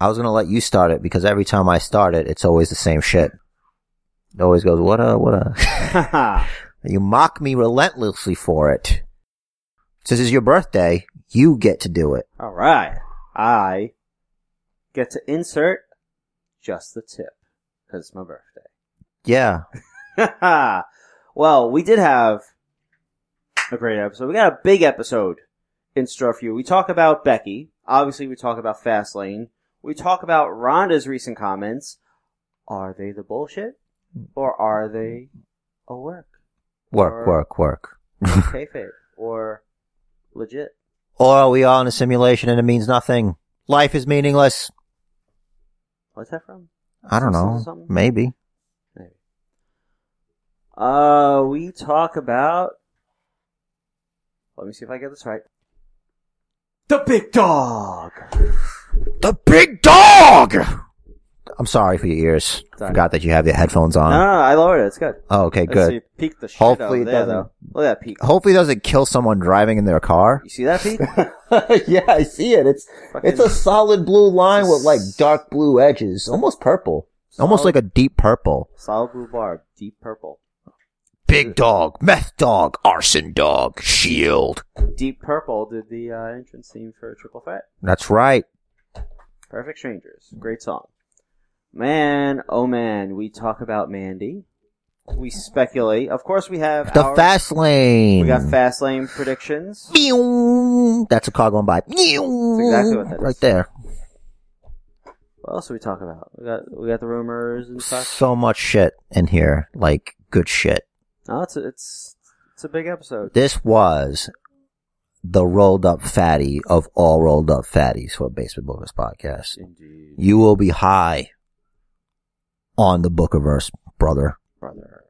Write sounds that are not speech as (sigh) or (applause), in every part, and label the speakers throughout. Speaker 1: I was gonna let you start it because every time I start it, it's always the same shit. It always goes, what a, what a. (laughs)
Speaker 2: (laughs)
Speaker 1: you mock me relentlessly for it. Since it's your birthday, you get to do it.
Speaker 2: All right. I get to insert just the tip because it's my birthday. (laughs)
Speaker 1: Yeah.
Speaker 2: well, we did have a great episode. We got a big episode in store for you. We talk about Becky. Obviously, we talk about Fastlane. We talk about Rhonda's recent comments. Are they the bullshit or are they a work?
Speaker 1: Work, work, work.
Speaker 2: kayfabe or legit.
Speaker 1: Or are we all in a simulation and it means nothing? Life is meaningless.
Speaker 2: What's that from?
Speaker 1: I don't know.
Speaker 2: Something-
Speaker 1: Maybe.
Speaker 2: Uh, we talk about. Let me see if I get this right. The big dog.
Speaker 1: The big dog! I'm sorry for your ears.
Speaker 2: Sorry.
Speaker 1: Forgot that you have your headphones
Speaker 2: No,
Speaker 1: on.
Speaker 2: no, no, Ah, I lowered it. It's good.
Speaker 1: Oh, okay,
Speaker 2: Let's
Speaker 1: good.
Speaker 2: see, peek the shit
Speaker 1: Hopefully it
Speaker 2: out of there,
Speaker 1: doesn't-
Speaker 2: though. Look at that peak.
Speaker 1: Hopefully it doesn't kill someone driving in their car.
Speaker 2: You see
Speaker 1: (laughs)
Speaker 2: that peak?
Speaker 1: yeah, I see it. It's
Speaker 2: Fucking-
Speaker 1: solid blue line
Speaker 2: with, like,
Speaker 1: dark blue edges, almost purple, almost like a deep purple.
Speaker 2: solid blue barb, deep purple,
Speaker 1: Big dog, meth dog, arson dog, shield.
Speaker 2: deep purple. Did the uh, entrance theme for Triple Threat?
Speaker 1: That's right.
Speaker 2: Perfect Strangers, great song. Man, oh man, we talk about Mandy. We speculate. Of course, we have
Speaker 1: The
Speaker 2: our-
Speaker 1: fast lane.
Speaker 2: We got fast lane predictions.
Speaker 1: Meow. That's a car going by. Meow.
Speaker 2: exactly what that
Speaker 1: Right
Speaker 2: is.
Speaker 1: there.
Speaker 2: What else do we talk about? We got we got the rumors and stuff.
Speaker 1: So much shit in here. Like, good shit.
Speaker 2: No, it's a, it's it's a big episode.
Speaker 1: This was the rolled up fatty of all rolled up fatties for Basement Bookers podcast.
Speaker 2: Indeed,
Speaker 1: You will be high on the Bookerverse, brother.
Speaker 2: brother.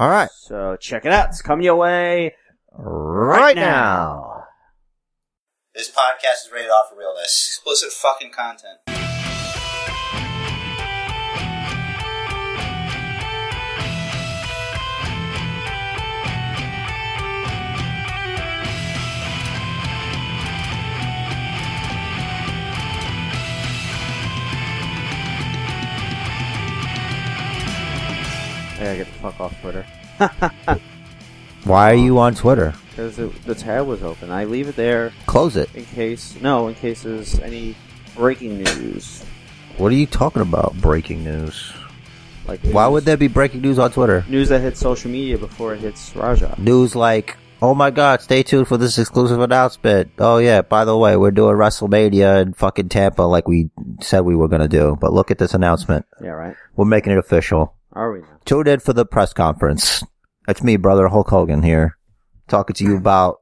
Speaker 1: All right.
Speaker 2: So check it out. It's coming your way
Speaker 1: Right, now.
Speaker 3: This podcast is rated R for realness. Explicit fucking content.
Speaker 2: I gotta get the fuck off Twitter
Speaker 1: Why are you on Twitter?
Speaker 2: because the tab was open. I leave it there
Speaker 1: Close it.
Speaker 2: in case no, in case there's any breaking news.
Speaker 1: What are you talking about? Breaking news.
Speaker 2: Like
Speaker 1: Why would there be breaking news on Twitter?
Speaker 2: news that hits social media before it hits Raja?
Speaker 1: News like, oh my god, stay tuned for this exclusive announcement. Oh yeah, by the way, we're doing WrestleMania in fucking Tampa like we said we were gonna do. But look at this announcement.
Speaker 2: Yeah, right.
Speaker 1: We're making it official.
Speaker 2: Are we now?
Speaker 1: Tune in for the press conference. That's me, brother Hulk Hogan here, talking to you about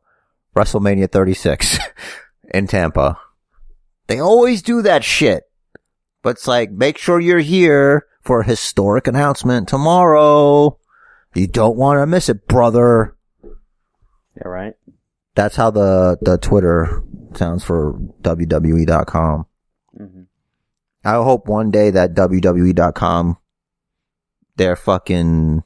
Speaker 1: WrestleMania 36 (laughs) in Tampa. They always do that shit. But it's like, make sure you're here for a historic announcement tomorrow. You don't want to miss it, brother.
Speaker 2: Yeah, right.
Speaker 1: That's how the, the Twitter sounds for WWE.com.
Speaker 2: Mm-hmm.
Speaker 1: I hope one day that WWE.com, they're fucking,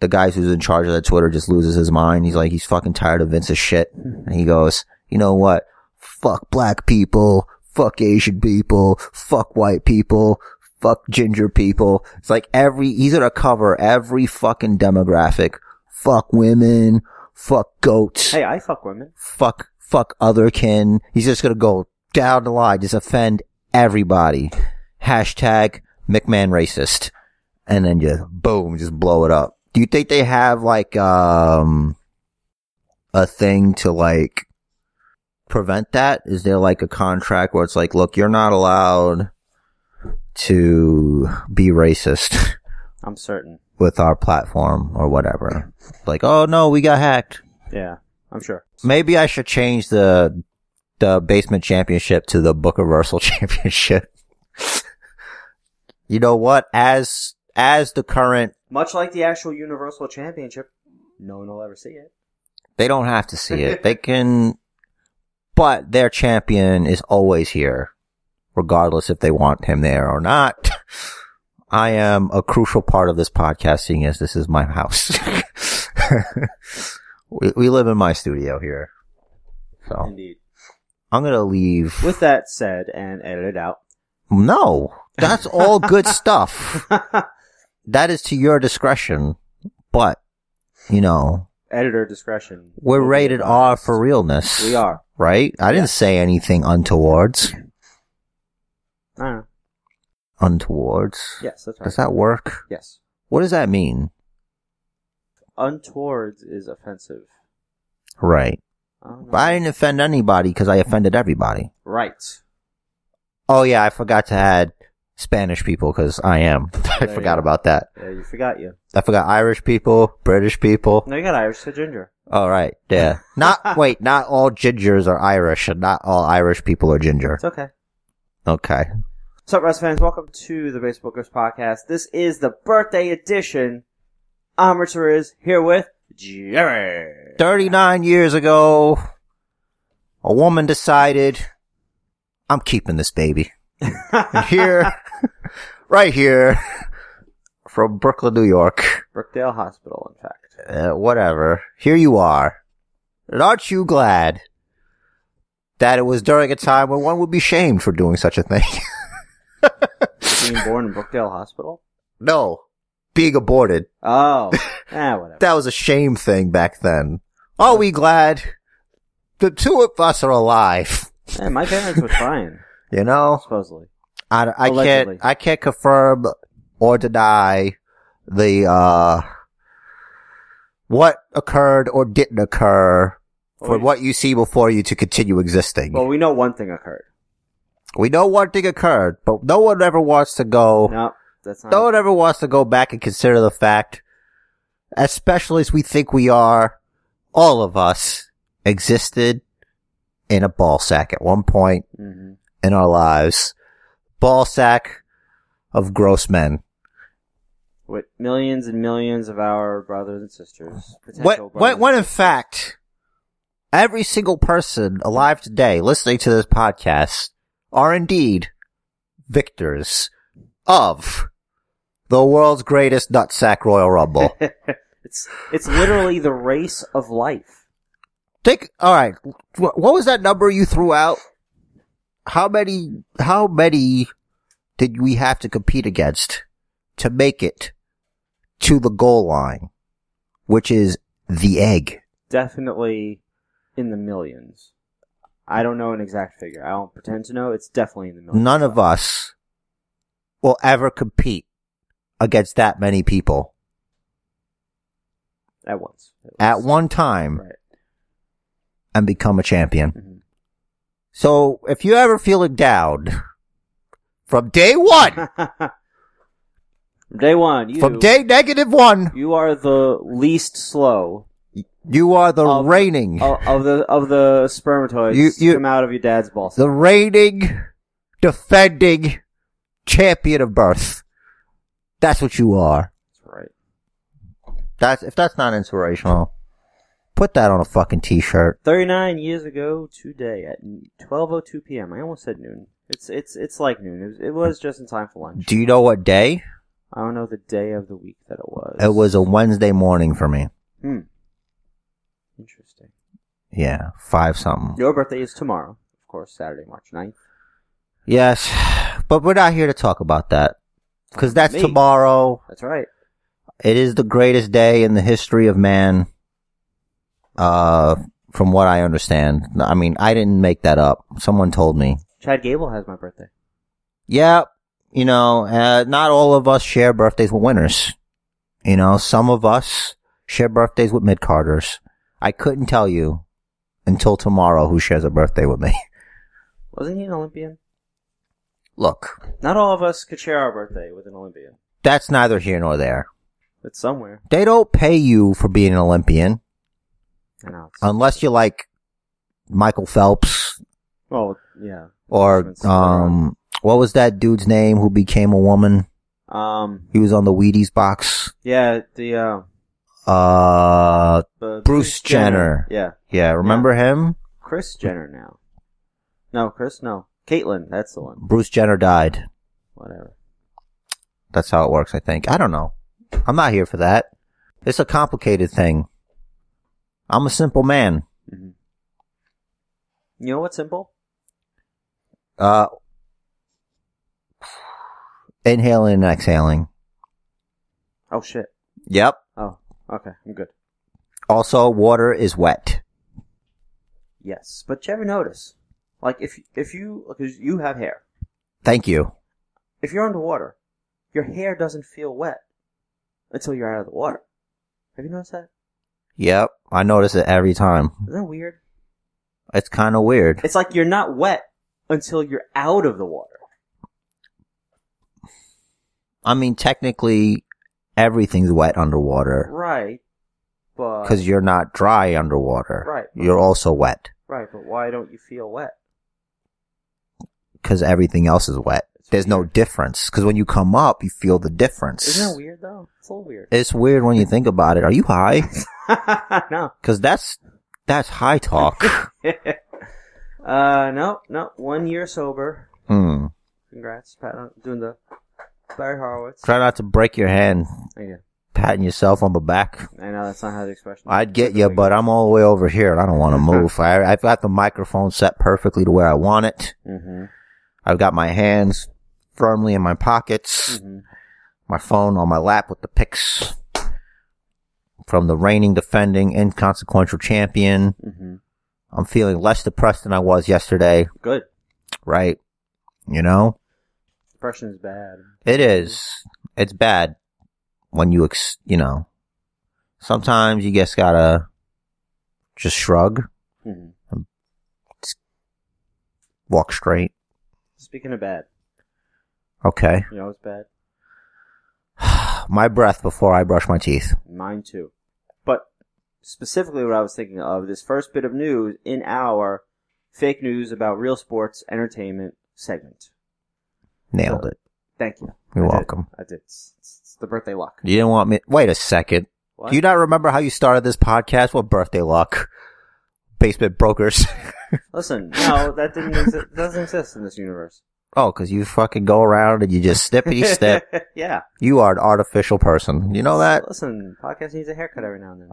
Speaker 1: the guy who's in charge of that Twitter just loses his mind. He's like, he's fucking tired of Vince's shit.
Speaker 2: Mm-hmm.
Speaker 1: And he goes, you know what? Fuck black people. Fuck Asian people. Fuck white people. Fuck ginger people. It's like every, he's gonna cover every fucking demographic. Fuck women. Fuck goats
Speaker 2: Hey, I fuck women.
Speaker 1: fuck fuck other kin. He's just gonna go down the line, just offend everybody. Hashtag McMahon racist. And then just boom, just blow it up. Do you think they have like um a thing to like prevent that? Is there like a contract where it's like, look, you're not allowed to be racist (laughs)
Speaker 2: I'm certain.
Speaker 1: with our platform or whatever? Like, oh no, we got hacked.
Speaker 2: Yeah, I'm sure.
Speaker 1: Maybe I should change the the basement championship to the Booker Russell (laughs) championship. you know what? As as the current,
Speaker 2: Much like the actual Universal Championship, no one will ever see it.
Speaker 1: they don't have to see it. They can, but their champion is always here, regardless if they want him there or not. (laughs) I am a crucial part of this podcast, seeing as this is my house. (laughs) we, we live in my studio here, so
Speaker 2: Indeed.
Speaker 1: Oh. I'm gonna leave.
Speaker 2: With that said, and edited out, (laughs)
Speaker 1: No, that's all good stuff. That is to your discretion, but you know
Speaker 2: Editor discretion.
Speaker 1: we're
Speaker 2: We'll be
Speaker 1: rated R
Speaker 2: advised.
Speaker 1: for realness.
Speaker 2: We are.
Speaker 1: right. I didn't
Speaker 2: Yeah.
Speaker 1: say anything untowards.
Speaker 2: I don't know.
Speaker 1: Untowards.
Speaker 2: Yes, that's right.
Speaker 1: Does that work?
Speaker 2: yes.
Speaker 1: What does that mean?
Speaker 2: Untowards is offensive.
Speaker 1: Right.
Speaker 2: I don't know.
Speaker 1: But I didn't offend anybody because I offended everybody.
Speaker 2: Right.
Speaker 1: Oh yeah, I forgot to add Spanish people because I am. (laughs) I
Speaker 2: There you
Speaker 1: forgot
Speaker 2: go.
Speaker 1: about that.
Speaker 2: Yeah, you forgot you.
Speaker 1: I forgot Irish people, British people.
Speaker 2: No, you got Irish to ginger.
Speaker 1: All right, yeah. Not wait, not all gingers are Irish, and not all Irish people are ginger.
Speaker 2: It's okay.
Speaker 1: Okay.
Speaker 2: What's up, Reds fans? Welcome to the Baseball Bookers podcast. This is the birthday edition. I'm Rich Riz, here with Jerry.
Speaker 1: 39 years ago, a woman decided, I'm keeping this baby. And here, right here, from Brooklyn, New York,
Speaker 2: Brookdale Hospital, in fact.
Speaker 1: uh, whatever, here you are. And aren't you glad that it was during a time when one would be shamed for doing such a thing? (laughs)
Speaker 2: Being born in Brookdale Hospital?
Speaker 1: no, being aborted. (laughs)
Speaker 2: Oh. eh, whatever.
Speaker 1: That was a shame thing back then. Are we glad the two of us are alive?
Speaker 2: Eh, my parents were trying,
Speaker 1: You know?
Speaker 2: supposedly.
Speaker 1: I, I
Speaker 2: Allegedly.
Speaker 1: can't I can't confirm or deny the uh what occurred or didn't occur for
Speaker 2: Well, we-
Speaker 1: what you see before you to continue existing.
Speaker 2: Well, we know one thing occurred.
Speaker 1: we know one thing occurred, but no one ever wants to go.
Speaker 2: No, that's not.
Speaker 1: No one ever wants to go back and consider the fact, especially as we think we are, all of us existed in a ball sack at one point
Speaker 2: Mhm.
Speaker 1: in our lives. Ball sack of gross men.
Speaker 2: With millions and millions of our brothers and sisters. potential
Speaker 1: What, what,
Speaker 2: brothers
Speaker 1: what
Speaker 2: and
Speaker 1: in fact, every single person alive today listening to this podcast are indeed victors of the world's greatest nutsack Royal Rumble.
Speaker 2: (laughs) it's it's literally the race of life.
Speaker 1: Think, alright, what was that number you threw out? How many, how many did we have to compete against to make it to the goal line, which is the egg?
Speaker 2: Definitely in the millions. I don't know an exact figure. I don't pretend to know. It's definitely in the millions.
Speaker 1: none of us will ever compete against that many people
Speaker 2: at once.
Speaker 1: at
Speaker 2: least.
Speaker 1: one time
Speaker 2: Right.
Speaker 1: and become a champion.
Speaker 2: Mhm.
Speaker 1: So if you ever feeling down from day
Speaker 2: (laughs)
Speaker 1: one,
Speaker 2: From day one, you
Speaker 1: from day negative one,
Speaker 2: you are the least slow
Speaker 1: you are the
Speaker 2: Of-
Speaker 1: reigning,
Speaker 2: of, of the of the spermatoids
Speaker 1: You- you-
Speaker 2: come out of your dad's ball. sack.
Speaker 1: the reigning, defending champion of birth. That's what you are.
Speaker 2: That's right.
Speaker 1: That's, if that's not inspirational, put that on a fucking t-shirt.
Speaker 2: 39 years ago today at 12:02 p.m. I almost said noon. It's it's it's like noon. It was, it was just in time for lunch.
Speaker 1: Do you know what day?
Speaker 2: I don't know the day of the week that it was.
Speaker 1: It was a Wednesday morning for me.
Speaker 2: Hmm. Interesting.
Speaker 1: Yeah, five something.
Speaker 2: Your birthday is tomorrow, of course, Saturday, March 9th.
Speaker 1: Yes, (sighs) but we're not here to talk about that because that's
Speaker 2: Me.
Speaker 1: tomorrow.
Speaker 2: That's right.
Speaker 1: It is the greatest day in the history of man. Uh, from what I understand, I mean, I didn't make that up. Someone told me.
Speaker 2: Chad Gable has my birthday.
Speaker 1: Yeah, you know, uh, not all of us share birthdays with winners. You know, some of us share birthdays with mid carders. I couldn't tell you until tomorrow who shares a birthday with me. (laughs)
Speaker 2: Wasn't he an Olympian?
Speaker 1: Look,
Speaker 2: Not all of us could share our birthday with an Olympian.
Speaker 1: that's neither here nor there.
Speaker 2: It's somewhere.
Speaker 1: They don't pay you for being an Olympian
Speaker 2: I know. it's-
Speaker 1: unless you're like Michael Phelps
Speaker 2: well, yeah.
Speaker 1: or
Speaker 2: It's-
Speaker 1: um what was that dude's name who became a woman?
Speaker 2: um,
Speaker 1: He was on the Wheaties box.
Speaker 2: yeah, the, uh,
Speaker 1: Uh
Speaker 2: the
Speaker 1: Bruce Jenner.
Speaker 2: Yeah.
Speaker 1: yeah, remember him?
Speaker 2: Chris Jenner now. No, Chris, no. Caitlyn, that's the one.
Speaker 1: Bruce Jenner died.
Speaker 2: Whatever.
Speaker 1: That's how it works, I think. I don't know. I'm not here for that. It's a complicated thing. I'm a simple man.
Speaker 2: hmm You know what's simple?
Speaker 1: Uh Inhaling and exhaling.
Speaker 2: Oh shit.
Speaker 1: Yep.
Speaker 2: Oh, okay. I'm good.
Speaker 1: Also, water is wet.
Speaker 2: Yes, but you ever notice, like if if you because you have hair,
Speaker 1: Thank you.
Speaker 2: if you're underwater, your hair doesn't feel wet until you're out of the water. Have you noticed that?
Speaker 1: Yep. I notice it every time.
Speaker 2: Isn't that weird?
Speaker 1: It's kind of weird.
Speaker 2: It's like you're not wet until you're out of the water.
Speaker 1: I mean, technically, everything's wet underwater
Speaker 2: Right. But
Speaker 1: because you're not dry underwater.
Speaker 2: Right.
Speaker 1: You're also wet
Speaker 2: right, but why don't you feel wet?
Speaker 1: because everything else is wet.
Speaker 2: It's
Speaker 1: There's no
Speaker 2: weird.
Speaker 1: difference because when you come up, you feel the difference.
Speaker 2: Isn't that weird though? It's a little weird.
Speaker 1: It's weird when you think about it. Are you high?
Speaker 2: (laughs) no.
Speaker 1: Because that's that's high
Speaker 2: (laughs)
Speaker 1: talk.
Speaker 2: uh no, no. One year sober.
Speaker 1: hmm.
Speaker 2: Congrats, Pat on doing the Barry Horowitz.
Speaker 1: Try not to break your hand
Speaker 2: Thank you.
Speaker 1: patting yourself on the back.
Speaker 2: I know that's not how the expression.
Speaker 1: I'd get you, but I'm all the way over here and I don't
Speaker 2: (laughs)
Speaker 1: want to move. I, I've got the microphone set perfectly to where I want it.
Speaker 2: hmm
Speaker 1: I've got my hands firmly in my pockets,
Speaker 2: hmm
Speaker 1: my phone on my lap with the pics from the reigning, defending, inconsequential champion.
Speaker 2: hmm
Speaker 1: I'm feeling less depressed than I was yesterday,
Speaker 2: Good.
Speaker 1: right? You know?
Speaker 2: Depression is bad.
Speaker 1: It is. It's bad when you, ex- you know, sometimes you just gotta just shrug,
Speaker 2: hmm
Speaker 1: walk straight.
Speaker 2: Speaking of bad,
Speaker 1: Okay.
Speaker 2: you know it's bad.
Speaker 1: My breath before I brush my teeth.
Speaker 2: Mine too. But specifically, what I was thinking of this first bit of news in our fake news about real sports entertainment segment.
Speaker 1: Nailed it.
Speaker 2: Thank you.
Speaker 1: You're
Speaker 2: I did.
Speaker 1: welcome.
Speaker 2: I did. It's, it's- it's the birthday luck.
Speaker 1: You didn't want me. Wait a second.
Speaker 2: What?
Speaker 1: Do you not remember how you started this podcast? What birthday luck? Basement brokers. (laughs)
Speaker 2: Listen, no, that didn't exi- doesn't exist in this universe.
Speaker 1: oh, because you fucking go around and you just
Speaker 2: (laughs)
Speaker 1: snippety snip.
Speaker 2: yeah.
Speaker 1: You are an artificial person. You know that?
Speaker 2: Listen, podcast needs a haircut every now and then.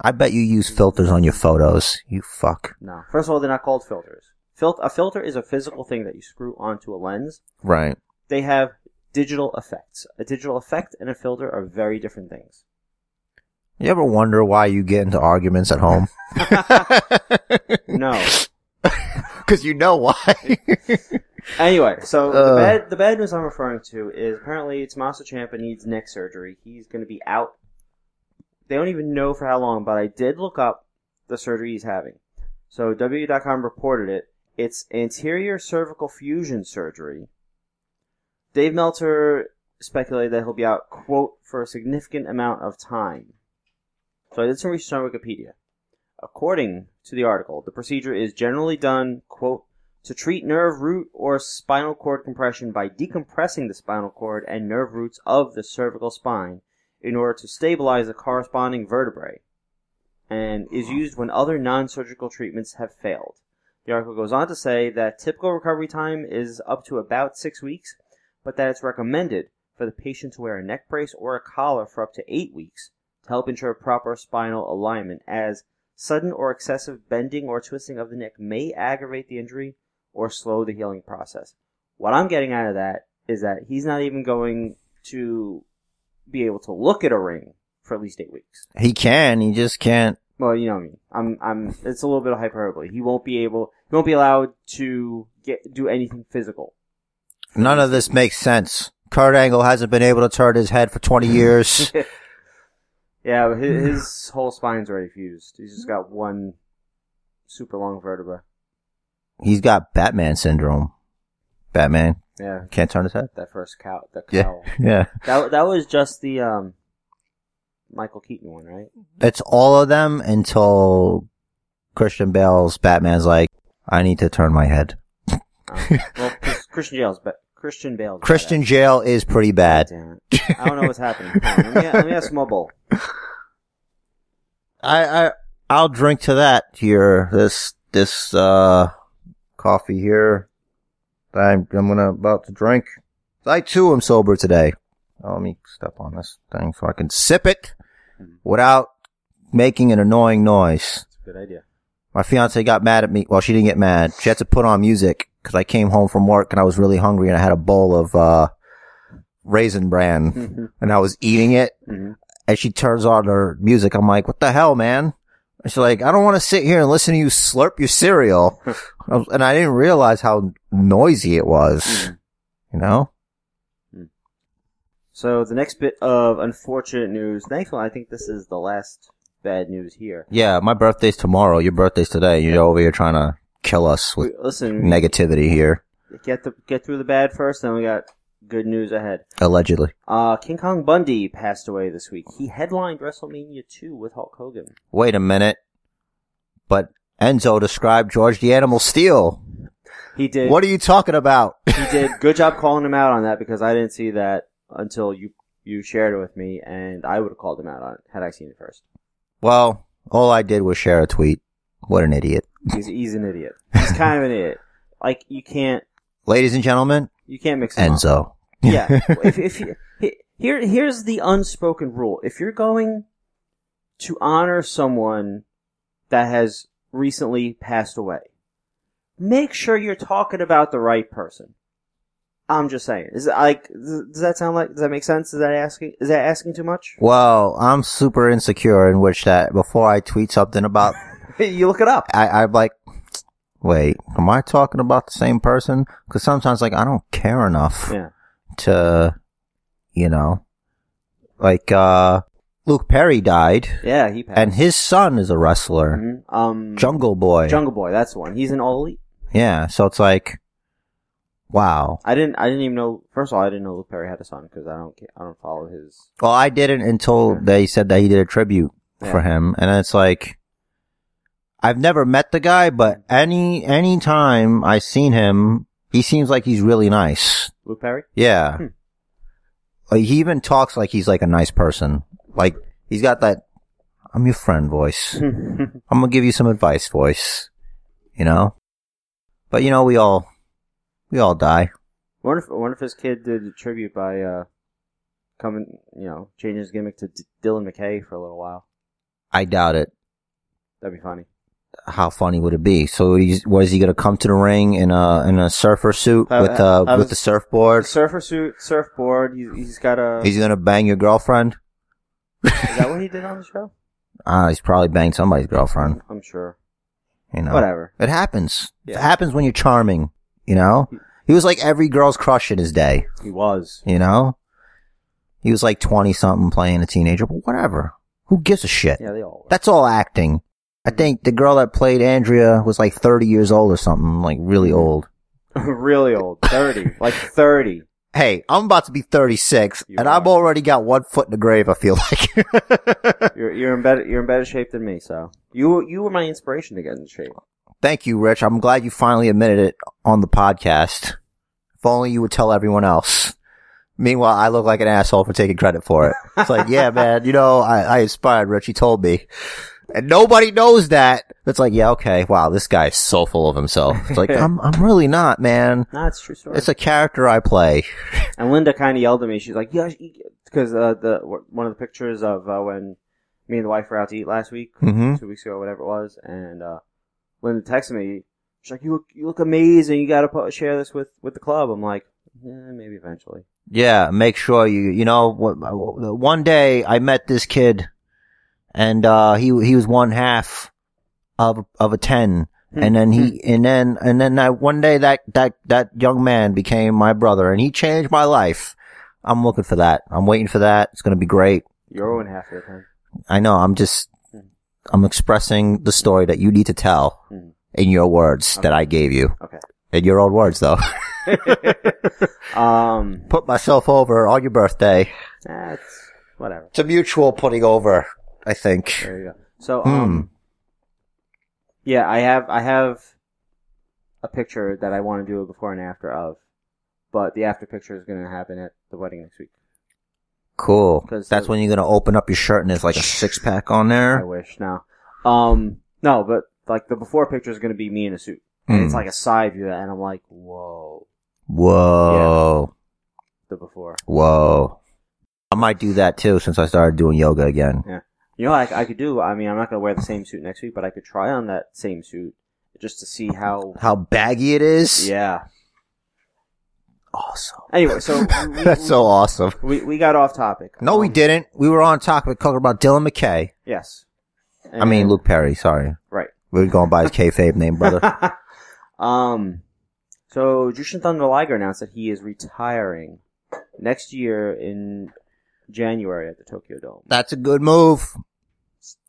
Speaker 1: I bet you use filters on your photos. You fuck.
Speaker 2: No. First of all, they're not called filters. Fil- a filter is a physical thing that you screw onto a lens.
Speaker 1: Right.
Speaker 2: They have digital effects. A digital effect and a filter are very different things.
Speaker 1: You ever wonder why you get into arguments at home? (laughs)
Speaker 2: No.
Speaker 1: Because you know why. (laughs)
Speaker 2: Anyway, so the
Speaker 1: Ugh.
Speaker 2: bad the bad news I'm referring to is apparently Tommaso Ciampa needs neck surgery. He's going to be out. They don't even know for how long, but I did look up the surgery he's having. So W.com reported it. It's anterior cervical fusion surgery. Dave Meltzer speculated that he'll be out quote for a significant amount of time. So I did some research on Wikipedia. According to the article, the procedure is generally done quote to treat nerve root or spinal cord compression by decompressing the spinal cord and nerve roots of the cervical spine in order to stabilize the corresponding vertebrae and is used when other non-surgical treatments have failed. The article goes on to say that typical recovery time is up to about 6 weeks, but that it's recommended for the patient to wear a neck brace or a collar for up to 8 weeks to help ensure proper spinal alignment as sudden or excessive bending or twisting of the neck may aggravate the injury or slow the healing process. What I'm getting out of that is that he's not even going to be able to look at a ring for at least eight weeks.
Speaker 1: he can. He just can't.
Speaker 2: Well, you know what I mean. I'm, I'm. It's a little bit of hyperbole. He won't be able. He won't be allowed to get do anything physical.
Speaker 1: None of this makes sense. Kurt Angle hasn't been able to turn his head for 20 years.
Speaker 2: Yeah, but his,
Speaker 1: Mm.
Speaker 2: his whole spine's already fused. He's just got one super long vertebra.
Speaker 1: He's got Batman syndrome. Batman
Speaker 2: Yeah,
Speaker 1: can't turn his head.
Speaker 2: that first cow. The
Speaker 1: Yeah.
Speaker 2: cow.
Speaker 1: Yeah.
Speaker 2: That that was just the um, Michael Keaton one, right?
Speaker 1: It's all of them until Christian Bale's Batman's like, I need to turn my head. (laughs)
Speaker 2: Um, well, Chris- Christian Bale's, but Christian Bale's
Speaker 1: Christian Jail is pretty
Speaker 2: bad.
Speaker 1: bad.
Speaker 2: Damn it! I don't know what's happening. Hold on, Let me, let me have some more bowl.
Speaker 1: I, I I'll drink to that here. This this uh coffee here that I'm I'm gonna about to drink. I too am sober today. Oh, let me step on this thing so I can sip it without making an annoying noise.
Speaker 2: It's a good idea.
Speaker 1: My fiance got mad at me. Well, she didn't get mad. She had to put on music because I came home from work and I was really hungry and I had a bowl of uh raisin bran,
Speaker 2: Mhm.
Speaker 1: and I was eating it,
Speaker 2: Mhm.
Speaker 1: and she turns on her music. I'm like, what the hell, man? And she's like, I don't want to sit here and listen to you slurp your cereal. I was- and I didn't realize how noisy it was,
Speaker 2: mm-hmm. Mm.
Speaker 1: you know?
Speaker 2: So the next bit of unfortunate news. Thankfully, I think this is the last bad news here.
Speaker 1: Yeah, my birthday's tomorrow. Your birthday's today. You're over here trying to kill us with
Speaker 2: We, listen,
Speaker 1: negativity here,
Speaker 2: get the get through the bad first, then we got good news ahead.
Speaker 1: allegedly.
Speaker 2: Uh, King Kong Bundy passed away this week. He headlined WrestleMania 2 with Hulk Hogan.
Speaker 1: Wait a minute. But Enzo described George the Animal Steel.
Speaker 2: He did.
Speaker 1: What are you talking about?
Speaker 2: he did. Good job calling him out on that because I didn't see that until you you shared it with me, and I would have called him out on it had I seen it first.
Speaker 1: Well, all I did was share a tweet. What an idiot.
Speaker 2: He's he's an idiot.
Speaker 1: (laughs)
Speaker 2: He's kind of an idiot. Like you can't
Speaker 1: Ladies and gentlemen,
Speaker 2: you can't mix him up.
Speaker 1: Enzo. (laughs)
Speaker 2: yeah. (laughs) If, if you, he- here, here's the unspoken rule: if you're going to honor someone that has recently passed away, make sure you're talking about the right person. I'm just saying. Is it like? Does does that sound like? Does that make sense? Is that asking? Is that asking too much? (laughs)
Speaker 1: Well, I'm super insecure in which that before I tweet something about,
Speaker 2: you look it up.
Speaker 1: I, I'm like, wait, am I talking about the same person? Because sometimes, like, I don't care enough
Speaker 2: Yeah.
Speaker 1: to, you know, like, uh, Luke Perry died,
Speaker 2: Yeah, he passed.
Speaker 1: and his son is a wrestler,
Speaker 2: Mhm. um,
Speaker 1: Jungle Boy.
Speaker 2: Jungle Boy. That's the one. He's an all elite.
Speaker 1: yeah, so it's like, wow.
Speaker 2: I didn't. I didn't even know. First of all, I didn't know Luke Perry had a son because I don't. ca- I don't follow his.
Speaker 1: Well, I didn't until they said that he did a tribute for
Speaker 2: Yeah.
Speaker 1: him, and it's like I've never met the guy, but any any time I seen him, he seems like he's really nice.
Speaker 2: Luke Perry. (laughs)
Speaker 1: Yeah,
Speaker 2: Hmm.
Speaker 1: like he even talks like he's like a nice person. Like he's got that "I'm your friend"
Speaker 2: Hmm.
Speaker 1: voice. I'm gonna give you some advice voice. You know, but you know we all we all die.
Speaker 2: Wonder if, wonder if his kid did a tribute by uh, coming, you know, changing his gimmick to D- Dylan McKay for a little while.
Speaker 1: I doubt it.
Speaker 2: That'd be funny.
Speaker 1: how funny would it be? So he's, was he going to come to the ring in a in a surfer suit
Speaker 2: I-
Speaker 1: with uh
Speaker 2: I was-
Speaker 1: with the surfboard?
Speaker 2: Surfer suit, surfboard. He's, he's got a.
Speaker 1: He's going to bang your girlfriend?
Speaker 2: is that what he did on
Speaker 1: (laughs)
Speaker 2: the show?
Speaker 1: Ah, he's probably banged somebody's girlfriend.
Speaker 2: I'm sure.
Speaker 1: You know,
Speaker 2: Whatever.
Speaker 1: it happens. It
Speaker 2: Yeah.
Speaker 1: happens when you're charming. You know, he was like every girl's crush in his day.
Speaker 2: He was.
Speaker 1: You know, he was like twenty something playing a teenager, but whatever. Who gives a shit?
Speaker 2: Yeah, they all. Were.
Speaker 1: That's all acting. I think the girl that played Andrea was like thirty years old or something, like really old.
Speaker 2: (laughs) really old. Thirty, like thirty.
Speaker 1: Hey, I'm about to be 36,
Speaker 2: You
Speaker 1: and
Speaker 2: are.
Speaker 1: I've already got one foot in the grave. I feel (laughs) like.
Speaker 2: You're you're in better you're in better shape than me. So you you were my inspiration to get in shape.
Speaker 1: Thank you, Rich. I'm glad you finally admitted it on the podcast. If only you would tell everyone else. Meanwhile, I look like an asshole for taking credit for it. It's like,
Speaker 2: (laughs)
Speaker 1: yeah, man, you know, I, I inspired Rich. He told me. And nobody knows that. It's like, yeah, okay, wow, this guy's so full of himself. It's
Speaker 2: (laughs)
Speaker 1: like, I'm, I'm really not, man.
Speaker 2: Nah, it's a true story.
Speaker 1: It's a character I play.
Speaker 2: And Linda kind of yelled at me. She's like, "Yeah," because uh, the one of the pictures of uh, when me and the wife were out to eat last week,
Speaker 1: Mm-hmm.
Speaker 2: two weeks ago, whatever it was, and uh, Linda texted me. She's like, "You look, you look amazing. You got to share this with with the club." I'm like, eh, "Maybe eventually."
Speaker 1: Yeah, make sure you you know what- one day I met this kid and uh he he was one half of of a 10
Speaker 2: Hmm.
Speaker 1: and then he and then and then that one day that that that young man became my brother and he changed my life. I'm looking for that. I'm waiting for that. It's going to be great.
Speaker 2: You're one half of the time.
Speaker 1: I know. I'm just
Speaker 2: Hmm.
Speaker 1: I'm expressing the story that you need to tell
Speaker 2: Mhm.
Speaker 1: in your words that I gave you.
Speaker 2: Okay.
Speaker 1: In your own words though. (laughs)
Speaker 2: (laughs) Um,
Speaker 1: Put myself over on your birthday.
Speaker 2: that's whatever.
Speaker 1: It's a mutual putting over, I think.
Speaker 2: There you go. So,
Speaker 1: Hmm.
Speaker 2: um, yeah, I have I have a picture that I want to do a before and after of, but the after picture is going to happen at the wedding next week.
Speaker 1: Cool.
Speaker 2: 'Cause
Speaker 1: That's
Speaker 2: the-
Speaker 1: when you're gonna open up your shirt and there's like a six pack on
Speaker 2: I
Speaker 1: there.
Speaker 2: wish now. Um, no, but like the before picture is going to be me in a suit, and it's
Speaker 1: Mm.
Speaker 2: like a side view, and I'm like, whoa,
Speaker 1: Whoa,
Speaker 2: the before.
Speaker 1: whoa. I might do that too since I started doing yoga again.
Speaker 2: You know, I, I could do. I mean, I'm not going to wear the same suit next week, but I could try on that same suit just to see how.
Speaker 1: How baggy it is.
Speaker 2: Yeah,
Speaker 1: Oh, awesome. (laughs)
Speaker 2: Anyway, so we,
Speaker 1: That's so awesome.
Speaker 2: we we got off topic.
Speaker 1: No, we
Speaker 2: Um,
Speaker 1: didn't. We were on topic talking about Dylan McKay.
Speaker 2: Yes.
Speaker 1: I mean
Speaker 2: And-
Speaker 1: Luke Perry. Sorry,
Speaker 2: Right.
Speaker 1: we were going by his kayfabe name,
Speaker 2: (laughs)
Speaker 1: brother.
Speaker 2: um, so Jushin Thunder Liger announced that he is retiring next year in January at the Tokyo Dome.
Speaker 1: That's a good move.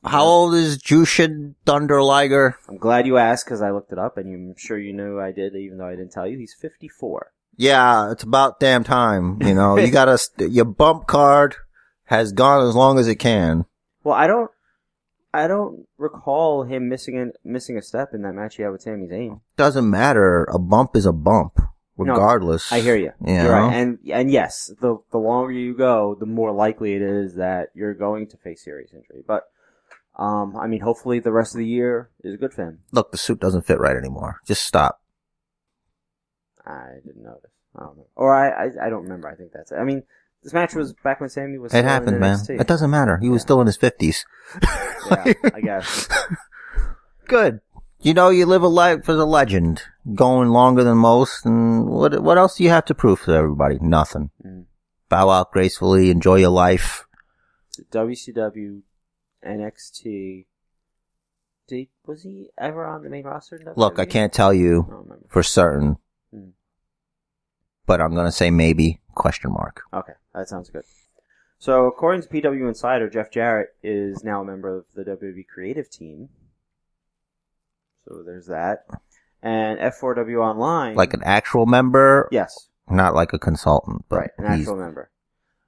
Speaker 1: How old is Jushin Thunder Liger?
Speaker 2: I'm glad you asked because I looked it up, and I'm sure you knew I did, even though I didn't tell you. He's 54.
Speaker 1: Yeah, it's about damn time. You know,
Speaker 2: (laughs)
Speaker 1: you gotta st- your bump card has gone as long as it can.
Speaker 2: Well, I don't, I don't recall him missing an, missing a step in that match he had with Sami Zayn.
Speaker 1: Doesn't matter. A bump is a bump, regardless.
Speaker 2: I hear you.
Speaker 1: Yeah.
Speaker 2: You're right. And and yes, the the longer you go, the more likely it is that you're going to face serious injury. But um, I mean, hopefully the rest of the year is good for him.
Speaker 1: Look, the suit doesn't fit right anymore. Just stop.
Speaker 2: I didn't notice. I don't know. Or I, I, I don't remember. I think that's it. I mean, this match was back when Sammy was.
Speaker 1: It
Speaker 2: still in
Speaker 1: happened, man.
Speaker 2: NXT.
Speaker 1: It doesn't matter. He was
Speaker 2: Yeah.
Speaker 1: still in his fifties.
Speaker 2: Yeah,
Speaker 1: (laughs)
Speaker 2: I guess.
Speaker 1: Good. You know, you live a life as a legend, going longer than most, and what what else do you have to prove to everybody? Nothing.
Speaker 2: Mm.
Speaker 1: Bow out gracefully, enjoy your life.
Speaker 2: WCW, NXT. Did was he ever on the main roster? in
Speaker 1: Look, I
Speaker 2: WWE?
Speaker 1: can't tell you
Speaker 2: I don't remember.
Speaker 1: for certain,
Speaker 2: Mm.
Speaker 1: but I'm gonna say maybe question mark.
Speaker 2: Okay, that sounds good. So, according to PW Insider, Jeff Jarrett is now a member of the WWE creative team. So there's that. And F4W Online,
Speaker 1: Like an actual member,
Speaker 2: yes,
Speaker 1: not like a consultant, but
Speaker 2: right, an
Speaker 1: he's-
Speaker 2: actual member.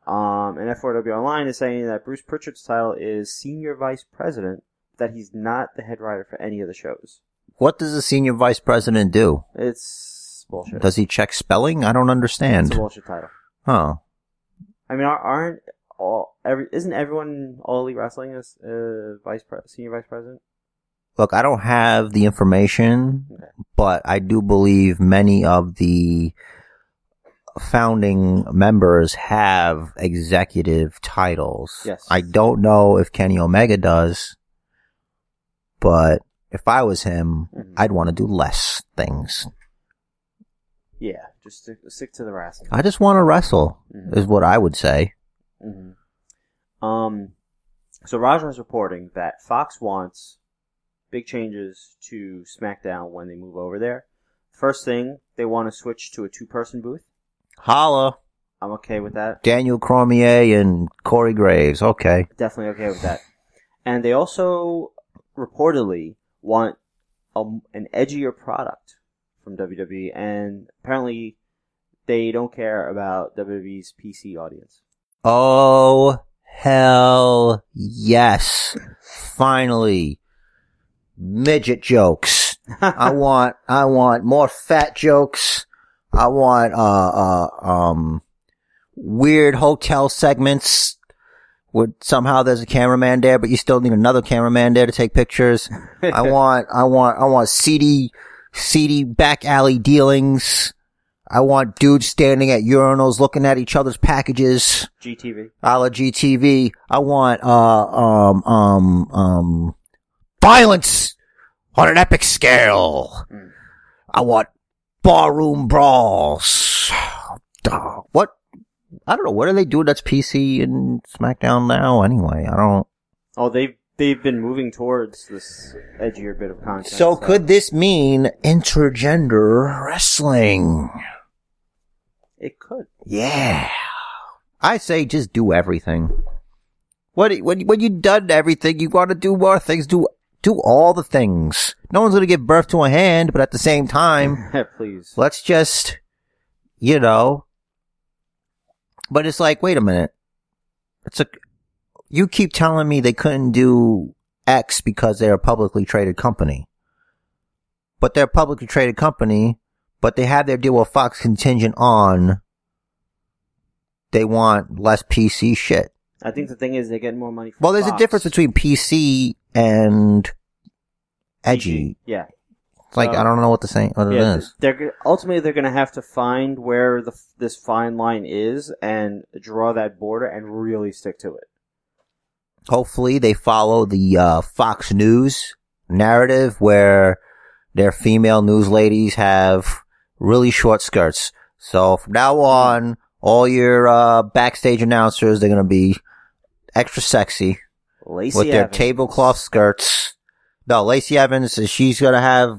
Speaker 2: Um, and F4W Online is saying that Bruce Pritchard's title is senior vice president, that he's not the head writer for any of the shows.
Speaker 1: what does a senior vice president do?
Speaker 2: It's bullshit.
Speaker 1: Does he check spelling? I don't
Speaker 2: It's a
Speaker 1: understand.
Speaker 2: bullshit title.
Speaker 1: Huh.
Speaker 2: I mean, ar- aren't all every isn't everyone all elite wrestling as uh, vice pre- senior vice president?
Speaker 1: Look, I don't have the information,
Speaker 2: Okay.
Speaker 1: but I do believe many of the founding members have executive titles.
Speaker 2: Yes.
Speaker 1: I don't know if Kenny Omega does, but if I was him,
Speaker 2: Mhm.
Speaker 1: I'd want to do less things.
Speaker 2: Yeah, just stick, stick to the wrestling.
Speaker 1: I just want to wrestle,
Speaker 2: Mhm.
Speaker 1: is what I would say.
Speaker 2: Mhm. Um, so Rajna's reporting that Fox wants big changes to SmackDown when they move over there. First thing, they want to switch to a two-person booth.
Speaker 1: Holla,
Speaker 2: I'm okay with that.
Speaker 1: Daniel Cormier and Corey Graves. Okay.
Speaker 2: Definitely okay with that. And they also reportedly want a, an edgier product from WWE, and apparently they don't care about WWE's PC audience.
Speaker 1: Oh, hell yes. Finally. Midget jokes. I want, I want more fat jokes. I want, uh, uh, um, weird hotel segments where somehow there's a cameraman there, but you still need another cameraman there to take pictures.
Speaker 2: (laughs)
Speaker 1: I want, I want, I want seedy, seedy back alley dealings. I want dudes standing at urinals looking at each other's packages
Speaker 2: GTV.
Speaker 1: a la GTV. I want uh um um um violence on an epic scale.
Speaker 2: Mm.
Speaker 1: I want barroom brawls. (sighs) Dog. What? I don't know. What are they doing? That's PC and SmackDown now. Anyway, I don't.
Speaker 2: Oh, they've they've been moving towards this edgier bit of content.
Speaker 1: So could this mean intergender wrestling?
Speaker 2: it could? (laughs)
Speaker 1: Yeah. I say just do everything. What when when you done everything, you want to do more things. Do do all the things. No one's gonna give birth to a hand, but at the same time,
Speaker 2: Please.
Speaker 1: let's just, you know. But it's like, wait a minute. It's a. You keep telling me they couldn't do X because they're a publicly traded company. But they're a publicly traded company, but they have their deal with Fox contingent on they want less PC shit.
Speaker 2: I think the thing is they get more money. From
Speaker 1: Well, there's a
Speaker 2: Fox.
Speaker 1: difference between PC and edgy.
Speaker 2: Yeah,
Speaker 1: It's like, I don't know what the same, what
Speaker 2: yeah.
Speaker 1: it is.
Speaker 2: They're g- ultimately they're going to have to find where the f- this fine line is and draw that border and really stick to it.
Speaker 1: hopefully they follow the uh, Fox News narrative where their female news ladies have really short skirts. So from now on, all your uh, backstage announcers, they're going to be extra sexy
Speaker 2: Lacey
Speaker 1: with their
Speaker 2: Evans.
Speaker 1: tablecloth skirts. No, Lacey Evans, she's going to have,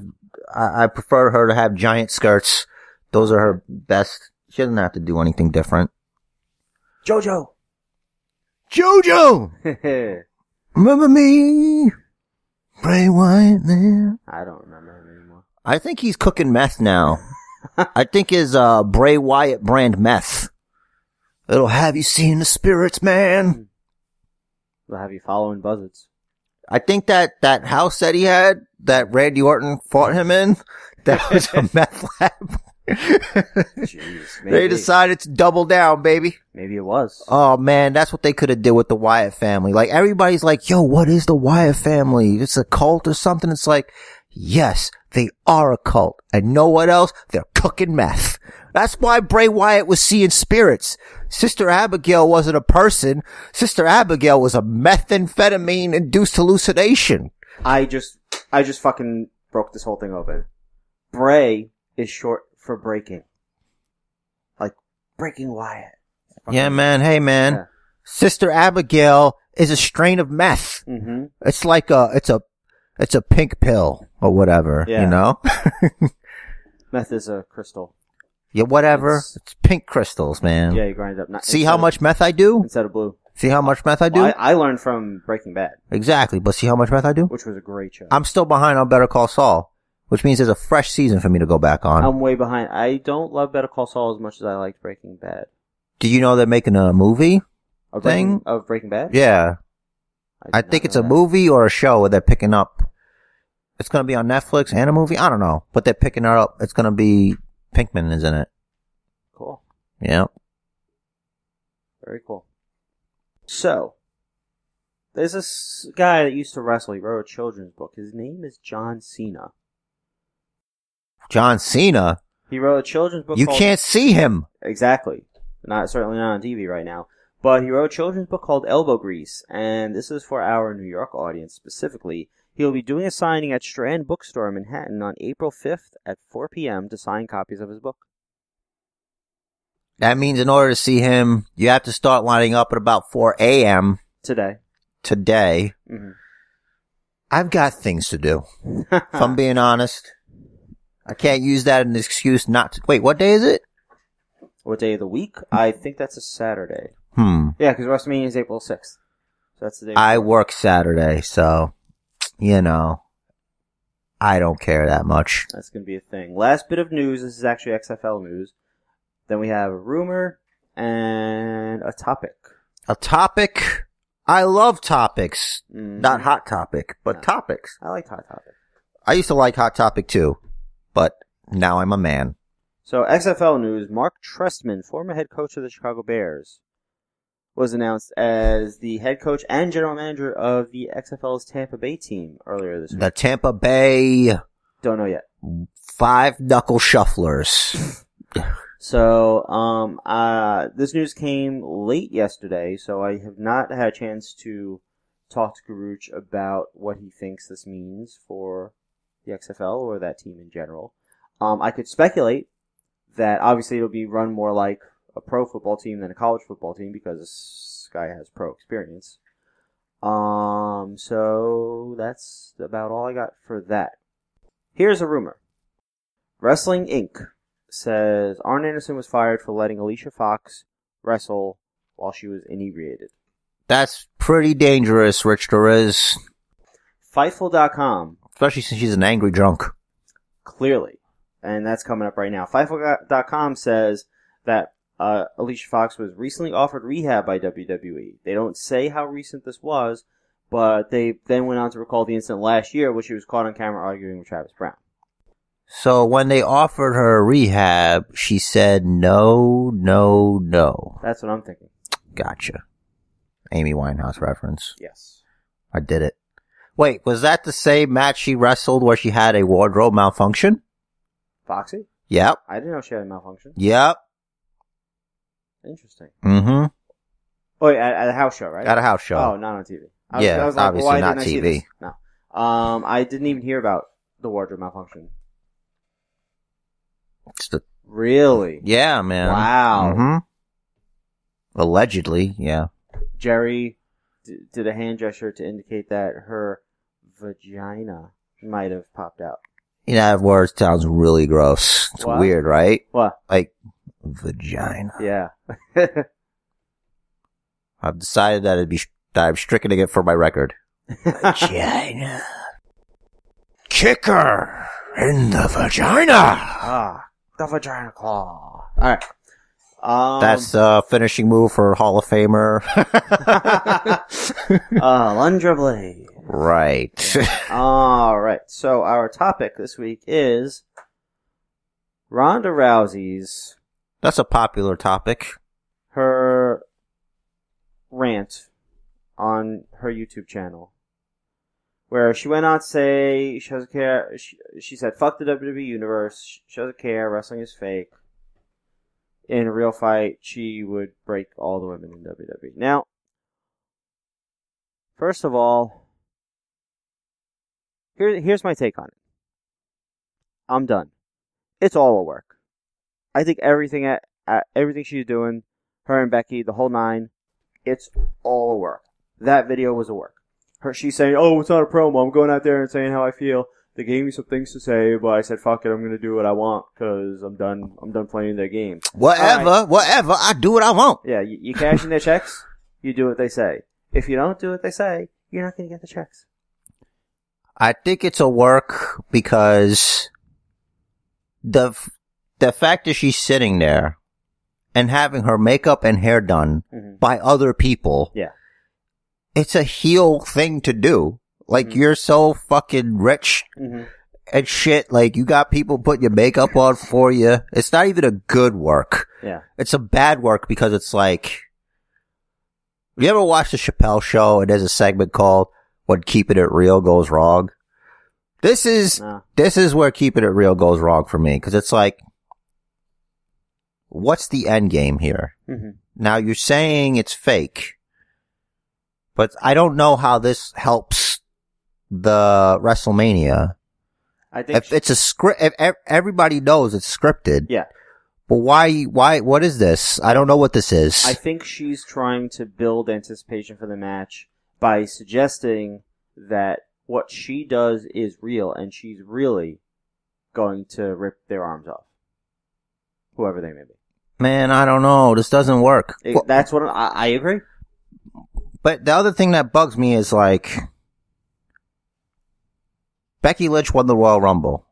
Speaker 1: I, I prefer her to have giant skirts. Those are her best. She doesn't have to do anything different.
Speaker 2: JoJo.
Speaker 1: JoJo!
Speaker 2: (laughs) I
Speaker 1: Remember me? Bray Wyatt, man.
Speaker 2: don't remember him anymore.
Speaker 1: I think he's cooking meth now. I think his uh, Bray Wyatt brand meth. It'll have you seen the spirits, man.
Speaker 2: We'll have you
Speaker 1: (laughs)
Speaker 2: following buzzards.
Speaker 1: I think that that house that he had, that Randy Orton fought him in, that was (laughs) a meth lab.
Speaker 2: Jeez, maybe,
Speaker 1: they decided to double down, baby.
Speaker 2: maybe it was.
Speaker 1: Oh man, that's what they could have did with the Wyatt family. Like everybody's like, yo, what is the Wyatt family? It's a cult or something. It's like, yes, they are a cult. And know what else? They're cooking meth. That's why Bray Wyatt was seeing spirits. Sister Abigail wasn't a person. Sister Abigail was a methamphetamine induced hallucination.
Speaker 2: I just, I just fucking broke this whole thing open. Bray is short for breaking, like breaking Wyatt.
Speaker 1: Yeah, man. Hey, man.
Speaker 2: Yeah.
Speaker 1: Sister Abigail is a strain of meth.
Speaker 2: Mm-hmm.
Speaker 1: It's like a, it's a, it's a pink pill or whatever,
Speaker 2: Yeah.
Speaker 1: you know? (laughs)
Speaker 2: Meth is a crystal.
Speaker 1: Yeah, whatever.
Speaker 2: It's-
Speaker 1: It's, pink crystals, man.
Speaker 2: Yeah, you grind up. Not,
Speaker 1: see
Speaker 2: instead
Speaker 1: how
Speaker 2: of-
Speaker 1: much meth I do?
Speaker 2: instead of blue.
Speaker 1: See how much meth I do?
Speaker 2: Well, I, I learned from Breaking Bad,
Speaker 1: exactly, but see how much meth I do?
Speaker 2: which was a great show.
Speaker 1: I'm still behind on Better Call Saul, which means there's a fresh season for me to go back on.
Speaker 2: I'm way behind. I don't love Better Call Saul as much as I liked Breaking Bad.
Speaker 1: do you know they're making a movie?
Speaker 2: Of Breaking,
Speaker 1: Thing?
Speaker 2: of Breaking Bad?
Speaker 1: Yeah.
Speaker 2: did
Speaker 1: I
Speaker 2: not
Speaker 1: think it's
Speaker 2: know
Speaker 1: a
Speaker 2: that.
Speaker 1: movie or a show where they're picking up. It's going to be on Netflix and a movie? I don't know. But they're picking it up. It's going to be Pinkman is in it.
Speaker 2: Cool.
Speaker 1: Yeah.
Speaker 2: Very cool. So, there's this guy that used to wrestle. He wrote a children's book. His name is John Cena.
Speaker 1: John Cena.
Speaker 2: He wrote a children's book.
Speaker 1: You
Speaker 2: called-
Speaker 1: can't see him.
Speaker 2: exactly. Not certainly not on TV right now. But he wrote a children's book called Elbow Grease, and this is for our New York audience specifically. He'll be doing a signing at Strand Bookstore in Manhattan on April 5th at 4 p.m. to sign copies of his book.
Speaker 1: That means in order to see him, you have to start lining up at about 4 a.m.
Speaker 2: Today.
Speaker 1: today.
Speaker 2: Mm-hmm.
Speaker 1: I've got things to do. If I'm being honest, I can't use that as an excuse not to. Wait, what day is it?
Speaker 2: (laughs) what day of the week? I think that's a Saturday.
Speaker 1: Hmm.
Speaker 2: Yeah, because WrestleMania is April 6th. So that's the day.
Speaker 1: I work Saturday, so, you know, I don't care that much.
Speaker 2: That's going to be a thing. Last bit of news. This is actually XFL news. Then we have a rumor and a topic.
Speaker 1: A topic. I love topics.
Speaker 2: Mm.
Speaker 1: Not hot topic, but topics.
Speaker 2: I like hot topic.
Speaker 1: I used to like hot topic too, but now I'm a man.
Speaker 2: So XFL news. Mark Trestman, former head coach of the Chicago Bears, was announced as the head coach and general manager of the XFL's Tampa Bay team earlier this
Speaker 1: The
Speaker 2: week.
Speaker 1: Tampa Bay
Speaker 2: Don't know yet.
Speaker 1: five knuckle shufflers.
Speaker 2: So, um, uh, this news came late yesterday, so I have not had a chance to talk to Garuch about what he thinks this means for the XFL or that team in general. Um, I could speculate that obviously it'll be run more like a pro football team than a college football team because this guy has pro experience. Um, so that's about all I got for that. Here's a rumor. Wrestling Inc says Arn Anderson was fired for letting Alicia Fox wrestle while she was inebriated.
Speaker 1: That's pretty dangerous, Rich Torres.
Speaker 2: Fightful.com,
Speaker 1: Especially since she's an angry drunk.
Speaker 2: clearly, and that's coming up right now. Fightful.com says that uh, Alicia Fox was recently offered rehab by WWE. They don't say how recent this was, but they then went on to recall the incident last year when she was caught on camera arguing with Travis Brown.
Speaker 1: So when they offered her rehab, she said no, no, no.
Speaker 2: That's what I'm thinking.
Speaker 1: Gotcha. Amy Winehouse reference.
Speaker 2: Yes.
Speaker 1: I did it. Wait, was that the same match she wrestled where she had a wardrobe malfunction?
Speaker 2: Foxy?
Speaker 1: Yep.
Speaker 2: I didn't know she had a malfunction.
Speaker 1: Yep.
Speaker 2: Interesting.
Speaker 1: Mm-hmm.
Speaker 2: Oh, yeah, at, at a house show, right?
Speaker 1: At a house show.
Speaker 2: Oh, not on TV. I was,
Speaker 1: Yeah,
Speaker 2: I was like,
Speaker 1: obviously
Speaker 2: why
Speaker 1: not
Speaker 2: didn't I see
Speaker 1: TV.
Speaker 2: this? No. Um, I didn't even hear about the wardrobe malfunction.
Speaker 1: It's the
Speaker 2: Really?
Speaker 1: Yeah, man.
Speaker 2: Wow.
Speaker 1: hmm Allegedly, yeah.
Speaker 2: Jerry d- did a hand gesture to indicate that her vagina might have popped out.
Speaker 1: You know, that word sounds really gross. It's
Speaker 2: What?
Speaker 1: weird, right?
Speaker 2: What?
Speaker 1: Vagina. (laughs)
Speaker 2: Yeah. (laughs)
Speaker 1: I've decided that it'd be that I'm strickening it for my record. Vagina. Kicker in the vagina.
Speaker 2: ah, the vagina claw. All right. Um,
Speaker 1: That's (laughs) a finishing move for Hall of Famer.
Speaker 2: (laughs)
Speaker 1: (laughs)
Speaker 2: uh, Lundra Blade.
Speaker 1: right. (laughs)
Speaker 2: All right. So our topic this week is Ronda Rousey's
Speaker 1: That's a popular topic.
Speaker 2: her rant on her YouTube channel, where she went on to say she doesn't care. She, she said, "Fuck the WWE universe. She doesn't care. Wrestling is fake." In a real fight, she would break all the women in WWE. Now, first of all, here, here's my take on it. I'm done. It's all a work. I think everything at, at everything she's doing her and Becky, the whole nine. It's all a work. That video was a work. Her, she's saying, "Oh, it's not a promo. I'm going out there and saying how I feel." They gave me some things to say, but I said, "Fuck it. I'm going to do what I want because I'm done. I'm done playing their game."
Speaker 1: Whatever,
Speaker 2: All
Speaker 1: whatever. I do what I want.
Speaker 2: Yeah, you, you cash in their checks. You do what they say. If you don't do what they say, you're not going to get the checks.
Speaker 1: I think it's a work because the f- the fact that she's sitting there and having her makeup and hair done
Speaker 2: Mhm.
Speaker 1: by other people.
Speaker 2: Yeah.
Speaker 1: It's a heel thing to do. Like
Speaker 2: Mhm.
Speaker 1: you're so fucking rich
Speaker 2: Mm-hmm.
Speaker 1: and shit. Like you got people putting your makeup on for you. It's not even a good work.
Speaker 2: Yeah.
Speaker 1: It's a bad work because it's like, you ever watch the Chappelle show and there's a segment called when keeping it real goes wrong? This is,
Speaker 2: Nah.
Speaker 1: this is where keeping it real goes wrong for me. Cause it's like, what's the end game here?
Speaker 2: Mm-hmm.
Speaker 1: Now you're saying it's fake, but I don't know how this helps the WrestleMania.
Speaker 2: I think.
Speaker 1: If it's a script, if ev- everybody knows it's scripted.
Speaker 2: Yeah.
Speaker 1: But why, why, what is this? I don't know what this is.
Speaker 2: I think she's trying to build anticipation for the match by suggesting that what she does is real and she's really going to rip their arms off. Whoever they may be.
Speaker 1: Man, I don't know. This doesn't work.
Speaker 2: It-
Speaker 1: Well,
Speaker 2: that's what I, I agree.
Speaker 1: but the other thing that bugs me is like, Becky Lynch won the Royal Rumble.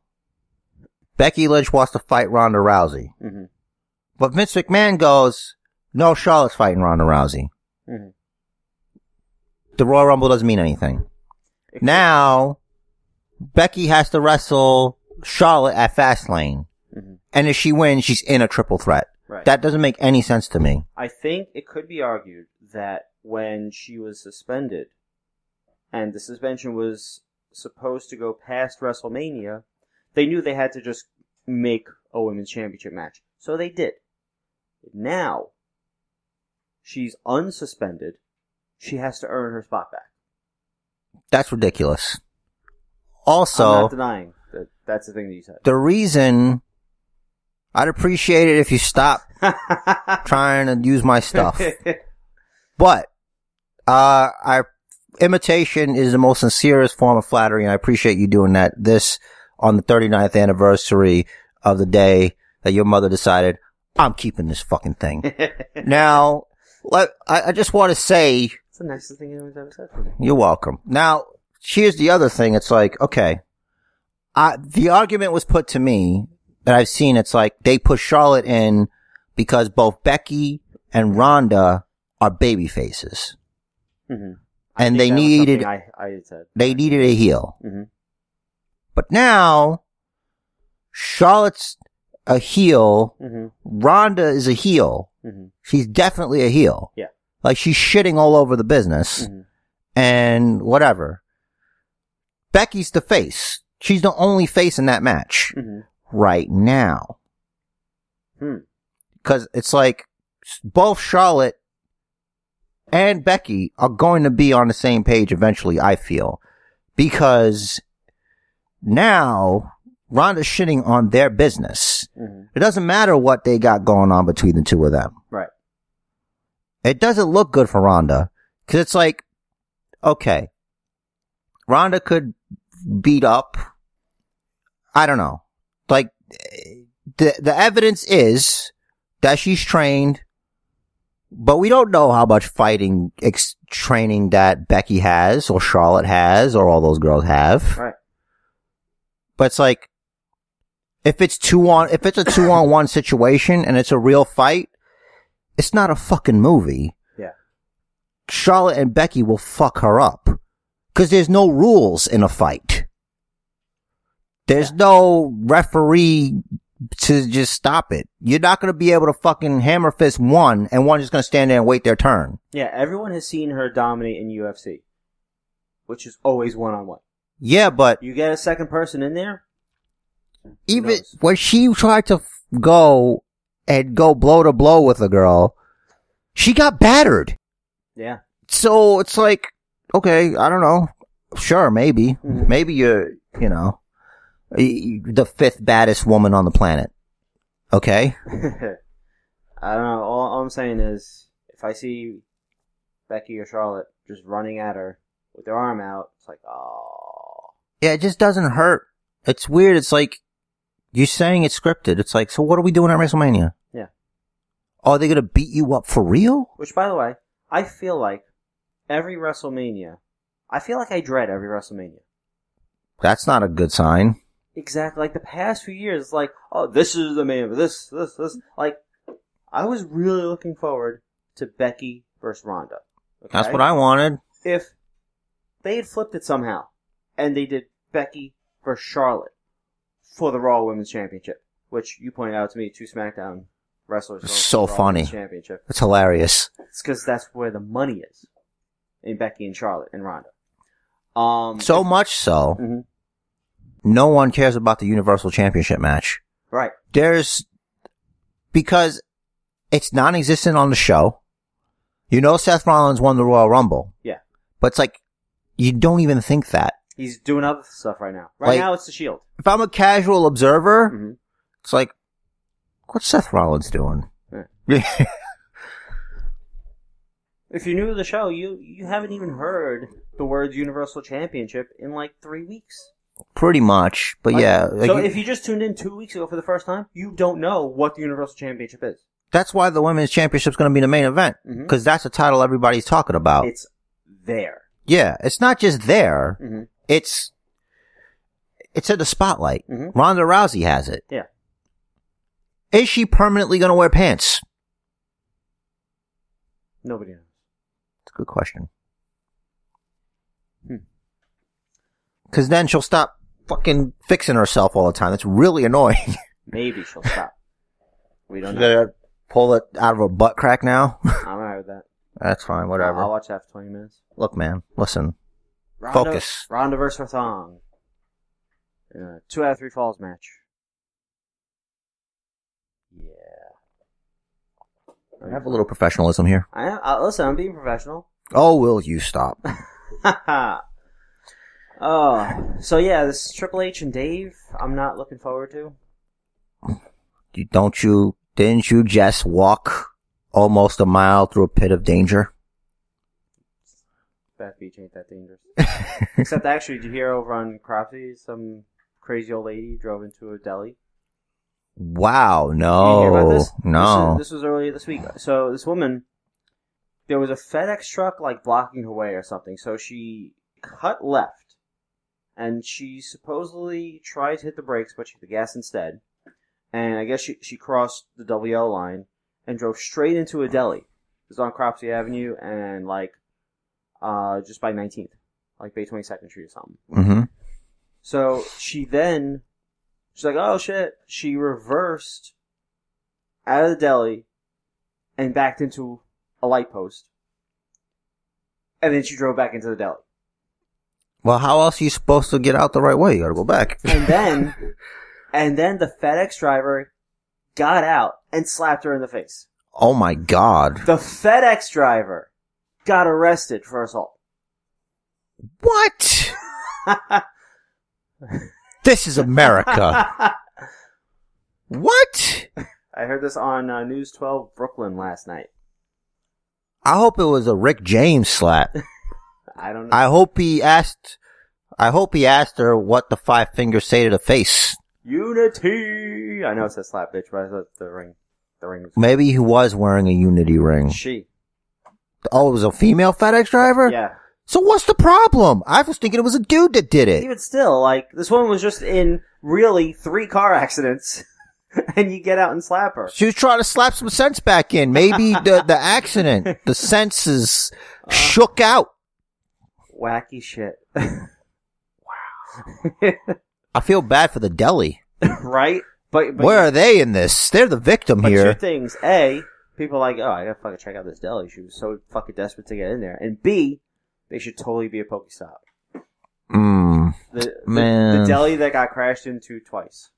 Speaker 1: Becky Lynch wants to fight Ronda Rousey.
Speaker 2: hmm
Speaker 1: But Vince McMahon goes, no, Charlotte's fighting Ronda Rousey.
Speaker 2: hmm
Speaker 1: The Royal Rumble doesn't mean anything. Now, Becky has to wrestle Charlotte at Fastlane.
Speaker 2: hmm
Speaker 1: And if she wins, she's in a triple threat.
Speaker 2: Right.
Speaker 1: That doesn't make any sense to me.
Speaker 2: I think it could be argued that when she was suspended, and the suspension was supposed to go past WrestleMania, they knew they had to just make a women's championship match. So they did. Now, she's unsuspended. She has to earn her spot back.
Speaker 1: That's ridiculous.
Speaker 2: I'm
Speaker 1: Also,
Speaker 2: not denying that that's the thing that you said. (laughs)
Speaker 1: the reason I'd appreciate it if you stop trying to use my
Speaker 2: (laughs)
Speaker 1: stuff. But uh, I imitation is the most sincerest form of flattery, and I appreciate you doing that. This on the 39th anniversary of the day that your mother decided I'm keeping this fucking
Speaker 2: (laughs)
Speaker 1: thing. now, let, I, I just want to say
Speaker 2: It's the nicest thing anyone's ever said to me.
Speaker 1: you're welcome. Now, here's the other thing. It's like, okay, I, the argument was put to me that I've seen. It's like they put Charlotte in because both Becky and Rhonda are baby faces.
Speaker 2: hmm
Speaker 1: Mm-hmm. And they needed-
Speaker 2: I, I had said.
Speaker 1: They needed a heel.
Speaker 2: Mhm.
Speaker 1: But now, Charlotte's a heel.
Speaker 2: Mm-hmm.
Speaker 1: Rhonda is a heel.
Speaker 2: Mm-hmm.
Speaker 1: She's definitely a heel.
Speaker 2: Yeah.
Speaker 1: Like she's shitting all over the business
Speaker 2: Mm-hmm.
Speaker 1: and whatever. Becky's the face. She's the only face in that match
Speaker 2: Mm-hmm.
Speaker 1: right now.
Speaker 2: Hmm.
Speaker 1: Cause it's like s- both Charlotte and Becky are going to be on the same page eventually, I feel. Because now Ronda's shitting on their business.
Speaker 2: Mhm.
Speaker 1: It doesn't matter what they got going on between the two of them.
Speaker 2: Right.
Speaker 1: It doesn't look good for Ronda because it's like, okay, Ronda could beat up. I don't know. Like eh, the the evidence is that she's trained, but we don't know how much fighting ex- training that Becky has or Charlotte has or all those girls have.
Speaker 2: Right.
Speaker 1: But it's like if it's two on if it's a two on one situation and it's a real fight, it's not a fucking movie.
Speaker 2: Yeah.
Speaker 1: Charlotte and Becky will fuck her up because there's no rules in a fight. There's no referee to just stop it. You're not going to be able to fucking hammer fist one and one's just going to stand there and wait their turn.
Speaker 2: Yeah, everyone has seen her dominate in UFC, which is always one on one.
Speaker 1: Yeah, but
Speaker 2: You get a second person in there,
Speaker 1: even
Speaker 2: knows?
Speaker 1: when she tried to f- go and go blow to blow with a girl, she got battered.
Speaker 2: yeah, (laughs)
Speaker 1: So it's like, okay, I don't know. Sure, maybe,
Speaker 2: Mhm.
Speaker 1: maybe you're, you know, y- y- the fifth baddest woman on the planet. Okay,
Speaker 2: I don't know. All, all I'm saying is, if I see Becky or Charlotte just running at her with their arm out, it's like, oh,
Speaker 1: yeah, it just doesn't hurt. It's weird. It's like you're saying it's scripted. It's like, so what are we doing at WrestleMania?
Speaker 2: Yeah.
Speaker 1: Are they gonna beat you up for real?
Speaker 2: Which, by the way, I feel like every WrestleMania, I feel like I dread every WrestleMania.
Speaker 1: That's not a good sign.
Speaker 2: Exactly. Like the past few years, it's like, oh, this is the main, this, this, this. Like, I was really looking forward to Becky versus Ronda.
Speaker 1: That's
Speaker 2: okay?
Speaker 1: what I wanted.
Speaker 2: If they had flipped it somehow and they did Becky versus Charlotte for the Raw Women's Championship, which you pointed out to me, two SmackDown wrestlers.
Speaker 1: It's so
Speaker 2: for the Raw
Speaker 1: funny.
Speaker 2: Women's Championship.
Speaker 1: It's hilarious.
Speaker 2: It's because that's where the money is in Becky and Charlotte and Ronda. Um,
Speaker 1: So much so,
Speaker 2: Mhm.
Speaker 1: no one cares about the Universal Championship match.
Speaker 2: right,
Speaker 1: There's because it's non-existent on the show. You know, Seth Rollins won the Royal Rumble,
Speaker 2: yeah,
Speaker 1: but it's like you don't even think that.
Speaker 2: he's doing other stuff right now. Right
Speaker 1: Like-
Speaker 2: now, it's the Shield.
Speaker 1: If I'm a casual observer,
Speaker 2: hmm
Speaker 1: it's like, what's Seth Rollins doing?
Speaker 2: If you're new to the show, you you haven't even heard the words Universal Championship in like three weeks.
Speaker 1: (laughs) Pretty much, but
Speaker 2: Like,
Speaker 1: yeah, like,
Speaker 2: so if you just tuned in two weeks ago for the first time, you don't know what the Universal Championship is.
Speaker 1: that's why the women's championship's going to be the main event
Speaker 2: Mhm.
Speaker 1: because that's a title everybody's talking about.
Speaker 2: It's there.
Speaker 1: yeah, it's not just there.
Speaker 2: hmm
Speaker 1: it's it's in the spotlight.
Speaker 2: Mhm.
Speaker 1: Ronda Rousey has it.
Speaker 2: Yeah.
Speaker 1: Is she permanently going to wear pants?
Speaker 2: Nobody knows.
Speaker 1: It's a good question.
Speaker 2: Hmm.
Speaker 1: Because then she'll stop fucking fixing herself all the time. That's really annoying. (laughs)
Speaker 2: Maybe she'll stop. We
Speaker 1: She's
Speaker 2: don't know.
Speaker 1: gonna pull it out of her butt crack now.
Speaker 2: I'm alright with that.
Speaker 1: (laughs) That's fine.
Speaker 2: I'll
Speaker 1: Whatever.
Speaker 2: watch that for 20 minutes.
Speaker 1: Look, man. Listen.
Speaker 2: Ronda,
Speaker 1: Focus.
Speaker 2: Ronda versus her thong. Uh, two out of three falls match. Yeah.
Speaker 1: Have a little professionalism here.
Speaker 2: I am. I, listen, I'm being professional. (laughs)
Speaker 1: Oh, will you stop? (laughs)
Speaker 2: oh, so yeah, this is Triple H and Dave. I'm not looking forward to.
Speaker 1: You- Don't you? Didn't you just walk almost a mile through a pit of danger?
Speaker 2: That beach ain't that dangerous. Except actually, did you hear over on Cropsy some crazy old lady drove into a deli?
Speaker 1: Wow,
Speaker 2: Did
Speaker 1: no.
Speaker 2: you hear about this?
Speaker 1: No.
Speaker 2: This, is- this was earlier this week. So this woman, there was a FedEx truck like blocking her way or something. So she cut left, and she supposedly tried to hit the brakes, but she hit the gas instead. And I guess she she crossed the WL line and drove straight into a deli. It was on Cropsey Avenue and like, uh, just by 19th, like Bay 22nd Street or something.
Speaker 1: hmm
Speaker 2: So she then, she's like, oh shit. She reversed out of the deli and backed into a light post. And then she drove back into the deli.
Speaker 1: Well, how else are you supposed to get out the right way? You gotta go back.
Speaker 2: And then, and then the FedEx driver got out and slapped her in the face.
Speaker 1: oh my god.
Speaker 2: The FedEx driver got arrested (laughs) for assault.
Speaker 1: What? This is
Speaker 2: (laughs)
Speaker 1: America. what?
Speaker 2: I heard this on uh, News 12 Brooklyn last night.
Speaker 1: I hope it was a Rick James slap.
Speaker 2: I don't know.
Speaker 1: I hope he asked. I hope he asked her what the five fingers say to the face.
Speaker 2: Unity. I know it says slap bitch, but I thought the ring, the ring. Was-
Speaker 1: Maybe he was wearing a unity ring.
Speaker 2: she.
Speaker 1: Oh, it was a female FedEx driver.
Speaker 2: Yeah.
Speaker 1: So what's the problem? I was thinking it was a dude that did it.
Speaker 2: Even still, like this woman was just in really three car accidents, (laughs) and you get out and slap her.
Speaker 1: She was trying to slap some sense back in.
Speaker 2: (laughs)
Speaker 1: Maybe the the accident, the senses
Speaker 2: Uh-huh.
Speaker 1: shook out.
Speaker 2: Wacky shit. (laughs)
Speaker 1: I feel bad for the deli.
Speaker 2: right? But, but
Speaker 1: Where are they in this? They're the victim
Speaker 2: but
Speaker 1: here.
Speaker 2: two things: a, people are like, oh, I gotta fucking check out this deli. She was so fucking desperate to get in there, and b, they should totally be a Pokestop.
Speaker 1: Mm,
Speaker 2: The, the-
Speaker 1: Man.
Speaker 2: the deli that got crashed into twice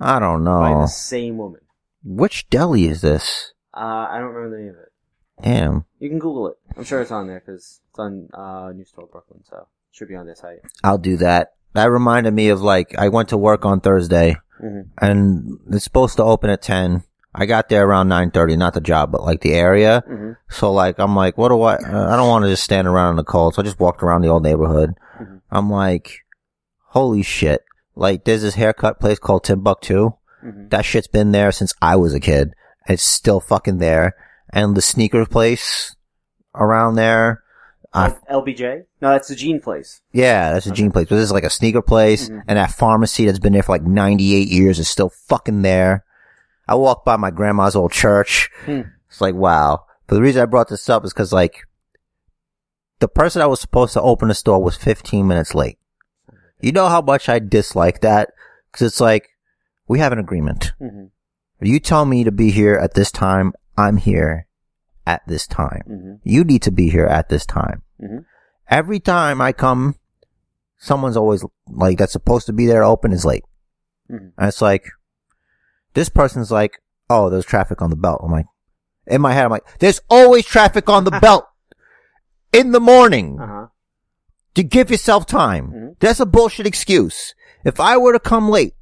Speaker 1: I don't
Speaker 2: by the
Speaker 1: know.
Speaker 2: same woman.
Speaker 1: Which deli is this?
Speaker 2: Uh, I don't remember the name of it.
Speaker 1: Damn.
Speaker 2: You can Google it. I'm sure it's on there because it's on uh, News 12 Brooklyn, so it should be on their site.
Speaker 1: I'll do that. That reminded me of like, I went to work on Thursday
Speaker 2: Mm-hmm.
Speaker 1: and it's supposed to open at 10. I got there around 9.30, not the job, but like the area.
Speaker 2: Mm-hmm.
Speaker 1: So like, I'm like, what do I, uh, I don't want to just stand around in the cold. So I just walked around the old neighborhood.
Speaker 2: Mhm.
Speaker 1: I'm like, holy shit. Like there's this haircut place called Timbuktu.
Speaker 2: Mm-hmm.
Speaker 1: That shit's been there since I was a kid. It's still fucking there. And the sneaker place around there.
Speaker 2: Uh,
Speaker 1: I,
Speaker 2: LBJ? No, that's the Gene place.
Speaker 1: yeah, that's a jean place. But this is like a sneaker place.
Speaker 2: Mhm.
Speaker 1: And that pharmacy that's been there for like 98 years is still fucking there. I walked by my grandma's old church.
Speaker 2: Hmm.
Speaker 1: It's like, wow. But the reason I brought this up is because like, the person I was supposed to open the store was 15 minutes late. You know how much I dislike that? Cause it's like, we have an agreement.
Speaker 2: Mm-hmm.
Speaker 1: You tell me to be here at this time. I'm here at this time.
Speaker 2: Mm-hmm.
Speaker 1: You need to be here at this time.
Speaker 2: Mhm.
Speaker 1: Every time I come, someone's always like that's supposed to be there to open is late.
Speaker 2: Mhm.
Speaker 1: And it's like this person's like, oh, there's traffic on the belt. I'm like, in my head, I'm like, there's always traffic on the belt in the morning
Speaker 2: Uh-huh.
Speaker 1: to give yourself time.
Speaker 2: Mhm.
Speaker 1: That's a bullshit excuse. If I were to come late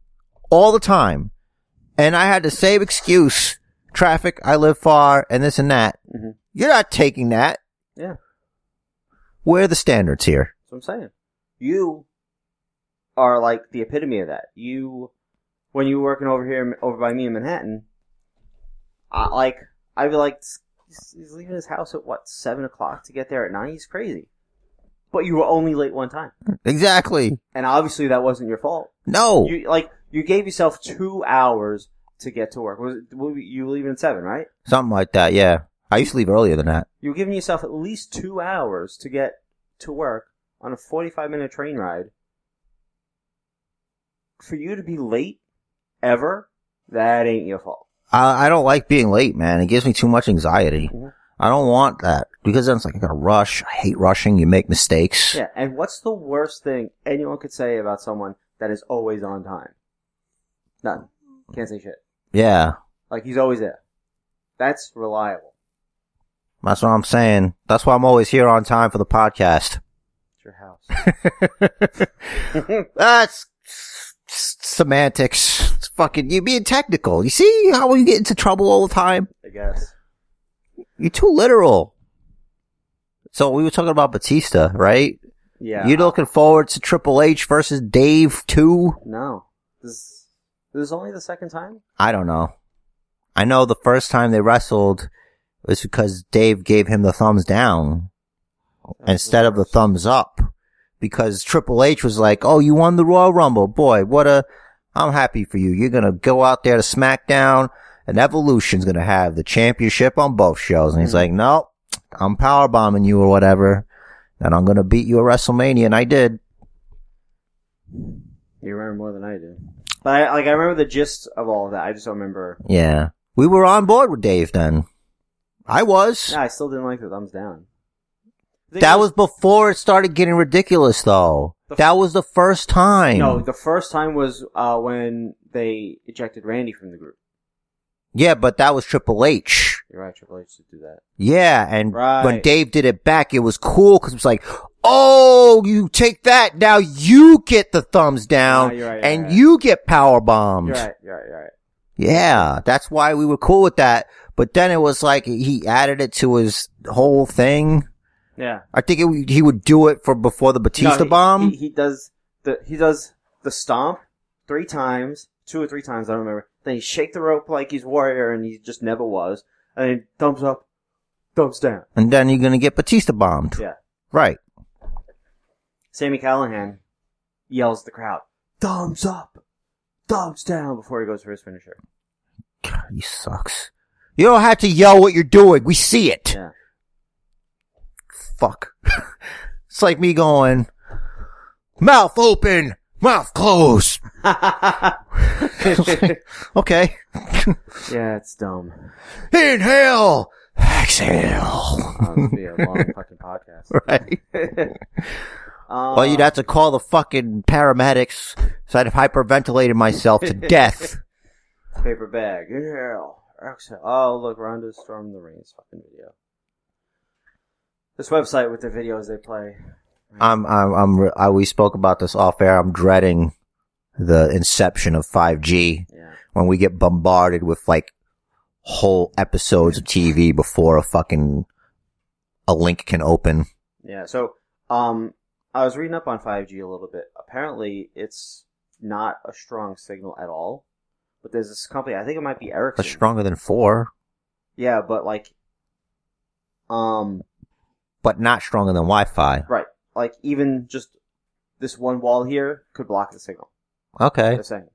Speaker 1: all the time and I had the same excuse, traffic, I live far, and this and that,
Speaker 2: Mhm.
Speaker 1: you're not taking that.
Speaker 2: Yeah.
Speaker 1: Where are the standards here?
Speaker 2: That's what I'm saying. You are like the epitome of that. You, when you were working over here, over by me in Manhattan, I like, I'd be like, he's he's leaving his house at what, 7 o'clock to get there at 9? He's crazy. But you were only late one time.
Speaker 1: Exactly.
Speaker 2: And obviously that wasn't your fault.
Speaker 1: No.
Speaker 2: You, like, you gave yourself two hours to get to work. Was it, you were leaving at 7, right?
Speaker 1: Something like that, yeah. I used to leave earlier than that.
Speaker 2: You were giving yourself at least two hours to get to work on a 45 minute train ride. For you to be late ever, that ain't your fault.
Speaker 1: I, I don't like being late, man. It gives me too much anxiety.
Speaker 2: Mhm.
Speaker 1: I don't want that because then it's like I gotta rush. I hate rushing. You make mistakes.
Speaker 2: Yeah, and what's the worst thing anyone could say about someone that is always on time? None. Can't say shit.
Speaker 1: yeah.
Speaker 2: Like, he's always there. That's reliable.
Speaker 1: That's what I'm saying. That's why I'm always here on time for the
Speaker 2: (laughs)
Speaker 1: podcast.
Speaker 2: It's your house.
Speaker 1: That's s- s- semantics. It's fucking you being technical. You see how you get into trouble all the time?
Speaker 2: I guess.
Speaker 1: You're too literal. So we were talking about Batista, right?
Speaker 2: Yeah.
Speaker 1: You're looking forward to Triple H versus Dave too?
Speaker 2: No. This, this is only the second time?
Speaker 1: I don't know. I know the first time they wrestled was because Dave gave him the thumbs down instead of the thumbs up because Triple H was like, "Oh, you won the Royal Rumble, boy! What a! I'm happy for you. You're gonna go out there to SmackDown, and Evolution's gonna have the championship on both shows." And he's
Speaker 2: Mhm.
Speaker 1: like, "No, I'm power bombing you or whatever, and I'm gonna beat you at WrestleMania." And I did.
Speaker 2: You remember more than I do. But I like I remember the gist of all of that. I just don't remember.
Speaker 1: Yeah, we were on board with Dave then. I was.
Speaker 2: No, I still didn't like the thumbs down. The thing
Speaker 1: That was before it started getting ridiculous, though.
Speaker 2: The f-
Speaker 1: that was the first time.
Speaker 2: no. The first time was uh, when they ejected Randy from the group.
Speaker 1: yeah, but that was Triple H.
Speaker 2: You're right. Triple H did do that.
Speaker 1: Yeah, and
Speaker 2: Right.
Speaker 1: when Dave did it back, it was cool because it was like, Oh, you take that. Now you get the thumbs down
Speaker 2: Nah, you're right, you're
Speaker 1: and
Speaker 2: right.
Speaker 1: you get power bombed.
Speaker 2: You're right. You're right. You're right.
Speaker 1: Yeah, that's why we were cool with that. But then it was like he added it to his whole thing.
Speaker 2: Yeah.
Speaker 1: I think it, he would do it for before the Batista
Speaker 2: No, he-
Speaker 1: bomb.
Speaker 2: He, he does the he does the stomp three times, two or three times. I don't remember. Then he shake the rope like he's warrior, and he just never was. And then thumbs up, thumbs down.
Speaker 1: and then you're gonna get Batista bombed.
Speaker 2: Yeah.
Speaker 1: Right.
Speaker 2: Sammy Callahan yells at the crowd, thumbs up, thumbs down before he goes for his finisher. (laughs)
Speaker 1: God, he sucks. You don't have to yell what you're doing. We see it.
Speaker 2: Yeah.
Speaker 1: Fuck. (laughs) it's like me going, mouth open, mouth closed. (laughs)
Speaker 2: (laughs)
Speaker 1: okay.
Speaker 2: yeah, it's dumb.
Speaker 1: Inhale, exhale. (laughs)
Speaker 2: Um, it'd be a long fucking podcast.
Speaker 1: right.
Speaker 2: Uh,
Speaker 1: Well, you'd have to call the fucking paramedics. So I'd have hyperventilated myself
Speaker 2: (laughs)
Speaker 1: to death.
Speaker 2: paper bag. Inhale, exhale. Oh, look, Ronda storming the ring. It's fucking video. This website with the videos they play.
Speaker 1: I'm, I'm, I'm, re- I, we spoke about this off air. I'm dreading the inception of 5G
Speaker 2: Yeah,
Speaker 1: when we get bombarded with like whole episodes of TV before a fucking, a link can open.
Speaker 2: yeah. So, um, I was reading up on 5G a little bit. Apparently, it's not a strong signal at all. But there's this company. I think it might be Ericsson.
Speaker 1: That's stronger than four,
Speaker 2: Yeah, but like, um,
Speaker 1: but not stronger than Wi-Fi.
Speaker 2: right, like even just this one wall here could block the signal.
Speaker 1: Okay.
Speaker 2: Just saying,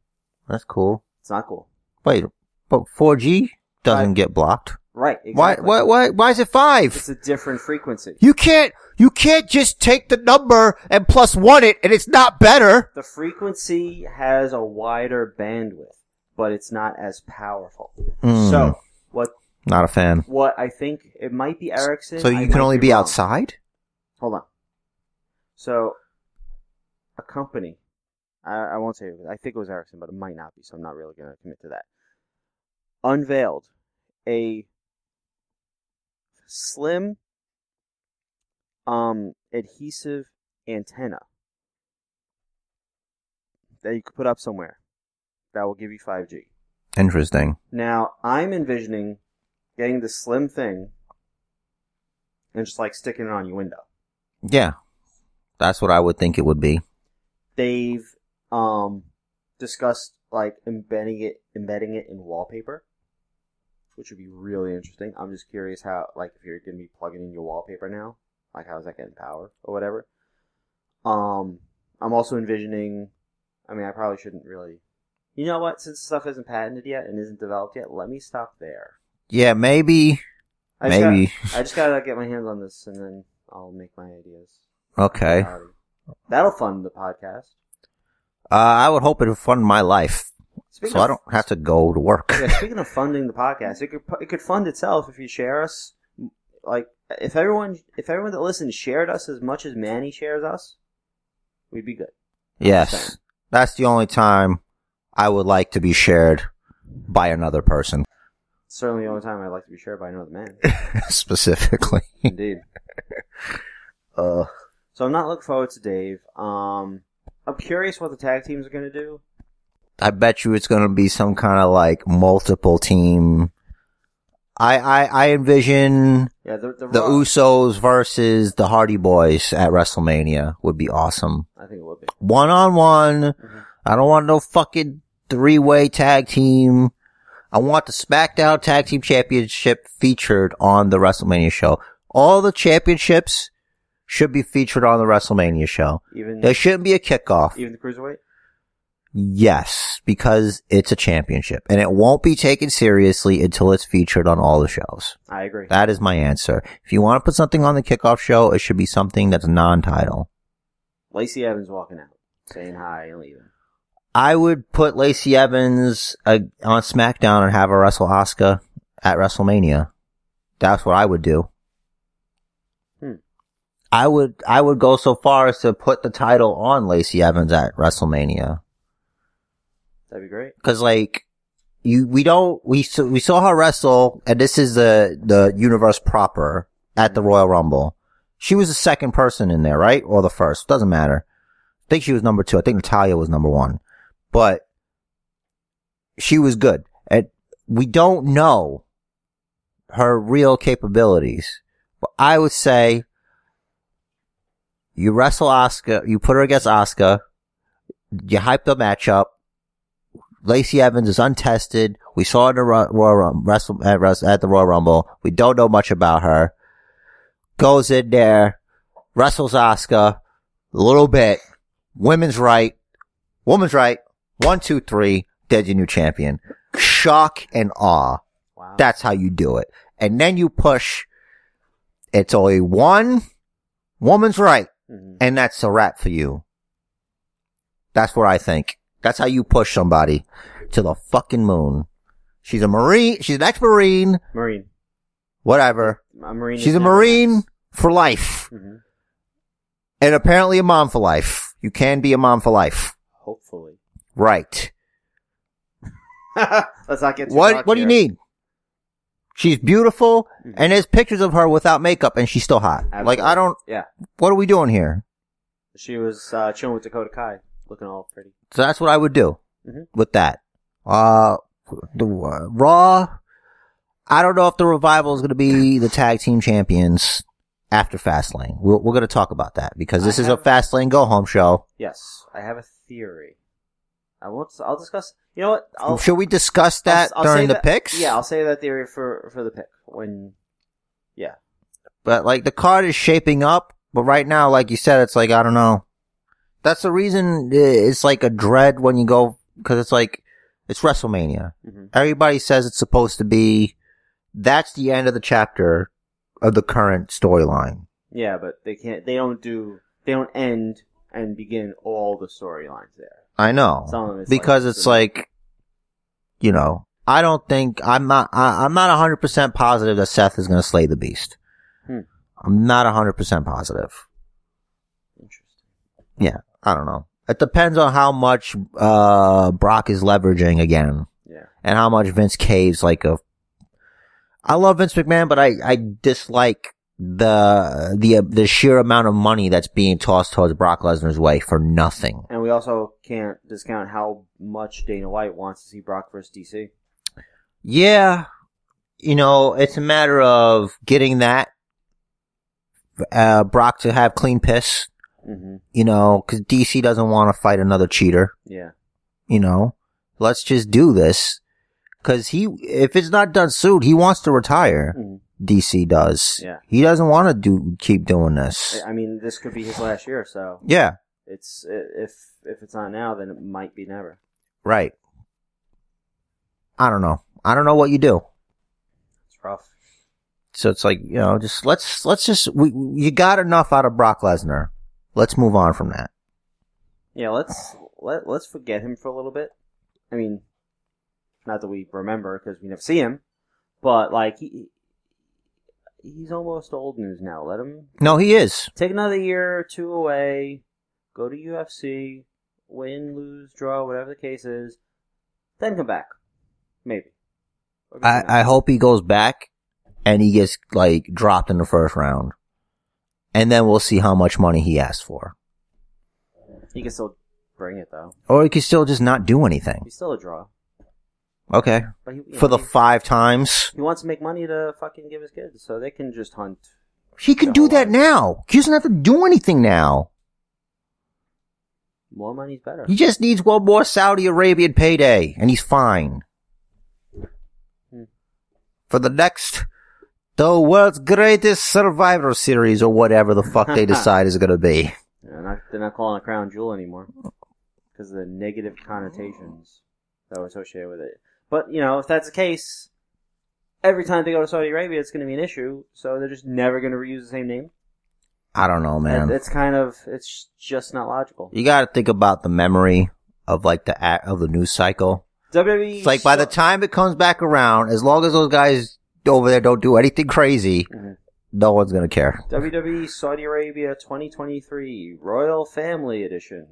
Speaker 1: That's cool.
Speaker 2: it's not cool.
Speaker 1: Wait, but 4G doesn't
Speaker 2: Right.
Speaker 1: get blocked.
Speaker 2: Right?
Speaker 1: Why,
Speaker 2: Exactly.
Speaker 1: why, why, why is it five?
Speaker 2: It's a different frequency.
Speaker 1: You can't, you can't just take the number and plus one it and it's not better.
Speaker 2: The frequency has a wider bandwidth, but it's not as powerful.
Speaker 1: Hmm.
Speaker 2: So what
Speaker 1: not a fan.
Speaker 2: what I think it might be Ericsson.
Speaker 1: So
Speaker 2: I
Speaker 1: you can
Speaker 2: might
Speaker 1: only be
Speaker 2: wrong.
Speaker 1: outside?
Speaker 2: Hold on. So a company, I, I won't say it. I think it was Ericsson, but it might not be. So I'm not really going to commit to that. Unveiled a slim, um, adhesive antenna that you could put up somewhere that will give you 5G.
Speaker 1: Interesting.
Speaker 2: Now I'm envisioning getting the slim thing and just like sticking it on your window.
Speaker 1: Yeah. That's what I would think it would be.
Speaker 2: They've um discussed like embedding it embedding it in wallpaper, which would be really interesting. I'm just curious how like if you're gonna be plugging in your wallpaper now, like how is that getting power or whatever. Um, I'm also envisioning. I mean, I probably shouldn't really. You know what? Since stuff isn't patented yet and isn't developed yet, let me stop there.
Speaker 1: Yeah, maybe.
Speaker 2: I just gotta-
Speaker 1: Maybe.
Speaker 2: I just gotta get my hands on this, and then I'll make my ideas.
Speaker 1: Okay. Uh,
Speaker 2: reality. That'll fund the podcast.
Speaker 1: I would hope it would fund my life.
Speaker 2: Speaking
Speaker 1: so
Speaker 2: of,
Speaker 1: I don't have to go to work.
Speaker 2: (laughs) yeah, speaking of funding the podcast, it could it could fund itself if you share us. Like if everyone if everyone that listens shared us as much as Manny shares us, we'd be good.
Speaker 1: (laughs) yes. That's the only time I would like to be shared by another person (laughs)
Speaker 2: Certainly, the only time I'd like to be shared by another man.
Speaker 1: specifically.
Speaker 2: Indeed.
Speaker 1: Uh,
Speaker 2: So I'm not looking forward to Dave. Um, I'm curious what the tag teams are gonna do.
Speaker 1: I bet you it's going to be some kind of like multiple team. I, I, I envision
Speaker 2: Yeah, the the,
Speaker 1: the
Speaker 2: Raw,
Speaker 1: Usos versus the Hardy Boys at WrestleMania would be awesome.
Speaker 2: I think it would be.
Speaker 1: One on one.
Speaker 2: Mhm.
Speaker 1: I don't want no fucking three way tag team. I want the SmackDown Tag Team Championship featured on the WrestleMania show. All the championships should be featured on the WrestleMania show.
Speaker 2: Even
Speaker 1: There shouldn't be a kickoff.
Speaker 2: even the cruiserweight.
Speaker 1: Yes, because it's a championship and it won't be taken seriously until it's featured on all the shows.
Speaker 2: I agree.
Speaker 1: That is my answer. If you want to put something on the kickoff show, it should be something that's non-title.
Speaker 2: Lacey Evans walking out, saying hi and leaving.
Speaker 1: I would put Lacey Evans uh, on SmackDown and have her wrestle Asuka at WrestleMania. That's what I would do.
Speaker 2: Hmm.
Speaker 1: I would I would go so far as to put the title on Lacey Evans at WrestleMania.
Speaker 2: That'd be great.
Speaker 1: Cause like, you, we don't, we, s- we saw her wrestle, and this is the, the universe proper at the Royal Rumble. She was the second person in there, right? Or the first. Doesn't matter. I think she was number two. I think Natalia was number one. But she was good. And we don't know her real capabilities. But I would say you wrestle Oscar, you put her against Oscar, you hype the matchup. Lacey Evans is untested. We saw her in the Ro- Royal Rumble, wrestle, at, Res- at the Royal Rumble. We don't know much about her. Goes in there, wrestles Oscar a little bit. Women's right, women's right. One, two, three. Dead your new champion. Shock and awe.
Speaker 2: Wow.
Speaker 1: That's how you do it. And then you push. It's only one woman's right,
Speaker 2: Mhm.
Speaker 1: and that's a wrap for you. That's what I think. That's how you push somebody to the fucking moon. She's a marine. She's an ex-marine.
Speaker 2: Marine.
Speaker 1: Whatever.
Speaker 2: A Marine.
Speaker 1: She's a marine for life,
Speaker 2: hmm
Speaker 1: and apparently a mom for life. You can be a mom for life,
Speaker 2: Hopefully.
Speaker 1: right?
Speaker 2: Let's not (laughs) get too
Speaker 1: What
Speaker 2: dark
Speaker 1: What do you
Speaker 2: here.
Speaker 1: need? She's beautiful,
Speaker 2: Mhm.
Speaker 1: and there's pictures of her without makeup, and she's still hot. Like
Speaker 2: Absolutely.
Speaker 1: I don't.
Speaker 2: Yeah,
Speaker 1: What are we doing here?
Speaker 2: she was uh, chilling with Dakota Kai, looking all pretty.
Speaker 1: So that's what I would do
Speaker 2: Mhm.
Speaker 1: with that. Uh, the uh, Raw. I don't know if the revival is going to be the tag team champions after Fastlane. We're, we're going to talk about that because this
Speaker 2: I
Speaker 1: is
Speaker 2: have-
Speaker 1: a Fastlane go home show.
Speaker 2: Yes, I have a theory. I won't. I'll discuss. You know what? I'll,
Speaker 1: Should we discuss
Speaker 2: Oh. I'll-
Speaker 1: that
Speaker 2: I'll
Speaker 1: during
Speaker 2: save
Speaker 1: the
Speaker 2: that-
Speaker 1: picks?
Speaker 2: Yeah, I'll say that theory for for the pick when. Yeah,
Speaker 1: But like the card is shaping up, but right now, like you said, it's like I don't know. That's the reason uh, it's like a dread when you go because it's like it's WrestleMania.
Speaker 2: hmm
Speaker 1: everybody says it's supposed to be that's the end of the chapter of the current storyline.
Speaker 2: yeah, but they can't. They don't do. They don't end and begin all the storylines there.
Speaker 1: I know.
Speaker 2: Some of it's
Speaker 1: because
Speaker 2: like-
Speaker 1: it's like you know, I don't think I'm not I, I'm not 100% positive that Seth is going to slay the beast.
Speaker 2: Hmm.
Speaker 1: I'm not 100% positive.
Speaker 2: Interesting.
Speaker 1: I don't know. It depends on how much uh Brock is leveraging again.
Speaker 2: Yeah.
Speaker 1: and how much Vince caves like a. I love Vince McMahon, but I, I dislike the the uh, the sheer amount of money that's being tossed towards Brock Lesnar's way for nothing.
Speaker 2: And we also can't discount how much Dana White wants to see Brock versus DC.
Speaker 1: Yeah, you know, it's a matter of getting that uh, Brock to have clean piss.
Speaker 2: Mm-hmm.
Speaker 1: You know, because DC doesn't want to fight another cheater.
Speaker 2: Yeah.
Speaker 1: You know, let's just do this. Because he, if it's not done soon, he wants to retire.
Speaker 2: Mhm.
Speaker 1: DC does.
Speaker 2: Yeah.
Speaker 1: He doesn't want to do keep doing this.
Speaker 2: I- I mean, this could be his last year, so
Speaker 1: Yeah,
Speaker 2: it's i- if if it's not now, then it might be never.
Speaker 1: right. I don't know. I don't know what you do.
Speaker 2: It's rough.
Speaker 1: So it's like, you know, just let's let's just we you got enough out of Brock Lesnar. Let's move on from that.
Speaker 2: Yeah, let's let let's forget him for a little bit. I mean, not that we remember because we never see him, but like he he's almost old news now. Let him
Speaker 1: No, he is.
Speaker 2: take another year or two away, go to UFC, win, lose, draw, whatever the case is, then come back, maybe. Or maybe not.
Speaker 1: I, I hope he goes back and he gets like dropped in the first round. And then we'll see how much money he asked for.
Speaker 2: he can still bring it though.
Speaker 1: Or he could still just not do anything.
Speaker 2: He's still a draw,
Speaker 1: Okay.
Speaker 2: but he, you
Speaker 1: For the
Speaker 2: know, he-
Speaker 1: five times.
Speaker 2: He wants to make money to fucking give his kids, so they can just hunt.
Speaker 1: He can do that now. He doesn't have to do anything now.
Speaker 2: More money's better.
Speaker 1: He just needs one more Saudi Arabian payday, and he's fine.
Speaker 2: Hmm.
Speaker 1: For the next, the world's greatest survivor series, or whatever the fuck they decide is gonna be.
Speaker 2: They're not, they're not calling it crown jewel anymore because of the negative connotations that were associated with it. But you know, if that's the case, every time they go to Saudi Arabia, it's going to be an issue. So they're just never going to reuse the same name.
Speaker 1: I don't know, man.
Speaker 2: And it's kind of it's just not logical.
Speaker 1: you gotta think about the memory of like the act of the news cycle.
Speaker 2: WWE.
Speaker 1: It's like by the time it comes back around, as long as those guys over there don't do anything (laughs) crazy,
Speaker 2: Mhm.
Speaker 1: no one's gonna care.
Speaker 2: WWE E Saudi Arabia 2023 Royal Family Edition.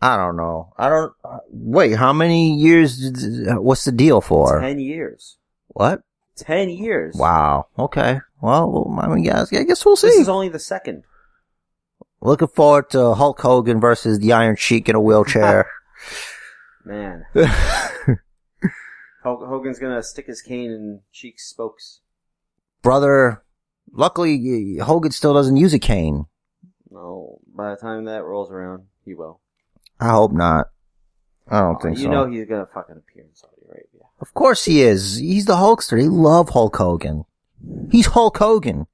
Speaker 1: I don't know. I don't. uh, Wait, how many years? Did, what's the deal for?
Speaker 2: Ten years.
Speaker 1: What?
Speaker 2: ten years.
Speaker 1: Wow. Okay. Well, I mean, yeah, I guess we'll see.
Speaker 2: This is only the second.
Speaker 1: Looking forward to Hulk Hogan versus the Iron Sheik in a
Speaker 2: (laughs)
Speaker 1: wheelchair. (laughs)
Speaker 2: Man, Hulk Hogan's gonna stick his cane in Cheek's spokes.
Speaker 1: Brother, luckily y- Hogan still doesn't use a cane.
Speaker 2: No, by the time that rolls around, he will.
Speaker 1: I hope not. I don't think
Speaker 2: Oh, you
Speaker 1: so.
Speaker 2: know he's gonna fucking appear in Saudi Arabia.
Speaker 1: of course he is. He's the Hulkster. They love Hulk Hogan. He's Hulk Hogan.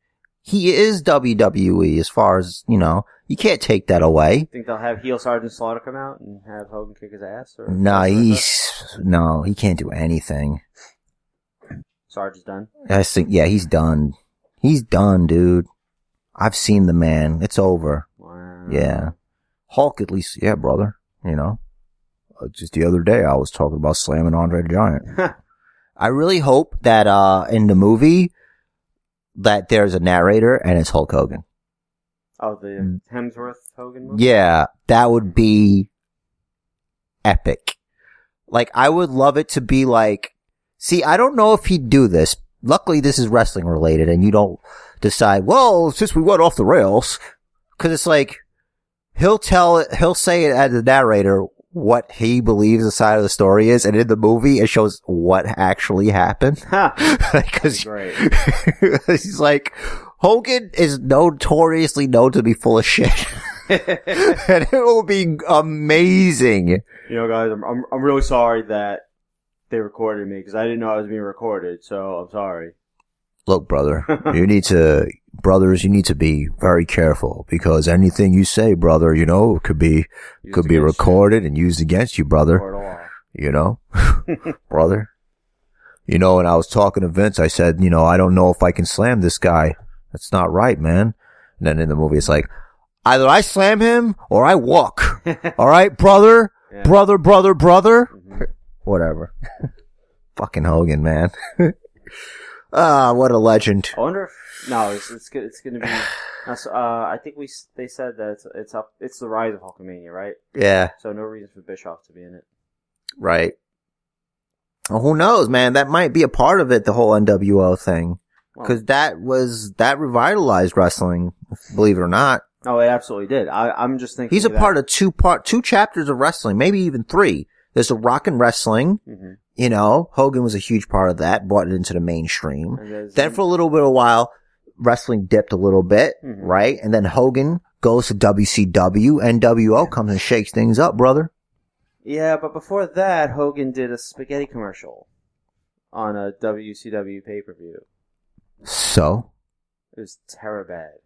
Speaker 1: He is WWE as far as, you know, you can't take that away.
Speaker 2: Think they'll have heel Sergeant Slaughter come out and have Hogan kick his ass? Or
Speaker 1: No, he's no, he can't do anything.
Speaker 2: Sarge is done.
Speaker 1: I just think, yeah, he's done. He's done, dude. I've seen the man. It's over.
Speaker 2: Wow.
Speaker 1: Yeah, Hulk, at least, yeah, brother. You know, Uh, just the other day I was talking about slamming Andre the Giant. I really hope that uh in the movie that there's a narrator and it's Hulk Hogan.
Speaker 2: (laughs) Oh,
Speaker 1: Mm.
Speaker 2: the Hemsworth Hogan movie.
Speaker 1: Yeah, that would be epic. Like, I would love it to be like, see, I don't know if he'd do this. Luckily, this is wrestling related and you don't decide, well, since we went off the rails, cause it's like, he'll tell it, he'll say it as the narrator what he believes the side of the story is. And in the movie, it shows what actually happened. (laughs)
Speaker 2: Ha!
Speaker 1: cause (laughs)
Speaker 2: (laughs) Great. (laughs)
Speaker 1: he's like, Hogan is notoriously known to be full of shit
Speaker 2: you
Speaker 1: (laughs) and it will be amazing.
Speaker 2: know, guys, I'm, I'm I'm really sorry that they recorded me because I didn't know I was being recorded. So I'm sorry.
Speaker 1: Look,
Speaker 2: (laughs)
Speaker 1: brother, you need to, brothers, you need to be very careful because anything you say, brother, you know, could be,
Speaker 2: Used
Speaker 1: could be
Speaker 2: against you.
Speaker 1: recorded and used against you, brother.
Speaker 2: Record all.
Speaker 1: You
Speaker 2: (laughs)
Speaker 1: know, (laughs) brother. You know, when I was talking to Vince, I said, you know, I don't know if I can slam this guy. That's not right, man. And then in the movie, it's like, either I slam him or I
Speaker 2: (laughs)
Speaker 1: walk. All right, brother,
Speaker 2: Yeah.
Speaker 1: brother, brother, brother.
Speaker 2: Mhm.
Speaker 1: whatever. (laughs) Fucking Hogan, man. (laughs) ah, what a legend.
Speaker 2: I wonder if no, it's it's, go-
Speaker 1: (sighs)
Speaker 2: it's gonna be. Uh, so, uh, I think we s- they said that it's, it's up. It's the rise of Hulkamania, right?
Speaker 1: Yeah,
Speaker 2: So no reason for Bischoff to be in it.
Speaker 1: right. Well, who knows, man? That might be a part of it, the whole NWO thing.
Speaker 2: Well,
Speaker 1: Because that was, that revitalized wrestling, believe it or not.
Speaker 2: no, it absolutely did. I, I'm just thinking
Speaker 1: He's a part of two part, two chapters of wrestling, maybe even three. There's a rock and wrestling,
Speaker 2: hmm
Speaker 1: you know, Hogan was a huge part of that, brought it into the mainstream. Then for a little bit of a while, wrestling dipped a little bit,
Speaker 2: Mhm.
Speaker 1: right? And then Hogan goes to WCW, NWO comes and shakes things up, brother.
Speaker 2: Yeah, but before that, Hogan did a spaghetti commercial on a WCW pay per view.
Speaker 1: So
Speaker 2: It was terror bad,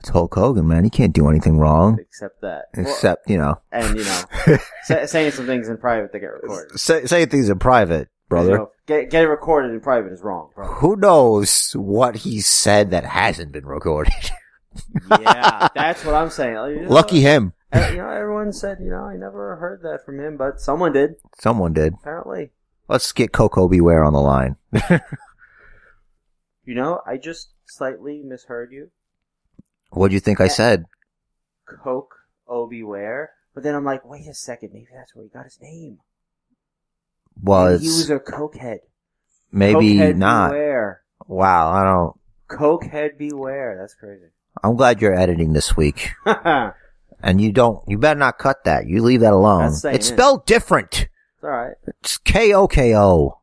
Speaker 1: it's Hulk Hogan, man. He can't do anything wrong
Speaker 2: except that.
Speaker 1: except you know
Speaker 2: Well, and
Speaker 1: (laughs)
Speaker 2: you know, sa- saying some things in private that get recorded,
Speaker 1: say, say things in private,
Speaker 2: You
Speaker 1: brother.
Speaker 2: know, get get it recorded in private is wrong, bro.
Speaker 1: (laughs) Who knows what he said that hasn't been recorded? (laughs)
Speaker 2: yeah, that's what I'm saying. Like, you know,
Speaker 1: Lucky him.
Speaker 2: e- You know, everyone said, you know, I never heard that from him, but someone did
Speaker 1: Someone did.
Speaker 2: apparently.
Speaker 1: Let's get Coco Beware on the line.
Speaker 2: You know, I just slightly misheard you.
Speaker 1: What do you think I said?
Speaker 2: Coke, oh beware. But then I'm like, wait a second, maybe that's where he got his name.
Speaker 1: Was,
Speaker 2: he was a cokehead.
Speaker 1: maybe
Speaker 2: Cokehead
Speaker 1: not.
Speaker 2: Beware.
Speaker 1: Wow, I don't.
Speaker 2: Cokehead beware. That's crazy. (laughs)
Speaker 1: I'm glad you're editing this week.
Speaker 2: it's
Speaker 1: And you don't, you better not cut that. You leave that alone.
Speaker 2: That's staying
Speaker 1: It's
Speaker 2: in.
Speaker 1: spelled different.
Speaker 2: all right.
Speaker 1: It's K O K O.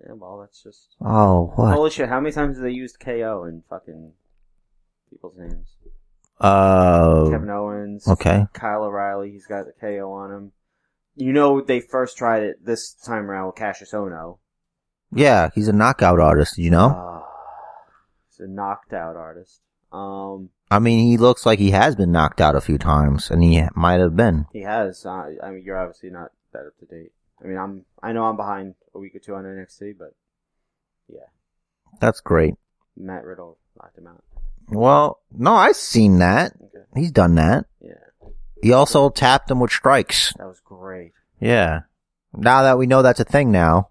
Speaker 2: Yeah, well, that's just
Speaker 1: Oh, what?
Speaker 2: holy shit. How many times have they used KO in fucking people's names? Kevin
Speaker 1: Uh,
Speaker 2: Owens,
Speaker 1: okay.
Speaker 2: Kyle O'Reilly. He's got the KO on him. You know they first tried it this time around with Cassius Ono.
Speaker 1: Yeah, he's a knockout artist, you know?
Speaker 2: Uh, he's a knocked out artist. Um,
Speaker 1: I mean, he looks like he has been knocked out a few times, and he might have been.
Speaker 2: He has. Uh, I mean, you're obviously not that up to date. I mean, I'm. I know I'm behind a week or two on NXT, but
Speaker 1: That's great.
Speaker 2: Matt Riddle knocked him out.
Speaker 1: Well, no, I've seen that.
Speaker 2: Okay.
Speaker 1: He's done that.
Speaker 2: Yeah,
Speaker 1: He also tapped him with strikes.
Speaker 2: that was great.
Speaker 1: Yeah. Now that we know that's a thing now,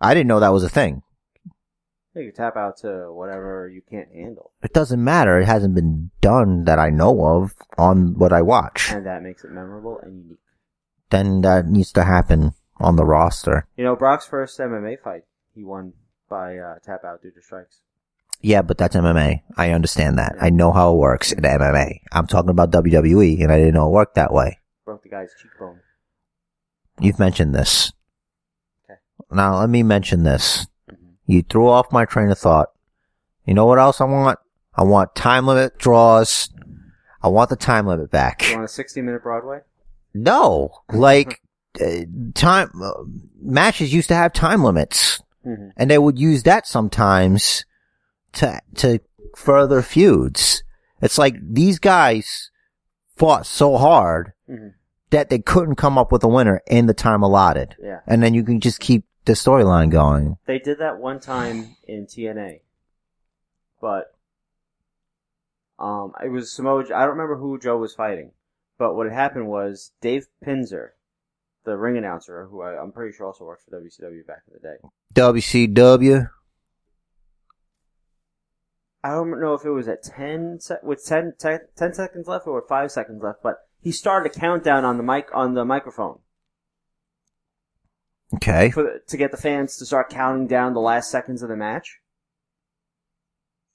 Speaker 1: I didn't know that was a thing.
Speaker 2: You can tap out to whatever you can't handle,
Speaker 1: It doesn't matter. It hasn't been done that I know of on what I watch.
Speaker 2: and that makes it memorable and unique.
Speaker 1: Then that needs to happen on the roster.
Speaker 2: You know, Brock's first MMA fight, he won by uh, tap out due to strikes.
Speaker 1: Yeah, but that's MMA. I understand that. I know how it works in MMA. I'm talking about WWE, and I didn't know it worked that way.
Speaker 2: Broke the guy's cheekbone.
Speaker 1: You've mentioned this.
Speaker 2: Okay.
Speaker 1: Now let me mention this. You threw off my train of thought. You know what else I want? I want time limit draws. I want the time limit back.
Speaker 2: You want a 60 minute Broadway?
Speaker 1: No, like uh, time uh, matches used to have time limits,
Speaker 2: Mm-hmm.
Speaker 1: and they would use that sometimes to to further feuds. It's like these guys fought so hard
Speaker 2: hmm
Speaker 1: that they couldn't come up with a winner in the time allotted,
Speaker 2: Yeah.
Speaker 1: and then you can just keep the storyline going.
Speaker 2: They did that one time in TNA, but um, it was Samoa. Joe- I don't remember who Joe was fighting, but what had happened was Dave Pinzer, the ring announcer, who I, I'm pretty sure also worked for WCW back in the day.
Speaker 1: WCW.
Speaker 2: I don't know if it was at 10, se- with 10, 10, 10 seconds left or with 5 seconds left, but he started a countdown on the mic on the microphone
Speaker 1: Okay.
Speaker 2: for the, to get the fans to start counting down the last seconds of the match.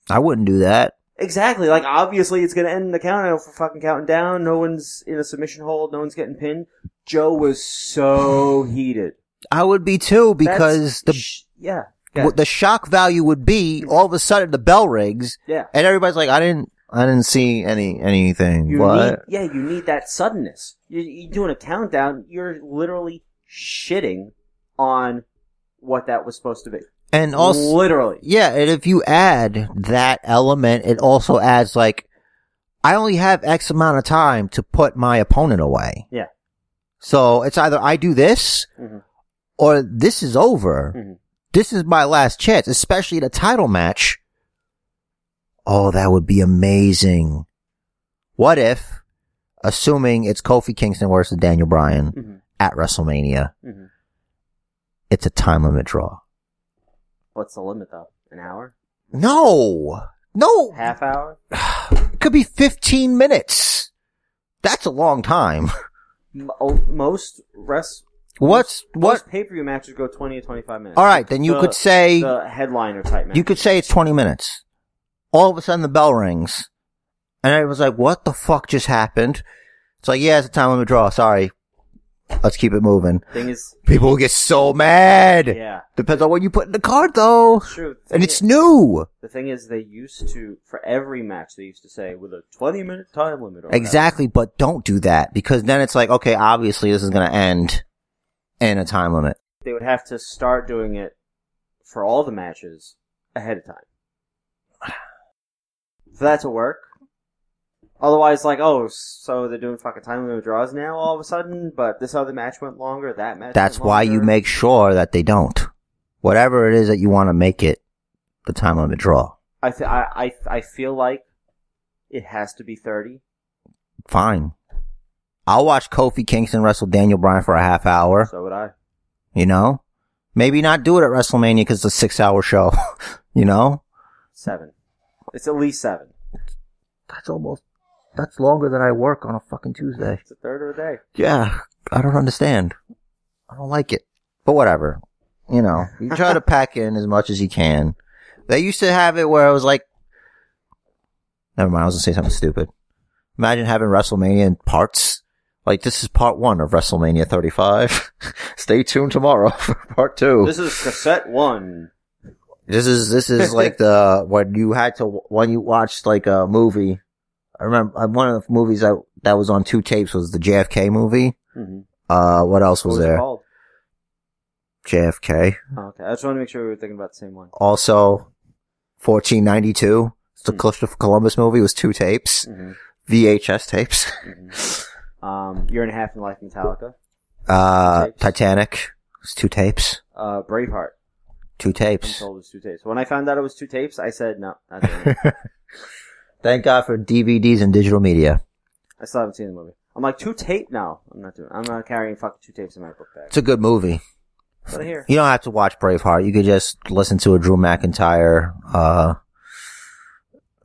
Speaker 1: I wouldn't do that.
Speaker 2: Exactly. Like obviously, it's gonna end in the countdown for fucking counting down. No one's in a submission hold. No one's getting pinned. Joe was so heated
Speaker 1: I would be too
Speaker 2: That's-
Speaker 1: because the
Speaker 2: sh- yeah
Speaker 1: what the shock value would be all of a sudden the bell rings
Speaker 2: yeah
Speaker 1: and everybody's like, I didn't, I didn't see any anything.
Speaker 2: you
Speaker 1: what?
Speaker 2: need yeah you need that suddenness. You're, you're doing a countdown. You're literally shitting on what that was supposed to be.
Speaker 1: and also, (laughs)
Speaker 2: literally.
Speaker 1: yeah, and if you add that element, it also adds like, I only have X amount of time to put my opponent away.
Speaker 2: Yeah.
Speaker 1: So it's either I do this
Speaker 2: Mhm.
Speaker 1: or this is over.
Speaker 2: Mhm.
Speaker 1: This is my last chance, especially in a title match. Oh, that would be amazing. What if, assuming it's Kofi Kingston versus Daniel Bryan
Speaker 2: Mhm.
Speaker 1: at WrestleMania,
Speaker 2: Mhm.
Speaker 1: it's a time limit draw?
Speaker 2: What's the limit though? An hour?
Speaker 1: No! No!
Speaker 2: Half hour?
Speaker 1: It could be 15 minutes. That's a long time. (laughs)
Speaker 2: M- oh, most rest.
Speaker 1: What's, what?
Speaker 2: Most pay per view matches go twenty to twenty five minutes.
Speaker 1: All right, then you
Speaker 2: The-
Speaker 1: could say,
Speaker 2: the headliner type match.
Speaker 1: you could say it's 20 minutes. All of a sudden the bell rings. And I was like, what the fuck just happened? It's like, yeah, it's a time limit draw. Sorry. Let's keep it moving.
Speaker 2: Thing is,
Speaker 1: People will get so mad.
Speaker 2: yeah,
Speaker 1: Depends on what you put in the card though.
Speaker 2: true. The
Speaker 1: And
Speaker 2: thing
Speaker 1: it's
Speaker 2: is-
Speaker 1: new.
Speaker 2: the thing is they used to for every match they used to say with a twenty minute time limit. Or whatever.
Speaker 1: Exactly, but don't do that because then it's like, okay, obviously this is going to end in a time limit.
Speaker 2: They would have to start doing it for all the matches ahead of time (sighs) for that to work. Otherwise, like, oh, so they're doing fucking time limit draws now all of a sudden, but this other match went longer, that match.
Speaker 1: That's
Speaker 2: went
Speaker 1: why you
Speaker 2: longer.
Speaker 1: make sure that they don't. Whatever it is that you want to make it the time limit draw.
Speaker 2: I, th- I I I feel like it has to be thirty.
Speaker 1: Fine. I'll watch Kofi Kingston wrestle Daniel Bryan for a half hour,
Speaker 2: So would I.
Speaker 1: you know? Maybe not do it at WrestleMania because it's a six hour show, (laughs) you know?
Speaker 2: Seven. It's at least seven.
Speaker 1: That's almost, that's longer than I work on a fucking Tuesday.
Speaker 2: It's a third of a day.
Speaker 1: Yeah, I don't understand. I don't like it. But whatever. You know, you try
Speaker 2: (laughs)
Speaker 1: to pack in as much as you can. They used to have it where it was like, never mind, I was gonna say something stupid. Imagine having WrestleMania in parts. Like, this is part one of WrestleMania 35. (laughs) Stay tuned tomorrow (laughs) for part two. This,
Speaker 2: This is cassette one.
Speaker 1: is, this
Speaker 2: (laughs)
Speaker 1: is like the, when you had to, when you watched like a movie. I remember uh, one of the movies that, that was on two tapes was the JFK movie.
Speaker 2: Mm-hmm.
Speaker 1: Uh, what else
Speaker 2: What
Speaker 1: was
Speaker 2: was it
Speaker 1: there?
Speaker 2: called?
Speaker 1: JFK.
Speaker 2: Oh, okay, I just wanted to make sure we were thinking about the same one.
Speaker 1: Also, 1492. It's the
Speaker 2: Hmm.
Speaker 1: Christopher Columbus movie. It was two tapes,
Speaker 2: hmm
Speaker 1: VHS
Speaker 2: (laughs)
Speaker 1: tapes.
Speaker 2: Um, Year and a half in life, Metallica.
Speaker 1: Uh,
Speaker 2: Tapes.
Speaker 1: Titanic. It's two tapes.
Speaker 2: Uh, Braveheart.
Speaker 1: Two
Speaker 2: I'm
Speaker 1: tapes.
Speaker 2: told it was two tapes. When I found out it was two tapes, I said no. Not doing it.
Speaker 1: Thank God for DVDs and digital media.
Speaker 2: I still haven't seen the movie. I'm like two tape now. I'm not doing. I'm not carrying fucking two tapes in my book bag.
Speaker 1: It's a good movie.
Speaker 2: But here,
Speaker 1: You don't have to watch Braveheart. You could just listen to a Drew McIntyre, uh,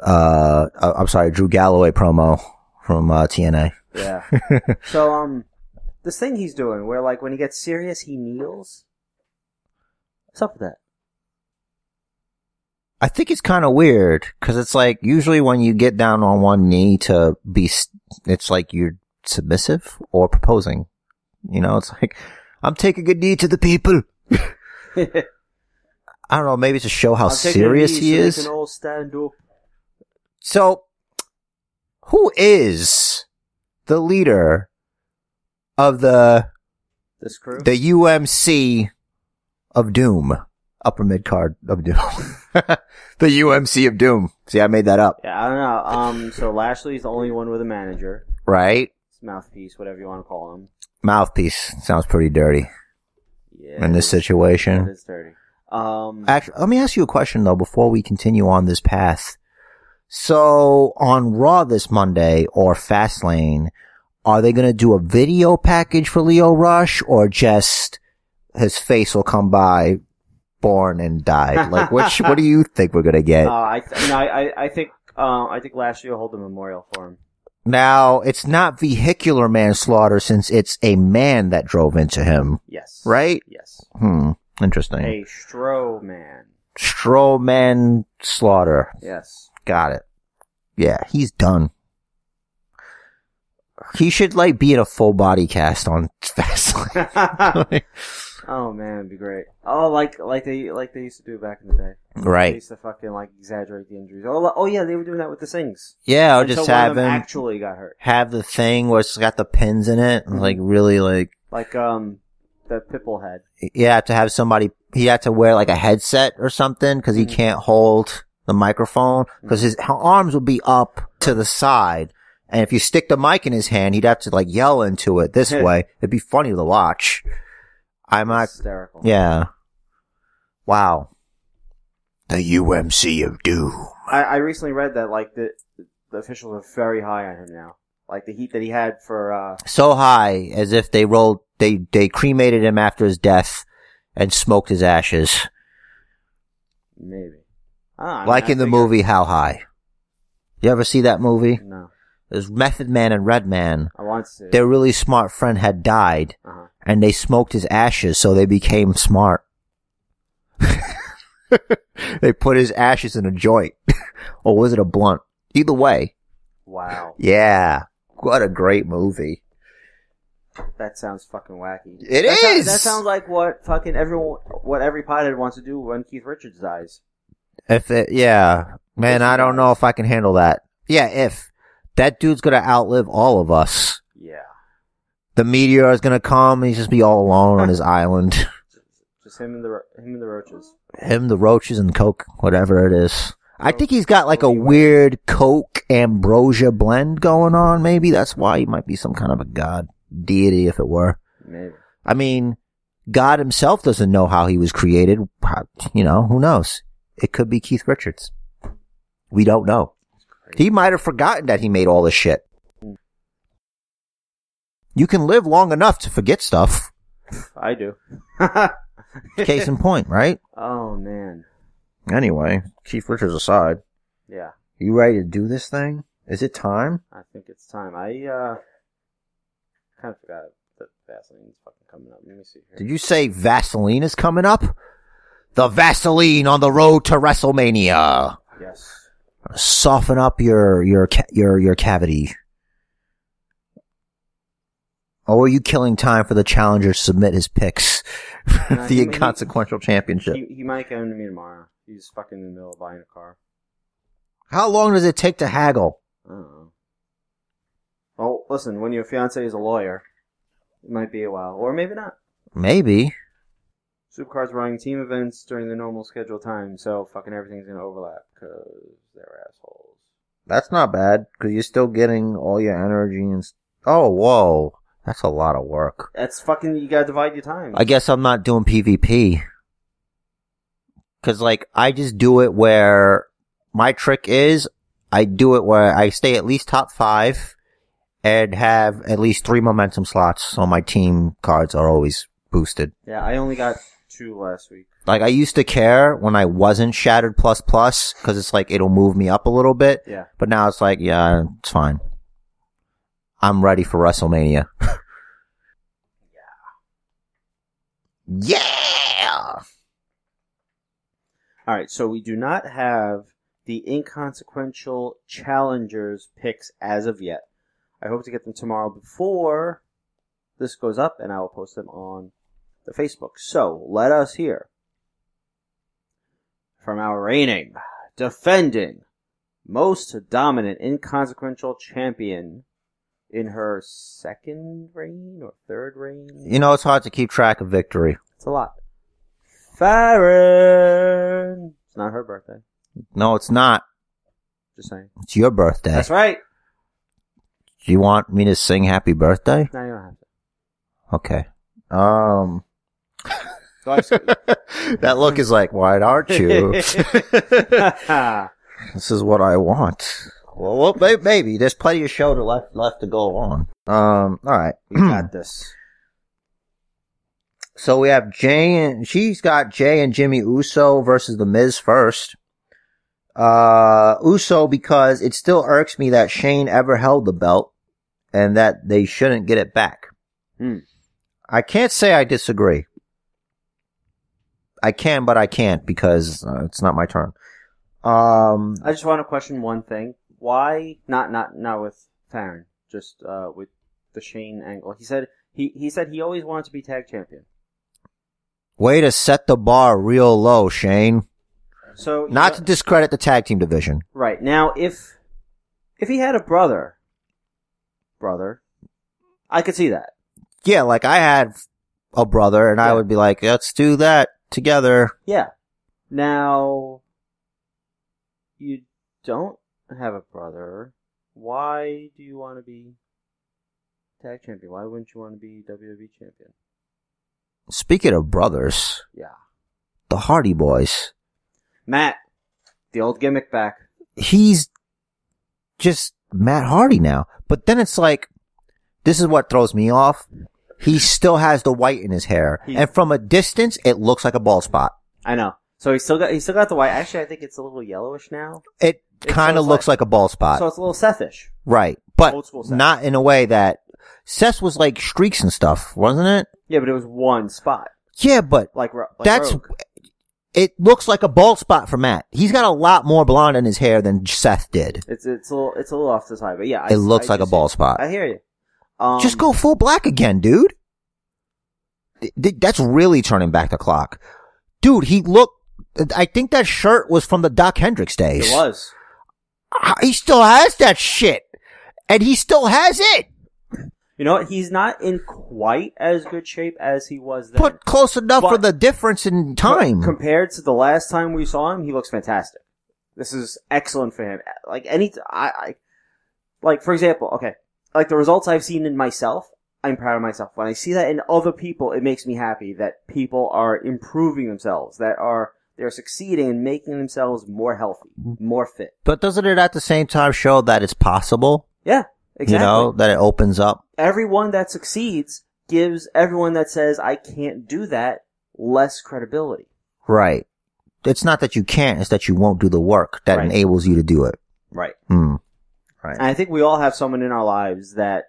Speaker 1: uh, uh, I'm sorry, Drew Galloway promo from, uh, TNA.
Speaker 2: yeah. so um, this thing he's doing, where like when he gets serious, he kneels. What's up with that?
Speaker 1: I think it's kind of weird because it's like usually when you get down on one knee to be, s- it's like you're submissive or proposing. You know, it's (laughs) like I'm taking a knee to the people.
Speaker 2: (laughs)
Speaker 1: I don't know. Maybe it's to show how
Speaker 2: I'll take it
Speaker 1: serious
Speaker 2: easy
Speaker 1: he
Speaker 2: so we
Speaker 1: is.
Speaker 2: can all stand up.
Speaker 1: So, who is the leader of the
Speaker 2: This crew.
Speaker 1: the UMC of Doom, upper mid card of Doom, (laughs) the UMC of Doom? See, I made that up,
Speaker 2: yeah, I don't know. Um, so Lashley's the only one with a manager,
Speaker 1: right?
Speaker 2: his mouthpiece, whatever you want to call him.
Speaker 1: Mouthpiece sounds pretty dirty
Speaker 2: Yeah,
Speaker 1: in this
Speaker 2: that
Speaker 1: situation.
Speaker 2: is dirty. Um,
Speaker 1: Actually, let me ask you a question though before we continue on this path. So on Raw this Monday or Fastlane, are they going to do a video package for Leo Rush or just his face will come by, born and
Speaker 2: (laughs)
Speaker 1: died? Like, which what do you think we're going to get?
Speaker 2: uh, I, th- no, I, I- I think, uh, I think Lashley will hold a memorial for him.
Speaker 1: now it's not vehicular manslaughter since it's a man that drove into him,
Speaker 2: Yes.
Speaker 1: right?
Speaker 2: Yes.
Speaker 1: Hmm. Interesting.
Speaker 2: A Stro man.
Speaker 1: Strowman slaughter. (laughs)
Speaker 2: Yes. (laughs)
Speaker 1: Got it. Yeah, he's done. He should like be in a full body cast on (laughs) Fastlane.
Speaker 2: oh man, it'd be great. Oh, like like they like they used to do back in the day. They
Speaker 1: right.
Speaker 2: used to fucking like exaggerate the injuries. Oh, li- oh yeah, they were doing that with the things.
Speaker 1: Yeah, or just
Speaker 2: Until one
Speaker 1: have
Speaker 2: of them
Speaker 1: him
Speaker 2: actually got hurt.
Speaker 1: have the thing where it's got the pins in it
Speaker 2: Mm-hmm.
Speaker 1: and like really like
Speaker 2: Like um, that Pitbull had.
Speaker 1: you have to have somebody he had to wear like a headset or something because he
Speaker 2: Mhm.
Speaker 1: can't hold the microphone because his arms would be up to the side and if you stick the mic in his hand he'd have to like yell into it (laughs) this way it'd be funny to watch i'm not
Speaker 2: hysterical.
Speaker 1: Yeah. Wow. The UMC of Doom.
Speaker 2: I, I recently read that like the the officials are very high on him now. Like the heat that he had for uh,
Speaker 1: So high as if they rolled, they, they cremated him after his death and smoked his ashes.
Speaker 2: maybe. I don't know,
Speaker 1: like
Speaker 2: I
Speaker 1: in the
Speaker 2: figure-
Speaker 1: movie How High. You ever see that movie?
Speaker 2: No,
Speaker 1: There's Method Man and Red Man.
Speaker 2: I want to.
Speaker 1: Their really smart friend had died
Speaker 2: uh
Speaker 1: and they smoked his ashes so they became smart. (laughs) they put his ashes in a joint. (laughs) or was it a blunt? Either way.
Speaker 2: Wow,
Speaker 1: Yeah. What a great movie.
Speaker 2: that sounds fucking wacky.
Speaker 1: It
Speaker 2: It is. that sou-
Speaker 1: is!
Speaker 2: that sounds like what fucking everyone, what every pothead wants to do when Keith Richards dies.
Speaker 1: If it, yeah. Man, I don't know if I can handle that. Yeah, if. That dude's gonna outlive all of us.
Speaker 2: Yeah,
Speaker 1: The meteor is gonna come and he's just be all alone on his island. (laughs)
Speaker 2: just him and the ro- him and the roaches.
Speaker 1: Him, the roaches, and Coke, whatever it is. I think he's got like a weird Coke ambrosia blend going on, maybe. That's why he might be some kind of a god deity if it were.
Speaker 2: Maybe.
Speaker 1: I mean, God himself doesn't know how he was created. How- You know, who knows? It could be Keith Richards. We don't know. He might have forgotten that he made all this shit. You can live long enough to forget stuff.
Speaker 2: I do. (laughs)
Speaker 1: Case in point, right?
Speaker 2: oh man,
Speaker 1: Anyway, Keith Richards aside,
Speaker 2: yeah.
Speaker 1: you ready to do this thing? Is it time?
Speaker 2: I think it's time. I uh, kind of forgot that Vaseline's fucking coming up. Let me see here.
Speaker 1: Did you say Vaseline is coming up? The Vaseline on the road to WrestleMania.
Speaker 2: Yes.
Speaker 1: soften up your your ca- your your cavity. Or Oh, are you killing time for the challenger to submit his picks for
Speaker 2: Nah,
Speaker 1: the
Speaker 2: he- he-
Speaker 1: inconsequential championship?
Speaker 2: He, he might come to me tomorrow. He's fucking in the middle of buying a car.
Speaker 1: How long does it take to haggle?
Speaker 2: I don't know. Well, listen, when your fiance is a lawyer, it might be a while, or maybe not.
Speaker 1: Maybe.
Speaker 2: Supercars running team events during the normal scheduled time, so fucking everything's gonna overlap because they're assholes.
Speaker 1: That's not bad because you're still getting all your energy and. s oh, whoa. That's a lot of work.
Speaker 2: That's fucking. You gotta divide your time.
Speaker 1: I guess I'm not doing PvP. Because, like, I just do it where my trick is I do it where I stay at least top five and have at least three momentum slots so my team cards are always boosted.
Speaker 2: yeah, I only got two last week.
Speaker 1: Like, I used to care when I wasn't Shattered Plus Plus because it's like it'll move me up a little bit,
Speaker 2: Yeah.
Speaker 1: but now it's like, yeah, it's fine. I'm ready for WrestleMania. (laughs) yeah.
Speaker 2: All right, so we do not have the inconsequential challengers picks as of yet. I hope to get them tomorrow before this goes up, and I will post them on the Facebook. So let us hear from our reigning, defending, most dominant, inconsequential champion in her second reign or third reign.
Speaker 1: You know, it's hard to keep track of victory.
Speaker 2: It's a lot. Farron. It's not her birthday.
Speaker 1: No, it's not.
Speaker 2: Just saying.
Speaker 1: It's your birthday.
Speaker 2: That's right.
Speaker 1: Do you want me to sing happy birthday?
Speaker 2: No, you don't have to.
Speaker 1: Okay. Um, (laughs)
Speaker 2: So I skipped.
Speaker 1: that look is like, why aren't you?
Speaker 2: (laughs)
Speaker 1: this is what I want. Well, well may- maybe. There's plenty of show to left, left to go on. Um, all right. (clears throat)
Speaker 2: we got this.
Speaker 1: So we have Jay and she's got Jay and Jimmy Uso versus The Miz first. Uh, Uso because it still irks me that Shane ever held the belt and that they shouldn't get it back.
Speaker 2: Hmm.
Speaker 1: I can't say I disagree. I can, but I can't because uh, it's not my turn. Um,
Speaker 2: I just want to question one thing. Why not? Not not with Farron. Just uh, with the Shane angle. He said he he said he always wanted to be tag champion.
Speaker 1: way to set the bar real low, Shane.
Speaker 2: So you
Speaker 1: Not
Speaker 2: know-
Speaker 1: to discredit the tag team division.
Speaker 2: right now. If if he had a brother, brother, I could see that.
Speaker 1: Yeah, like I had a brother, and I
Speaker 2: Yeah.
Speaker 1: would be like, let's do that together.
Speaker 2: Yeah. Now, you don't have a brother. Why do you want to be tag champion? Why wouldn't you want to be WWE champion?
Speaker 1: Speaking of brothers,
Speaker 2: Yeah.
Speaker 1: the Hardy Boys,
Speaker 2: Matt, the old gimmick back.
Speaker 1: he's just Matt Hardy now. But then it's like, this is what throws me off. He still has the white in his hair,
Speaker 2: He-
Speaker 1: and from a distance, it looks like a ball spot.
Speaker 2: I know. So he still got he still got the white. Actually, I think it's a little yellowish now.
Speaker 1: It
Speaker 2: It
Speaker 1: kind of
Speaker 2: sounds
Speaker 1: looks like, a ball spot,
Speaker 2: so it's a little Sethish.
Speaker 1: right? But
Speaker 2: Old school Seth.
Speaker 1: not in a way that Seth was like streaks and stuff, wasn't it?
Speaker 2: Yeah, but it was one spot.
Speaker 1: Yeah, but
Speaker 2: Like, Ro- like
Speaker 1: That's
Speaker 2: Rogue.
Speaker 1: it looks like a bald spot for Matt. He's got a lot more blonde in his hair than Seth did.
Speaker 2: it's it's a little it's a little off to the side, but yeah, I-
Speaker 1: it looks
Speaker 2: I
Speaker 1: like a
Speaker 2: just-
Speaker 1: bald spot.
Speaker 2: I hear you. Um,
Speaker 1: Just go full black again, dude. Th- th- That's really turning back the clock, dude. He looked. I think that shirt was from the Doc Hendricks days.
Speaker 2: It was.
Speaker 1: Ah, He still has that shit, and he still has it,
Speaker 2: You know what? He's not in quite as good shape as he was then.
Speaker 1: but close enough for
Speaker 2: But-
Speaker 1: the difference in
Speaker 2: Co-
Speaker 1: time.
Speaker 2: compared to the last time we saw him, he looks fantastic. This is excellent for him. Like any, I, I like for example, okay, like the results I've seen in myself, I'm proud of myself. When I see that in other people, it makes me happy that people are improving themselves, that are they're succeeding and making themselves more healthy,
Speaker 1: Mm-hmm.
Speaker 2: more fit.
Speaker 1: but doesn't it at the same time show that it's possible?
Speaker 2: Yeah, exactly.
Speaker 1: You know that it opens up.
Speaker 2: everyone that succeeds gives everyone that says I can't do that less credibility.
Speaker 1: Right. It's not that you can't, it's that you won't do the work that
Speaker 2: Right.
Speaker 1: enables you to do it.
Speaker 2: Right.
Speaker 1: Mm.
Speaker 2: And I think we all have someone in our lives that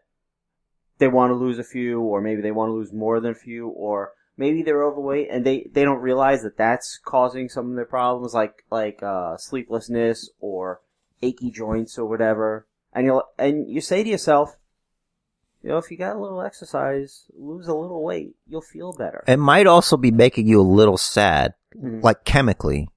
Speaker 2: they want to lose a few, or maybe they want to lose more than a few, or maybe they're overweight and they, they don't realize that that's causing some of their problems, like like uh, sleeplessness or achy joints or whatever. And you and you say to yourself, you know, if you got a little exercise, lose a little weight, you'll feel better.
Speaker 1: It might also be making you a little sad,
Speaker 2: Mhm.
Speaker 1: like chemically,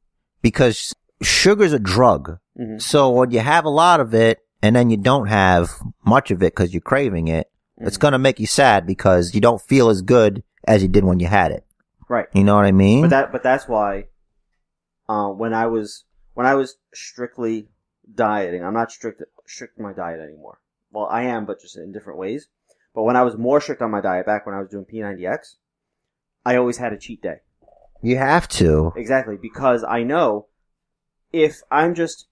Speaker 1: because sugar's a drug.
Speaker 2: Mhm.
Speaker 1: So when you have a lot of it and then you don't have much of it because you're craving it,
Speaker 2: Mm.
Speaker 1: it's going to make you sad because you don't feel as good as you did when you had it.
Speaker 2: Right.
Speaker 1: You know what I mean?
Speaker 2: But that, but that's why, uh, when I was when I was strictly dieting, I'm not strict strict on my diet anymore. Well, I am, but just in different ways. But when I was more strict on my diet back when I was doing P90X, I always had a cheat day.
Speaker 1: you have to.
Speaker 2: Exactly because I know if I'm just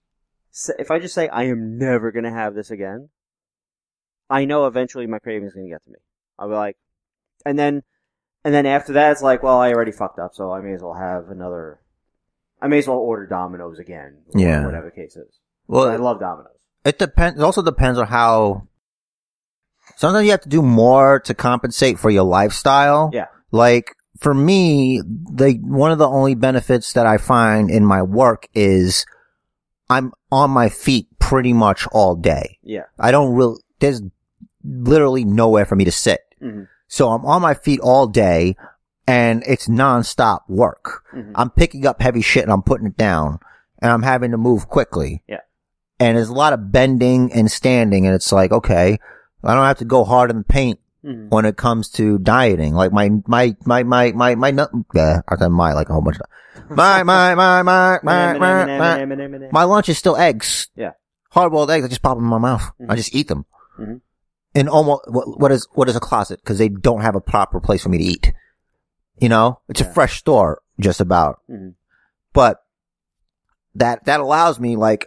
Speaker 2: if I just say I am never gonna have this again, I know eventually my craving's gonna get to me. I'll be like, and then and then after that, it's like, well, I already fucked up, so I may as well have another. I may as well order Domino's again. or
Speaker 1: Yeah.
Speaker 2: whatever the case is.
Speaker 1: Well,
Speaker 2: I love Domino's.
Speaker 1: It depends. It also depends on how. Sometimes you have to do more to compensate for your lifestyle.
Speaker 2: Yeah.
Speaker 1: Like for me, the one of the only benefits that I find in my work is I'm on my feet pretty much all day.
Speaker 2: Yeah.
Speaker 1: I don't really, there's literally nowhere for me to sit.
Speaker 2: Mhm.
Speaker 1: So I'm on my feet all day and it's nonstop work.
Speaker 2: Mhm.
Speaker 1: Mm-hmm. I'm picking up heavy shit and I'm putting it down and I'm having to move quickly.
Speaker 2: Yeah.
Speaker 1: And there's a lot of bending and standing and it's like, okay, I don't have to go hard in the paint
Speaker 2: Mhm.
Speaker 1: when it comes to dieting. Like my, my, my, my, my, my, nut, bleh, I said my like a whole bunch of, my, my, my, my, my, my, my,
Speaker 2: Mm-hmm.
Speaker 1: my lunch is still eggs.
Speaker 2: Yeah.
Speaker 1: Hard boiled eggs. I just pop them in my mouth. I
Speaker 2: Mhm.
Speaker 1: just eat them.
Speaker 2: Mhm.
Speaker 1: And almost, what, what is, what is a closet? Cause they don't have a proper place for me to eat. You know, it's
Speaker 2: Yeah.
Speaker 1: a fresh store just about,
Speaker 2: Mhm.
Speaker 1: but that, that allows me like,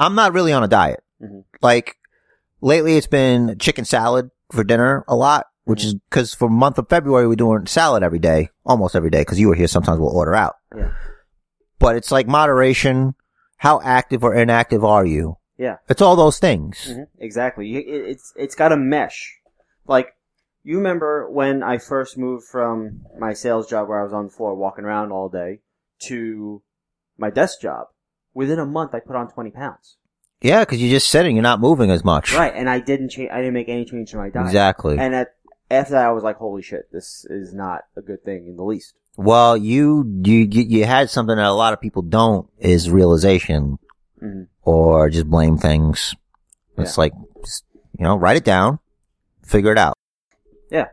Speaker 1: I'm not really on a diet.
Speaker 2: Mhm.
Speaker 1: Like lately it's been chicken salad for dinner a lot, which
Speaker 2: Mm-hmm.
Speaker 1: is cause for month of February, we're doing salad every day, almost every day. Cause you were here. Sometimes we'll order out
Speaker 2: Yeah.
Speaker 1: but it's like moderation. How active or inactive are you?
Speaker 2: Yeah.
Speaker 1: It's all those things.
Speaker 2: Mhm. Exactly. You- it- It's it's got a mesh. Like you remember when I first moved from my sales job where I was on the floor walking around all day to my desk job. Within a month, I put on twenty pounds.
Speaker 1: Yeah, because you're just sitting, you're not moving as much.
Speaker 2: Right, and I didn't change. I didn't make any change to my diet.
Speaker 1: Exactly.
Speaker 2: And at, after that, I was like, "Holy shit, this is not a good thing in the least."
Speaker 1: well, you, you you had something that a lot of people don't is realization Mm-hmm.
Speaker 2: Mhm.
Speaker 1: or just blame things. It's like just, you know, write it down, figure it out.
Speaker 2: Yeah.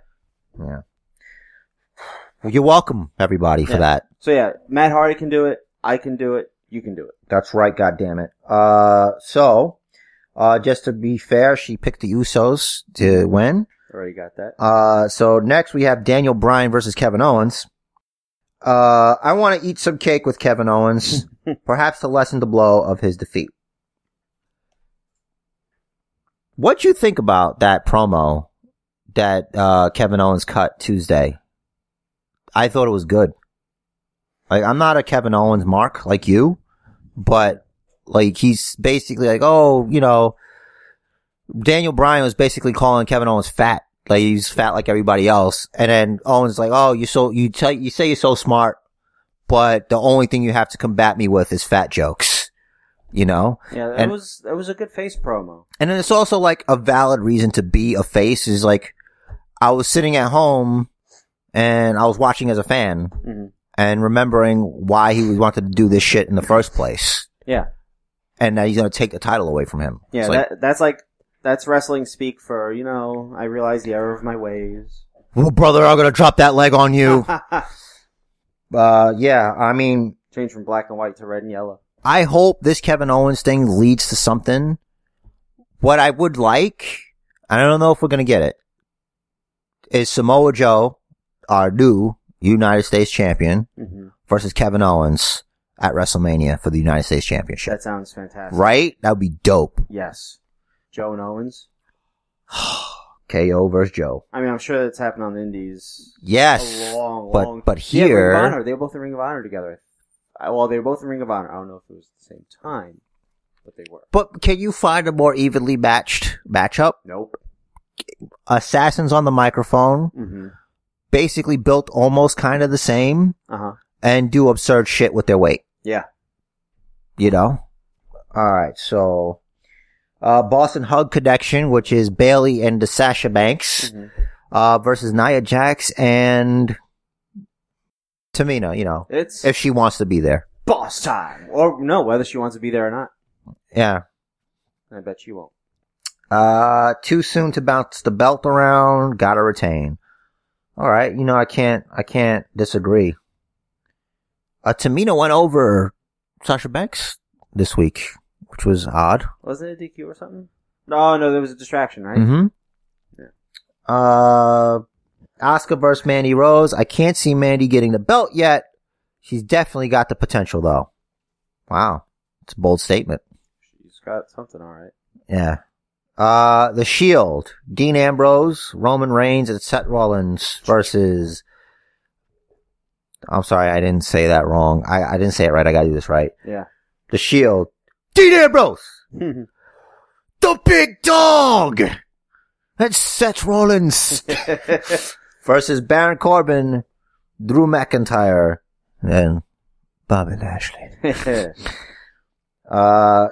Speaker 1: Yeah. Well, you're welcome, everybody, for
Speaker 2: Yeah.
Speaker 1: that.
Speaker 2: So yeah, Matt Hardy can do it. I can do it. You can do it.
Speaker 1: That's right, goddamn it. Uh, so, uh, just to be fair, she picked the Usos to win.
Speaker 2: Already got that.
Speaker 1: Uh, so next we have Daniel Bryan versus Kevin Owens. Uh, I want to eat some cake with Kevin Owens, perhaps to lessen the blow of his defeat. What'd you think about that promo that, uh, Kevin Owens cut Tuesday? I thought it was good. Like, I'm not a Kevin Owens mark like you, but like, he's basically like, oh, you know, Daniel Bryan was basically calling Kevin Owens fat. Like he's fat like everybody else. And then Owens like, oh, you're so, you tell, you say you're so smart, but the only thing you have to combat me with is fat jokes. You know?
Speaker 2: Yeah, that
Speaker 1: And-
Speaker 2: was that was a good face promo.
Speaker 1: And then it's also like a valid reason to be a face is like, I was sitting at home and I was watching as a fan
Speaker 2: hmm
Speaker 1: and remembering why he wanted to do this shit in the first place.
Speaker 2: Yeah,
Speaker 1: And now he's going to take the title away from him.
Speaker 2: yeah.
Speaker 1: It's like,
Speaker 2: that, that's like that's wrestling speak for you know. I realize the error of my ways.
Speaker 1: well, brother, I'm going to drop that leg on
Speaker 2: (laughs)
Speaker 1: you. uh, yeah. I mean,
Speaker 2: Change from black and white to red and yellow.
Speaker 1: I hope this Kevin Owens thing leads to something. What I would like, and I don't know if we're going to get it, is Samoa Joe, our new United States champion,
Speaker 2: hmm
Speaker 1: versus Kevin Owens at WrestleMania for the United States Championship.
Speaker 2: That sounds fantastic.
Speaker 1: right? That would be dope.
Speaker 2: Yes. Joe and Owens.
Speaker 1: KO versus Joe.
Speaker 2: I mean, I'm sure that's happened on the Indies.
Speaker 1: Yes.
Speaker 2: A long,
Speaker 1: but
Speaker 2: long.
Speaker 1: but
Speaker 2: Yeah, Ring of
Speaker 1: here,
Speaker 2: Honor. They were both in Ring of Honor together. I, well, they were both in Ring of Honor. I don't know if it was at the same time, but they were.
Speaker 1: but can you find a more evenly matched matchup?
Speaker 2: Nope.
Speaker 1: Assassins on the microphone,
Speaker 2: Mm-hmm.
Speaker 1: basically built almost kind of the same.
Speaker 2: Uh huh.
Speaker 1: and do absurd shit with their weight,
Speaker 2: Yeah.
Speaker 1: you know? Alright, so, uh, Boston Hug Connection, which is Bailey and Sasha Banks,
Speaker 2: Mhm.
Speaker 1: uh, versus Nia Jax and Tamina, you know,
Speaker 2: It's
Speaker 1: if she wants to be there.
Speaker 2: boss time, or no, whether she wants to be there or not.
Speaker 1: Yeah.
Speaker 2: I bet she won't.
Speaker 1: Uh, too soon to bounce the belt around, gotta retain. Alright, you know, I can't, I can't disagree. Uh, Tamina went over Sasha Banks this week, which was odd.
Speaker 2: Wasn't it a DQ or something? No, no, there was a distraction, right?
Speaker 1: Mm-hmm.
Speaker 2: Yeah.
Speaker 1: Uh, Oscar versus Mandy Rose. I can't see Mandy getting the belt yet. She's definitely got the potential though. Wow, it's a bold statement.
Speaker 2: She's got something, all right.
Speaker 1: Yeah. Uh, the Shield. Dean Ambrose, Roman Reigns, and Seth Rollins versus. I'm sorry, I didn't say that wrong. I, I didn't say it right. I gotta do this right.
Speaker 2: (laughs) Yeah.
Speaker 1: The Shield. Dean Ambrose, the big dog, and Seth Rollins. versus Baron Corbin, Drew McIntyre, and Bobby Lashley. Uh,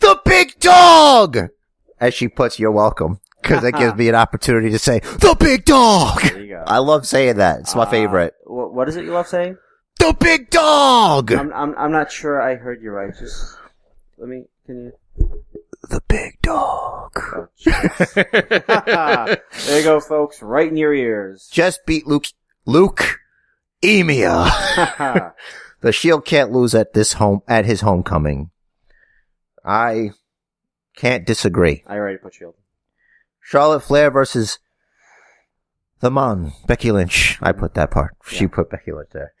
Speaker 1: the big dog! As she puts, you're welcome. Cause that gives me an opportunity to say, the big dog!
Speaker 2: there you go.
Speaker 1: I love saying that. It's my
Speaker 2: Uh,
Speaker 1: favorite.
Speaker 2: wh- what is it you love saying?
Speaker 1: The big dog!
Speaker 2: I'm, I'm I'm not sure I heard you right. Just let me. Can
Speaker 1: (laughs)
Speaker 2: you?
Speaker 1: the big
Speaker 2: (laughs)
Speaker 1: dog.
Speaker 2: Oh, there you go, folks. Right in your ears. (laughs)
Speaker 1: Just beat Luke, Luke Emia. (laughs) The Shield can't lose at this home, at his homecoming. I can't disagree.
Speaker 2: I already put shield.
Speaker 1: Charlotte Flair versus the Mon, Becky Lynch. I put that part. She
Speaker 2: Yeah.
Speaker 1: put Becky Lynch there.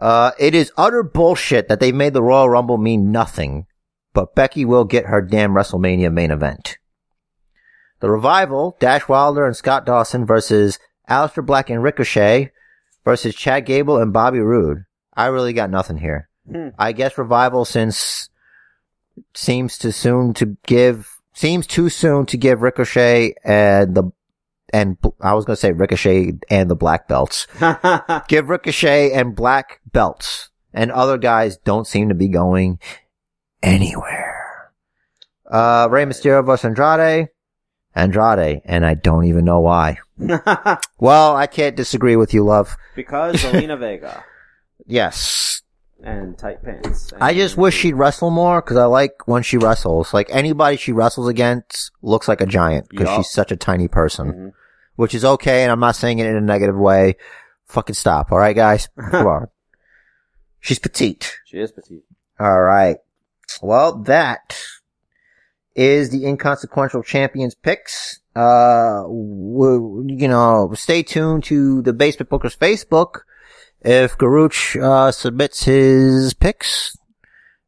Speaker 1: Uh, it is utter bullshit that they made the Royal Rumble mean nothing, but Becky will get her damn WrestleMania main event. The Revival, Dash Wilder and Scott Dawson versus Aleister Black and Ricochet versus Chad Gable and Bobby Roode. I really got nothing here.
Speaker 2: Hmm. (laughs)
Speaker 1: I guess Revival since seems to soon to give seems too soon to give Ricochet and the and bl- I was gonna say Ricochet and the black belts. Give Ricochet and black belts, and other guys don't seem to be going anywhere. Uh, Rey Mysterio versus Andrade, Andrade, and I don't even know why. Well, I can't disagree with you, love. (laughs)
Speaker 2: because Zelina Vega
Speaker 1: Yes,
Speaker 2: and tight pants. and-
Speaker 1: I just wish she'd wrestle more because I like when she wrestles. Like anybody she wrestles against looks like a giant because
Speaker 2: Yup.
Speaker 1: she's such a tiny person,
Speaker 2: Mhm.
Speaker 1: which is okay. And I'm not saying it in a negative way. Fucking stop. All (laughs) right, guys. Come on. She's petite.
Speaker 2: She is petite.
Speaker 1: All right. Well, that is the inconsequential champions picks. Uh, w- you know, stay tuned to the Basement Bookers Facebook. If Garuch, uh, submits his picks,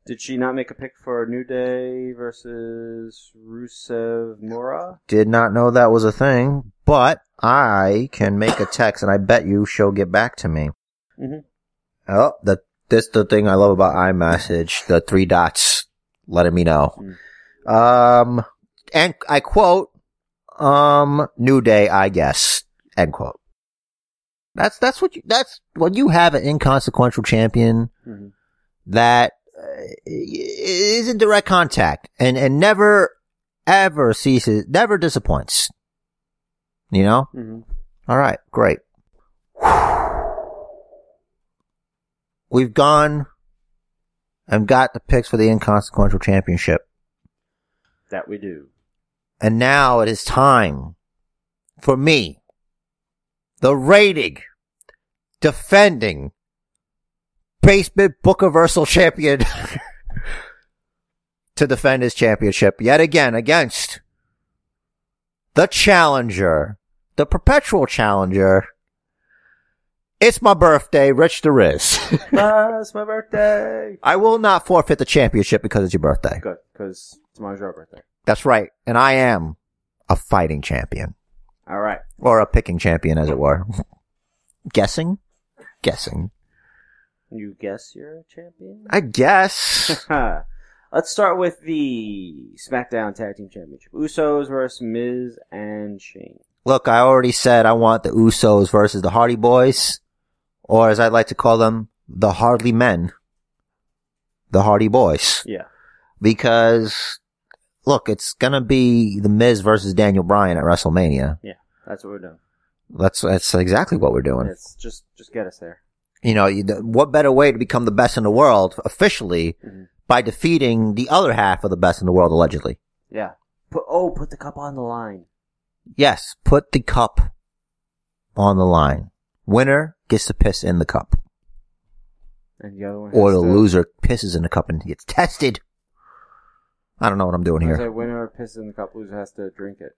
Speaker 2: Did she not make a pick for New Day versus Rusev Mora?
Speaker 1: Did not know that was a thing, but I can make a text, and I bet you she'll get back to me.
Speaker 2: Mhm.
Speaker 1: Oh, the this the thing I love about iMessage: the three dots letting me know. Um, and I quote, um, "New day, I guess." End quote. That's that's what you, that's when you have an inconsequential champion
Speaker 2: Mhm.
Speaker 1: that uh, is in direct contact and, and never ever ceases, never disappoints. You know?
Speaker 2: Mhm.
Speaker 1: All right, great. We've gone and got the picks for the inconsequential championship.
Speaker 2: That
Speaker 1: (laughs)
Speaker 2: we do.
Speaker 1: And now it is time for me, the rating, defending, basement bookiversal champion (laughs) to defend his championship yet again against the challenger, the perpetual challenger. It's my birthday, Rich the Riz.
Speaker 2: Ah, it's my birthday.
Speaker 1: (laughs) I will not forfeit the championship because it's your birthday.
Speaker 2: Good, because tomorrow's your birthday.
Speaker 1: That's right. And I am a fighting champion.
Speaker 2: All right.
Speaker 1: or a picking champion, as it were. Guessing, guessing.
Speaker 2: You guess you're a champion?
Speaker 1: I
Speaker 2: (laughs)
Speaker 1: guess
Speaker 2: Let's start with the SmackDown Tag Team Championship. Usos versus Miz and Shane.
Speaker 1: Look, I already said I want the Usos versus the Hardy Boys, or as I'd like to call them, the Hardly Men, the Hardy Boys,
Speaker 2: Yeah.
Speaker 1: because look, it's gonna be the Miz versus Daniel Bryan at WrestleMania.
Speaker 2: That's what we're doing.
Speaker 1: That's that's exactly what we're doing.
Speaker 2: It's just just get us there.
Speaker 1: You know, you- what better way to become the best in the world officially
Speaker 2: Mhm.
Speaker 1: by defeating the other half of the best in the world allegedly?
Speaker 2: Yeah. Put oh, put the cup on the line.
Speaker 1: Yes, put the cup on the line. Winner gets to piss in the cup.
Speaker 2: And the other one
Speaker 1: Or
Speaker 2: has
Speaker 1: the
Speaker 2: to-
Speaker 1: loser pisses in the cup and gets tested. I don't know what I'm doing
Speaker 2: I
Speaker 1: here.
Speaker 2: said winner pisses in the cup, loser has to drink it.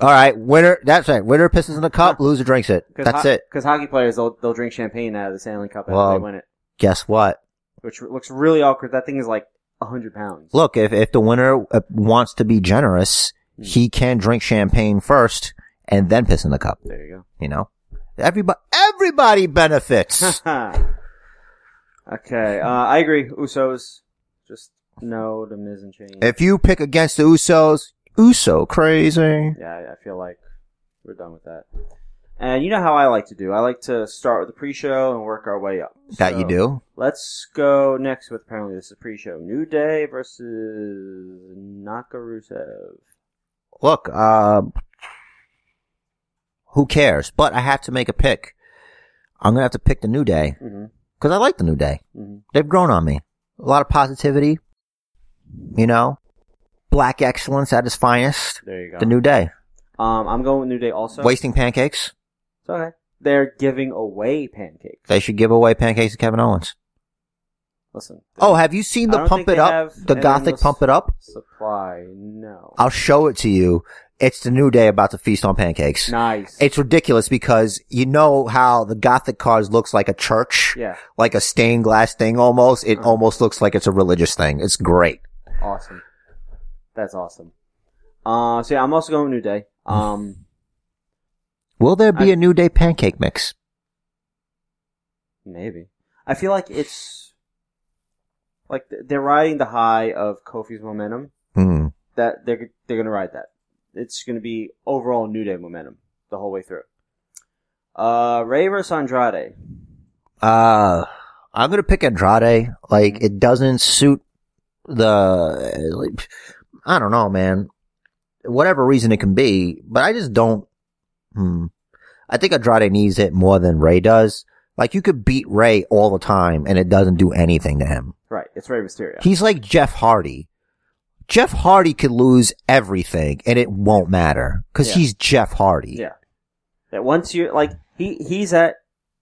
Speaker 1: All right, winner, that's right. Winner pisses in the cup, loser drinks it. That's it.
Speaker 2: Because hockey players, they'll, they'll drink champagne out of the Stanley Cup after
Speaker 1: Well-
Speaker 2: they win it,
Speaker 1: Guess what?
Speaker 2: which looks really awkward. That thing is like hundred pounds.
Speaker 1: Look, if, if the winner uh, wants to be generous,
Speaker 2: Hmm.
Speaker 1: he can drink champagne first and then piss in the cup,
Speaker 2: There you
Speaker 1: you know? Everybody, everybody
Speaker 2: (laughs)
Speaker 1: benefits.
Speaker 2: go. (laughs) okay, uh, I agree. Usos, just no to Miz and Shane.
Speaker 1: if you pick against the Usos, Uso crazy.
Speaker 2: yeah, I- I feel like we're done with that. And you know how I like to do. I like to start with the pre-show and work our way up.
Speaker 1: That you
Speaker 2: So,
Speaker 1: do?
Speaker 2: Let's go next with apparently this is pre-show. New Day versus Nakarusev.
Speaker 1: Look, uh, who cares? But I have to make a pick. I'm gonna have to pick the New Day
Speaker 2: hmm
Speaker 1: because I like the New Day.
Speaker 2: hmm
Speaker 1: They've grown on me. A lot of positivity. You know, black excellence at its finest.
Speaker 2: There you go.
Speaker 1: The New Day.
Speaker 2: um, I'm going with New Day also.
Speaker 1: Wasting pancakes.
Speaker 2: It's okay. They're giving away pancakes.
Speaker 1: They should give away pancakes to Kevin Owens.
Speaker 2: Listen.
Speaker 1: Oh, have you seen
Speaker 2: Uh, I
Speaker 1: the
Speaker 2: don't
Speaker 1: Pump
Speaker 2: think
Speaker 1: It
Speaker 2: they
Speaker 1: Up?
Speaker 2: have
Speaker 1: The
Speaker 2: an
Speaker 1: Gothic
Speaker 2: endless-
Speaker 1: Pump It Up?
Speaker 2: Supply. No.
Speaker 1: I'll show it to you. It's the New Day about to feast on pancakes.
Speaker 2: nice.
Speaker 1: It's ridiculous because you know how the Gothic cars looks like a church,
Speaker 2: yeah.
Speaker 1: like a stained glass thing almost. It
Speaker 2: Uh-huh.
Speaker 1: almost looks like it's a religious thing. It's great.
Speaker 2: Awesome. That's awesome. Uh, so yeah, I'm also going with New Day. Um,
Speaker 1: Will there be
Speaker 2: I-
Speaker 1: a New Day pancake mix?
Speaker 2: maybe. I feel like it's like th- they're riding the high of Kofi's momentum.
Speaker 1: Hmm.
Speaker 2: That they're they're gonna ride that. It's gonna be overall New Day momentum the whole way through. Uh, Ray versus Andrade.
Speaker 1: Uh, I'm gonna pick Andrade. Like, it doesn't suit the. Like, I don't know, man. Whatever reason it can be, but I just don't. Hmm. I think Andrade needs it more than Ray does. Like, you could beat Ray all the time, and it doesn't do anything to him.
Speaker 2: Right, it's Ray Mysterio.
Speaker 1: He's like Jeff Hardy. Jeff Hardy could lose everything, and it won't matter because
Speaker 2: Yeah.
Speaker 1: he's Jeff Hardy.
Speaker 2: Yeah. That once you're like he he's at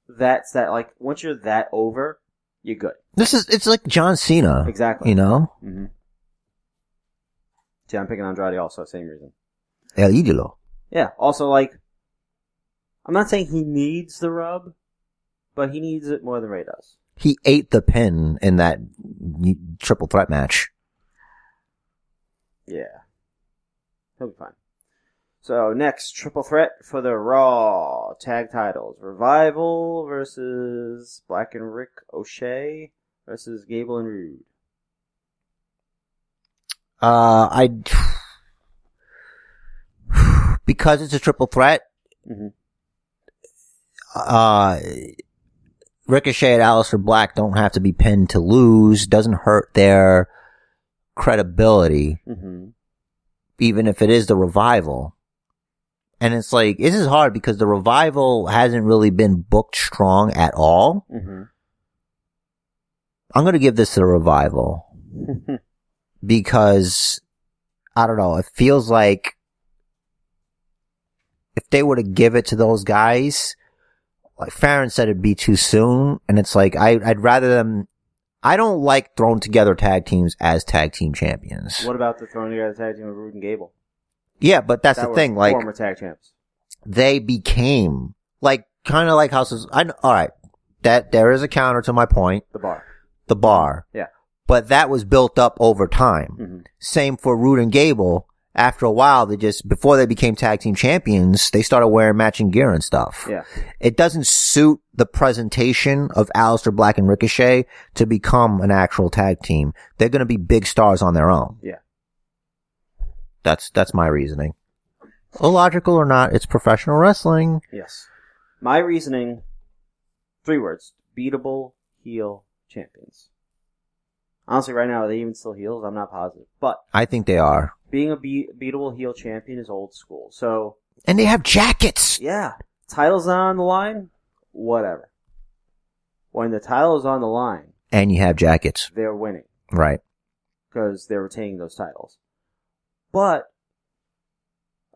Speaker 2: that's that like once you're that over, you're good.
Speaker 1: This is it's like John Cena.
Speaker 2: Exactly.
Speaker 1: You know,
Speaker 2: Mm-hmm. See, I'm picking Andrade also, same reason.
Speaker 1: El Idolo.
Speaker 2: Yeah, also, like, I'm not saying he needs the rub, but he needs it more than Ray does.
Speaker 1: he ate the pin in that triple threat match.
Speaker 2: Yeah. He'll be fine. So, next, triple threat for the Raw tag titles Revival versus Black and Rick O'Shea versus Gable and Rude.
Speaker 1: Uh, I (sighs) because it's a triple threat.
Speaker 2: Mhm.
Speaker 1: Uh, Ricochet and Aleister Black don't have to be pinned to lose. Doesn't hurt their credibility,
Speaker 2: Mm-hmm.
Speaker 1: even if it is the revival. And it's like this is hard because the revival hasn't really been booked strong at all.
Speaker 2: Mm-hmm.
Speaker 1: I'm gonna give this to the revival. because I don't know, it feels like if they were to give it to those guys, like Farron said it'd be too soon, and it's like I I'd rather them I don't like thrown together tag teams as tag team champions.
Speaker 2: what about the throwing together tag team of Rude and Gable?
Speaker 1: yeah, but that's
Speaker 2: That
Speaker 1: the
Speaker 2: were
Speaker 1: thing, like
Speaker 2: Former tag champs.
Speaker 1: they became like kind of like houses I kn- all right, that there is a counter to my point,
Speaker 2: The bar.
Speaker 1: the bar.
Speaker 2: Yeah.
Speaker 1: But that was built up over time.
Speaker 2: Mm-hmm.
Speaker 1: Same for Rude and Gable. After a while, they just, before they became tag team champions, they started wearing matching gear and stuff.
Speaker 2: Yeah.
Speaker 1: It doesn't suit the presentation of Aleister Black and Ricochet to become an actual tag team. They're going to be big stars on their own.
Speaker 2: Yeah.
Speaker 1: That's, that's my reasoning. Illogical or not, it's professional wrestling.
Speaker 2: Yes. My reasoning three words beatable heel champions. Honestly, right now, are they even still heels? I'm not positive. But
Speaker 1: I think they are.
Speaker 2: being a be- beatable heel champion is old school. So,
Speaker 1: And they have jackets.
Speaker 2: yeah, title's not on the line, whatever. When the title is on the line,
Speaker 1: And you have jackets.
Speaker 2: they're winning
Speaker 1: Right.
Speaker 2: because they're retaining those titles. But,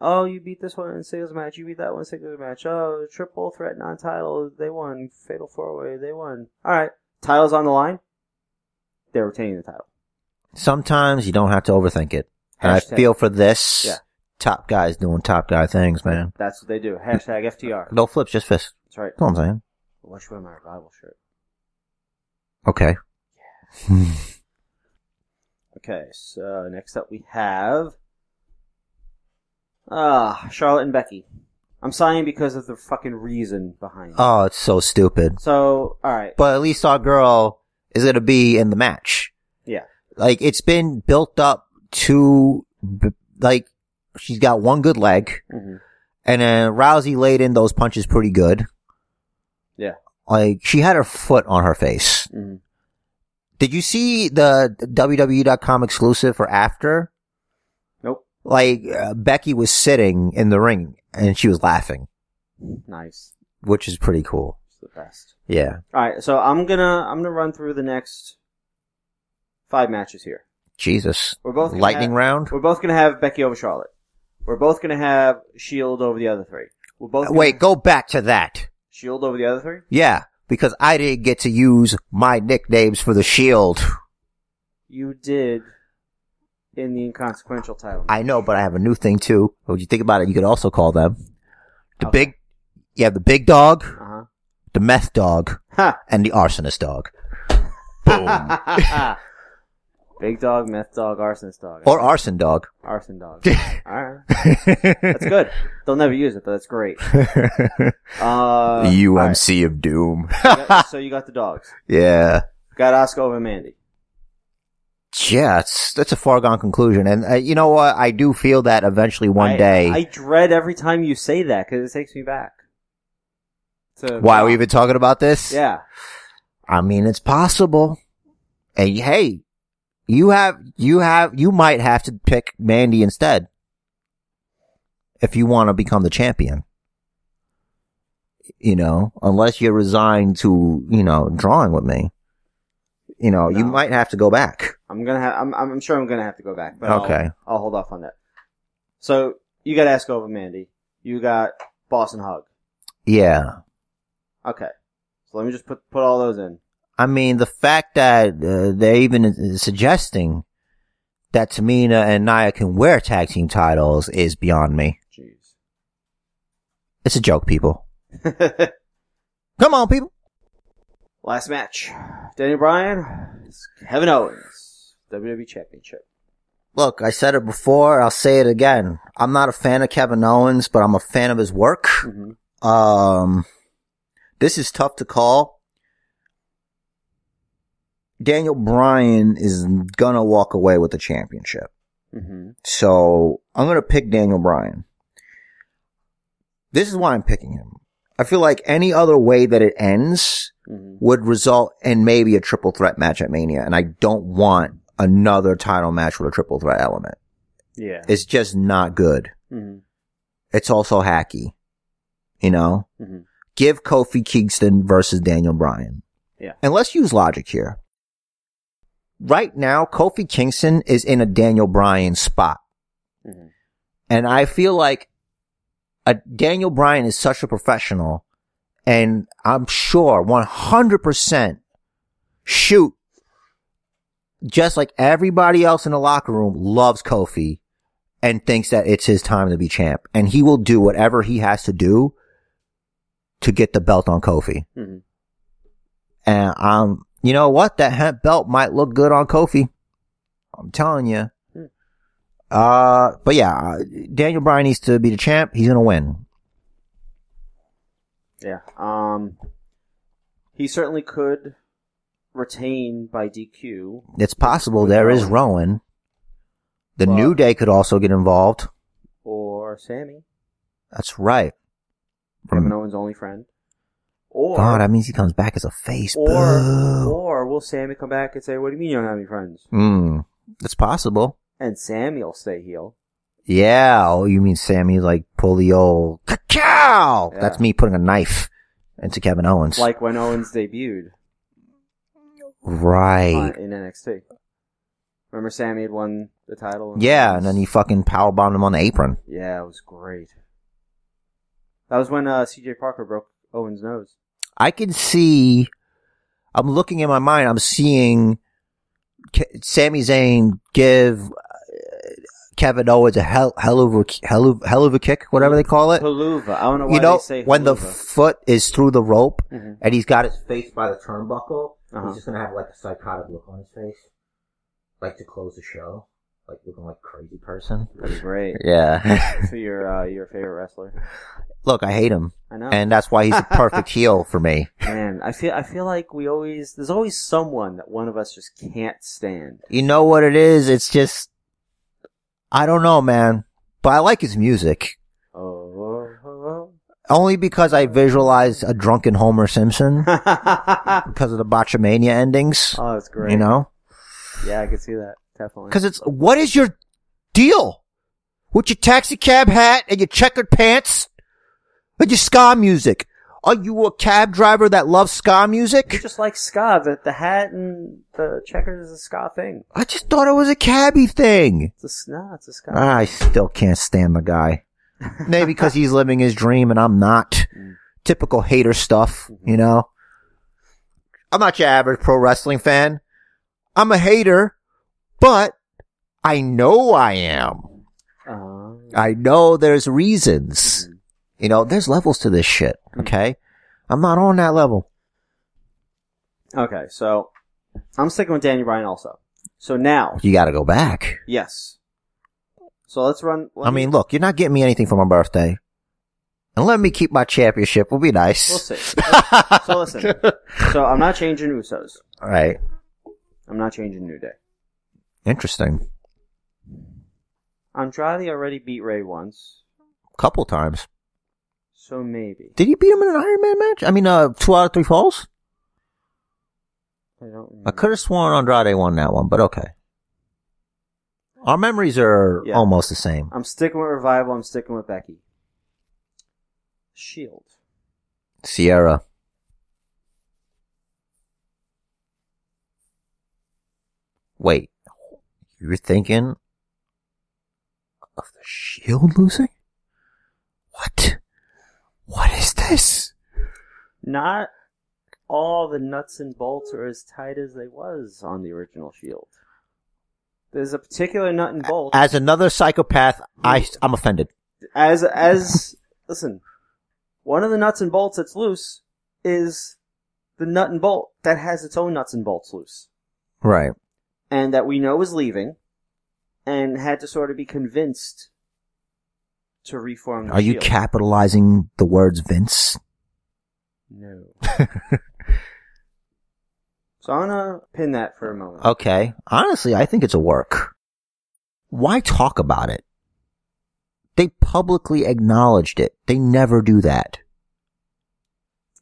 Speaker 2: oh, you beat this one in a singles match, you beat that one in a singles match, oh, triple threat non title, they won, fatal four way, they won. Alright, title's on the line, they're retaining the title.
Speaker 1: Sometimes you don't have to overthink it. And I
Speaker 2: Hashtag.
Speaker 1: feel for this.
Speaker 2: (laughs) Yeah.
Speaker 1: Top guys doing top guy things, man.
Speaker 2: That's what they do. Hashtag FTR.
Speaker 1: No flips, just fists.
Speaker 2: That's right.
Speaker 1: (laughs) That's what I'm saying.
Speaker 2: Why should I wear my revival shirt?
Speaker 1: Okay.
Speaker 2: Okay, so next up we have. Ah, Charlotte and Becky. I'm sighing because of the fucking reason behind it.
Speaker 1: Oh, it's so stupid.
Speaker 2: so, alright.
Speaker 1: But at least our girl is gonna be in the match.
Speaker 2: Yeah.
Speaker 1: Like it's been built up to, b- like she's got one good leg
Speaker 2: hmm
Speaker 1: And then Rousey laid in those punches pretty good.
Speaker 2: Yeah.
Speaker 1: Like she had her foot on her face.
Speaker 2: hmm
Speaker 1: Did you see the WWE.com exclusive for after?
Speaker 2: Nope.
Speaker 1: Like uh, Becky was sitting in the ring and she was laughing,
Speaker 2: Nice.
Speaker 1: which is pretty cool.
Speaker 2: It's the best.
Speaker 1: Yeah.
Speaker 2: All right, so I'm gonna I'm gonna run through the next five matches here.
Speaker 1: Jesus.
Speaker 2: We're both gonna
Speaker 1: lightning
Speaker 2: have-
Speaker 1: round.
Speaker 2: We're both gonna have Becky over Charlotte. We're both gonna have Shield E over the other three. We're both gonna
Speaker 1: Wait,
Speaker 2: have
Speaker 1: go back to that.
Speaker 2: Shield E over the other three.
Speaker 1: Yeah, because I didn't get to use my nicknames for the Shield.
Speaker 2: You did in the inconsequential title.
Speaker 1: I know, but I have a new thing too. Would you think about it? You could also call them the
Speaker 2: Okay.
Speaker 1: big. You have the big dog,
Speaker 2: Uh
Speaker 1: the meth dog,
Speaker 2: huh.
Speaker 1: and the arsonist dog,
Speaker 2: Ha. Big dog, meth dog, arsonist dog,
Speaker 1: (laughs) or arson dog. (laughs)
Speaker 2: arson dog. All right, that's good. They'll never use it, but
Speaker 1: (laughs)
Speaker 2: that's great. Uh, all right.
Speaker 1: of
Speaker 2: (laughs)
Speaker 1: Doom.
Speaker 2: You got- so you got the dogs.
Speaker 1: yeah.
Speaker 2: Got Oscar over Mandy.
Speaker 1: Yeah, it's, that's a foregone conclusion. And uh, you know what? I do feel that eventually one
Speaker 2: I-
Speaker 1: day.
Speaker 2: I dread every time you say that because it takes me back. To
Speaker 1: why are we even talking about this?
Speaker 2: Yeah.
Speaker 1: I mean, it's possible. And hey, you have, you have, you might have to pick Mandy instead. If you want to become the champion. You know, unless you're resigned to, you know, drawing with me. You know, you
Speaker 2: No.
Speaker 1: might have to go back.
Speaker 2: I'm gonna have. I'm, I'm I'm sure I'm gonna have to go back. But
Speaker 1: Okay.
Speaker 2: I'll, I'll hold off on that. So you got Ask over Mandy. You got Boston Hug.
Speaker 1: Yeah.
Speaker 2: Okay. So let me just put put all those in.
Speaker 1: I mean, the fact that uh, they're even suggesting that Tamina and Nia can wear tag team titles is beyond me.
Speaker 2: Jeez. (laughs)
Speaker 1: It's a joke, people. Come on, people.
Speaker 2: Last match: Daniel Bryan, Kevin Owens, WWE Championship.
Speaker 1: Look, I said it before. I'll say it again. I'm not a fan of Kevin Owens, but I'm a fan of his work.
Speaker 2: Mm-hmm.
Speaker 1: Um, this is tough to call. Daniel Bryan is gonna walk away with the championship.
Speaker 2: Mm-hmm.
Speaker 1: So I'm going to pick Daniel Bryan. This is why I'm picking him. I feel like any other way that it ends
Speaker 2: Mm-hmm.
Speaker 1: would result in maybe a triple threat match at Mania. And I don't want another title match with a triple threat element.
Speaker 2: Yeah.
Speaker 1: It's just not good.
Speaker 2: Mm-hmm.
Speaker 1: It's also hacky. You know?
Speaker 2: Mm-hmm.
Speaker 1: Give Kofi Kingston versus Daniel Bryan.
Speaker 2: Yeah.
Speaker 1: And let's use logic here. Right now, Kofi Kingston is in a Daniel Bryan spot.
Speaker 2: Mm-hmm.
Speaker 1: And I feel like a Daniel Bryan is such a professional and I'm sure 100% shoot just like everybody else in the locker room loves Kofi and thinks that it's his time to be champ and he will do whatever he has to do to get the belt on Kofi.
Speaker 2: Mm-hmm.
Speaker 1: And um, you know what? That hemp belt might look good on Kofi. I'm telling you.
Speaker 2: Hmm.
Speaker 1: Uh, but yeah, uh, Daniel Bryan needs to be the champ. He's gonna win.
Speaker 2: Yeah. Um, he certainly could retain by DQ.
Speaker 1: It's possible
Speaker 2: With
Speaker 1: there is
Speaker 2: Rowan.
Speaker 1: Rowan. The
Speaker 2: Well-
Speaker 1: New Day could also get involved.
Speaker 2: or Sammy,
Speaker 1: That's right.
Speaker 2: Kevin
Speaker 1: From,
Speaker 2: Owens' only friend, or
Speaker 1: Hmm. God, that means he comes back as a face.
Speaker 2: or
Speaker 1: Boo.
Speaker 2: or will Sammy come back and say, "What do you mean you don't have any friends?"
Speaker 1: Mm, it's possible.
Speaker 2: And Sammy will stay heel.
Speaker 1: Yeah. Oh, you mean Sammy like pull the old cow?
Speaker 2: Yeah.
Speaker 1: That's me putting a knife into Kevin Owens.
Speaker 2: like when Owens debuted
Speaker 1: right.
Speaker 2: on, in NXT. Remember, Sammy had won the title.
Speaker 1: Yeah, and then he fucking powerbombed him on the apron.
Speaker 2: yeah, it was great. That was when uh, CJ Parker broke Owens' nose.
Speaker 1: I can see. I'm looking in my mind. I'm seeing K- Sami Zayn give uh, Kevin Owens a hell, hell of a hell of, hell of a kick, whatever they call it.
Speaker 2: Haluva. I don't know why
Speaker 1: You know,
Speaker 2: they say
Speaker 1: when the
Speaker 2: haluva.
Speaker 1: foot is through the rope
Speaker 2: Mhm.
Speaker 1: and he's got his face by the turnbuckle,
Speaker 2: Uh-huh.
Speaker 1: he's just gonna have like a psychotic look on his face, like to close the show, like looking like a crazy person.
Speaker 2: That'd be great.
Speaker 1: Yeah.
Speaker 2: So your uh, your favorite wrestler.
Speaker 1: look, I hate him,
Speaker 2: I know.
Speaker 1: and that's why he's a perfect
Speaker 2: (laughs)
Speaker 1: heel for me.
Speaker 2: Man, I feel I feel like we always there's always someone that one of us just can't stand.
Speaker 1: You know what it is? It's just, I don't know, man. But I like his music.
Speaker 2: Oh,
Speaker 1: Only because I visualize a drunken Homer Simpson (laughs)
Speaker 2: oh, (laughs)
Speaker 1: because of the Botchamania endings.
Speaker 2: that's Oh, great.
Speaker 1: You know?
Speaker 2: Yeah, I can see that. Definitely.
Speaker 1: Because it's what is your deal with your taxi cab hat and your checkered pants and your ska music? Are you a cab driver that loves ska
Speaker 2: You (laughs)
Speaker 1: music?
Speaker 2: just like ska. The, the hat and the checkers is a ska thing.
Speaker 1: I just thought it was a cabbie thing.
Speaker 2: It's a s- nah, it's a ska.
Speaker 1: I still can't stand the guy. Maybe because he's living his dream and I'm not. Typical hater stuff, you know? I'm not your average pro wrestling fan. I'm a hater, but I know I am.
Speaker 2: Oh.
Speaker 1: I know there's reasons. You know, there's levels to this shit. Okay. I'm not on that level.
Speaker 2: okay, so I'm sticking with Danny Bryan also. So now,
Speaker 1: You gotta go back.
Speaker 2: yes. So let's run. let
Speaker 1: I
Speaker 2: me-
Speaker 1: mean, look, you're not getting me anything for my birthday. And let me keep my championship. We'll be nice. (laughs)
Speaker 2: we'll see. so listen. So I'm not changing Usos.
Speaker 1: All right.
Speaker 2: I'm not changing New Day.
Speaker 1: Interesting.
Speaker 2: Andrade already beat Ray once,
Speaker 1: Couple times.
Speaker 2: so maybe.
Speaker 1: Did you beat him in an Iron Man match? I mean, uh, two out of three falls?
Speaker 2: I don't. Remember.
Speaker 1: I could have sworn Andrade won that one, but okay. Our memories are
Speaker 2: Yeah.
Speaker 1: almost the same.
Speaker 2: I'm sticking with Revival. I'm sticking with Becky. Shield.
Speaker 1: Sierra. Wait, you're thinking of the shield losing? What? What is this?
Speaker 2: Not all the nuts and bolts are as tight as they was on the original Shield. E There's a particular nut and bolt
Speaker 1: As another psychopath, I I'm offended.
Speaker 2: as as listen. One of the nuts and bolts that's loose is the nut and bolt that has its own nuts and bolts loose.
Speaker 1: Right.
Speaker 2: and that we know is leaving, and had to sort of be convinced to reform. The
Speaker 1: Are you
Speaker 2: Shield.
Speaker 1: capitalizing the words Vince? (laughs)
Speaker 2: No. so I'm gonna pin that for a moment.
Speaker 1: Okay. Honestly, I think it's a work. Why talk about it? They publicly acknowledged it. They never do that.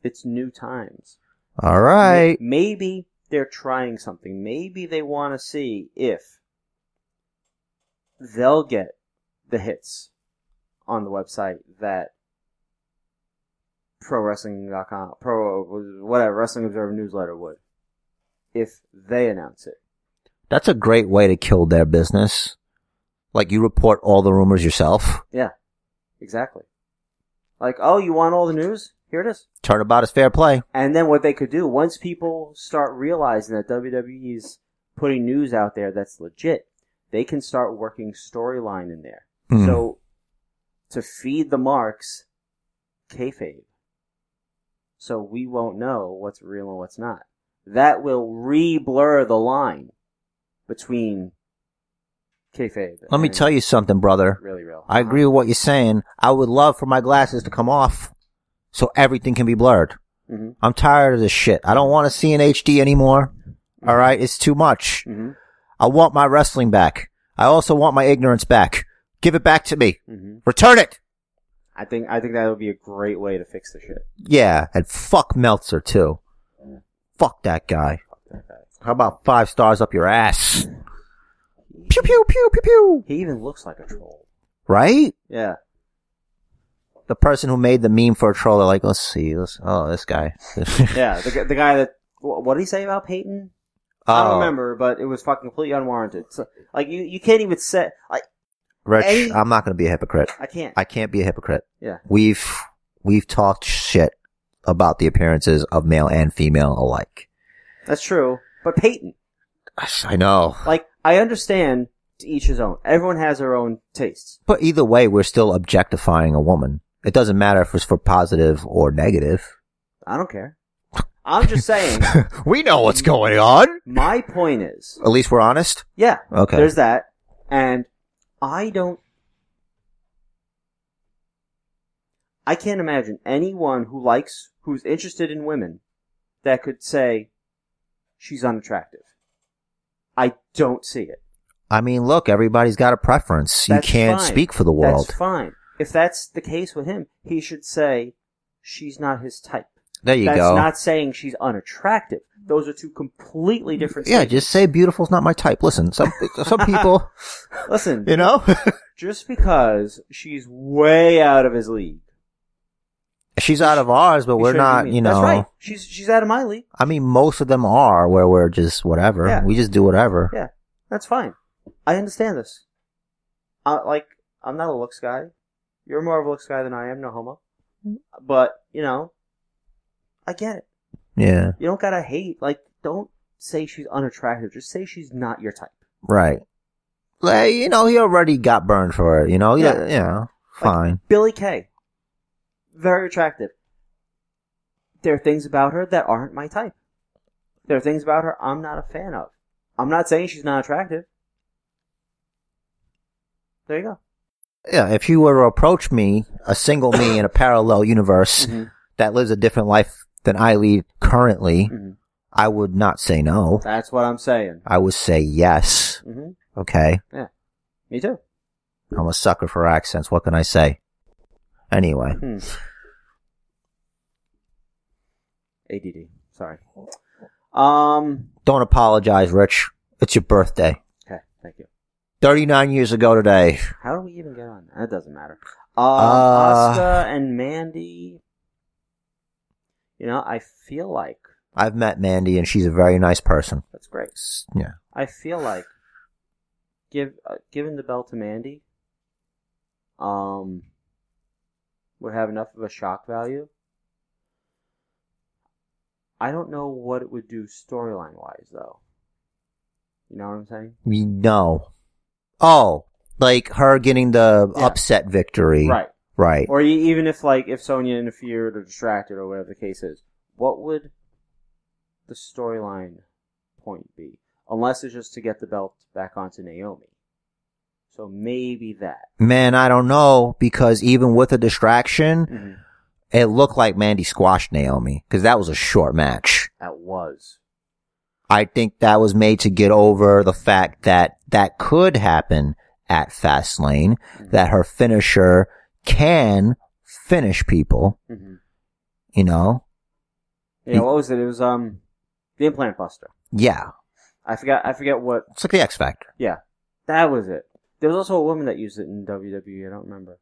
Speaker 2: It's new times.
Speaker 1: All right.
Speaker 2: May- Maybe they're trying something. Maybe they want to see if they'll get the hits on the website that pro wrestling.com pro whatever wrestling observer newsletter would if they announce it
Speaker 1: That's a great way to kill their business. Like you report all the rumors yourself.
Speaker 2: Yeah, exactly. Like, oh, you want all the news? Here it is.
Speaker 1: Turnabout is fair play.
Speaker 2: And then what they could do once people start realizing that WWE's putting news out there that's legit, they can start working storyline in there.
Speaker 1: Hmm.
Speaker 2: So to feed the marks, kayfabe. So we won't know what's real and what's not. That will re-blur the line between kayfabe.
Speaker 1: Let me
Speaker 2: and
Speaker 1: tell you something, brother.
Speaker 2: Really real.
Speaker 1: I agree with what you're saying. I would love for my glasses to come off so everything can be blurred.
Speaker 2: hmm
Speaker 1: I'm tired of this shit. I don't want to see in HD anymore. All right. It's too much.
Speaker 2: hmm
Speaker 1: I want my wrestling back. I also want my ignorance back. Give it back to me.
Speaker 2: hmm
Speaker 1: Return it.
Speaker 2: I think I think that would be a great way to fix the shit.
Speaker 1: Yeah, and fuck Meltzer too. Fuck that guy. How about five stars up your ass? Pew pew pew pew pew.
Speaker 2: He even looks like a troll.
Speaker 1: Right?
Speaker 2: Yeah.
Speaker 1: The person who made the meme for a troll, they're like, let's see, let's, oh, this guy. (laughs)
Speaker 2: Yeah. The, gu- the guy that wh- what did he say about Peyton? I
Speaker 1: Oh,
Speaker 2: don't remember, but it was fucking completely unwarranted. So, like you, you can't even say like
Speaker 1: Rich,
Speaker 2: Any-
Speaker 1: I'm not going to be a hypocrite.
Speaker 2: I can't.
Speaker 1: I can't be a hypocrite.
Speaker 2: yeah.
Speaker 1: We've, we've talked shit about the appearances of male and female alike.
Speaker 2: That's true. But Peyton,
Speaker 1: I know.
Speaker 2: like I understand to each his own. Everyone has their own tastes.
Speaker 1: But either way, we're still objectifying a woman. It doesn't matter if it's for positive or negative.
Speaker 2: I don't care. I'm
Speaker 1: (laughs)
Speaker 2: just saying.
Speaker 1: we know what's going on.
Speaker 2: my point is,
Speaker 1: At least we're honest.
Speaker 2: yeah.
Speaker 1: Okay.
Speaker 2: There's that, and I don't. I can't imagine anyone who likes, who's interested in women, that could say she's unattractive. I don't see it.
Speaker 1: I mean, look, everybody's got a preference.
Speaker 2: That's
Speaker 1: you can't
Speaker 2: fine.
Speaker 1: speak for the world.
Speaker 2: That's fine. If that's the case with him, he should say, she's not his type.
Speaker 1: There you
Speaker 2: That's
Speaker 1: go.
Speaker 2: not saying she's unattractive. Those are two completely different.
Speaker 1: yeah,
Speaker 2: statements.
Speaker 1: just say beautiful's not my type. Listen, some (laughs) some people,
Speaker 2: listen.
Speaker 1: you know, (laughs)
Speaker 2: Just because she's way out of his league,
Speaker 1: she's out of ours, but
Speaker 2: He
Speaker 1: we're
Speaker 2: shouldn't
Speaker 1: not.
Speaker 2: be mean.
Speaker 1: You know,
Speaker 2: That's right. She's she's out of my league.
Speaker 1: I mean, most of them are where we're just whatever.
Speaker 2: Yeah.
Speaker 1: We just do whatever.
Speaker 2: Yeah, that's fine. I understand this. I, like, I'm not a looks guy. You're more of a looks guy than I am, no homo.
Speaker 1: Mm-hmm.
Speaker 2: But, you know, I get it.
Speaker 1: yeah,
Speaker 2: You don't gotta hate. Like, don't say she's unattractive. Just say she's not your type.
Speaker 1: right. Like, you know, he already got burned for it. You know,
Speaker 2: Yeah.
Speaker 1: yeah, yeah, fine.
Speaker 2: Billy Kay. Very attractive. There are things about her that aren't my type. There are things about her I'm not a fan of. I'm not saying she's not attractive. There you go.
Speaker 1: yeah, if you were to approach me, a single me in a parallel universe
Speaker 2: Mm-hmm.
Speaker 1: that lives a different life than I lead currently,
Speaker 2: Mhm.
Speaker 1: I would not say no.
Speaker 2: That's what I'm saying.
Speaker 1: I would say yes.
Speaker 2: hmm
Speaker 1: Okay.
Speaker 2: Me too.
Speaker 1: I'm a sucker for accents. What can I say? Anyway.
Speaker 2: Hmm. ADD. Sorry. Um.
Speaker 1: Don't apologize, Rich. It's your birthday.
Speaker 2: Okay. Thank you.
Speaker 1: 39 years ago today.
Speaker 2: How do we even get on? That doesn't matter. Um,
Speaker 1: Uh.
Speaker 2: Oscar and Mandy. You know, I feel like
Speaker 1: I've met Mandy and she's a very nice person.
Speaker 2: that's great.
Speaker 1: S- Yeah.
Speaker 2: I feel like give uh, giving the belt to Mandy. Um, would have enough of a shock value. I don't know what it would do storyline wise though. You know what I'm saying?
Speaker 1: We know. Oh, like her getting the
Speaker 2: Yeah.
Speaker 1: upset victory.
Speaker 2: Right.
Speaker 1: Right.
Speaker 2: Or e- even if like if Sonya interfered or distracted or whatever the case is, what would the storyline point be? Unless it's just to get the belt back onto Naomi. So maybe that.
Speaker 1: Man, I don't know because even with a distraction,
Speaker 2: Mhm.
Speaker 1: it looked like Mandy squashed Naomi because that was a short match.
Speaker 2: That was.
Speaker 1: I think that was made to get over the fact that that could happen at Fastlane, that her finisher can finish people,
Speaker 2: Mm-hmm.
Speaker 1: you know?
Speaker 2: Yeah, what was it? It was um, the implant buster.
Speaker 1: Yeah.
Speaker 2: I forgot. I forget what.
Speaker 1: It's like the X Factor.
Speaker 2: Yeah, that was it. There was also a woman that used it in WWE. I don't remember.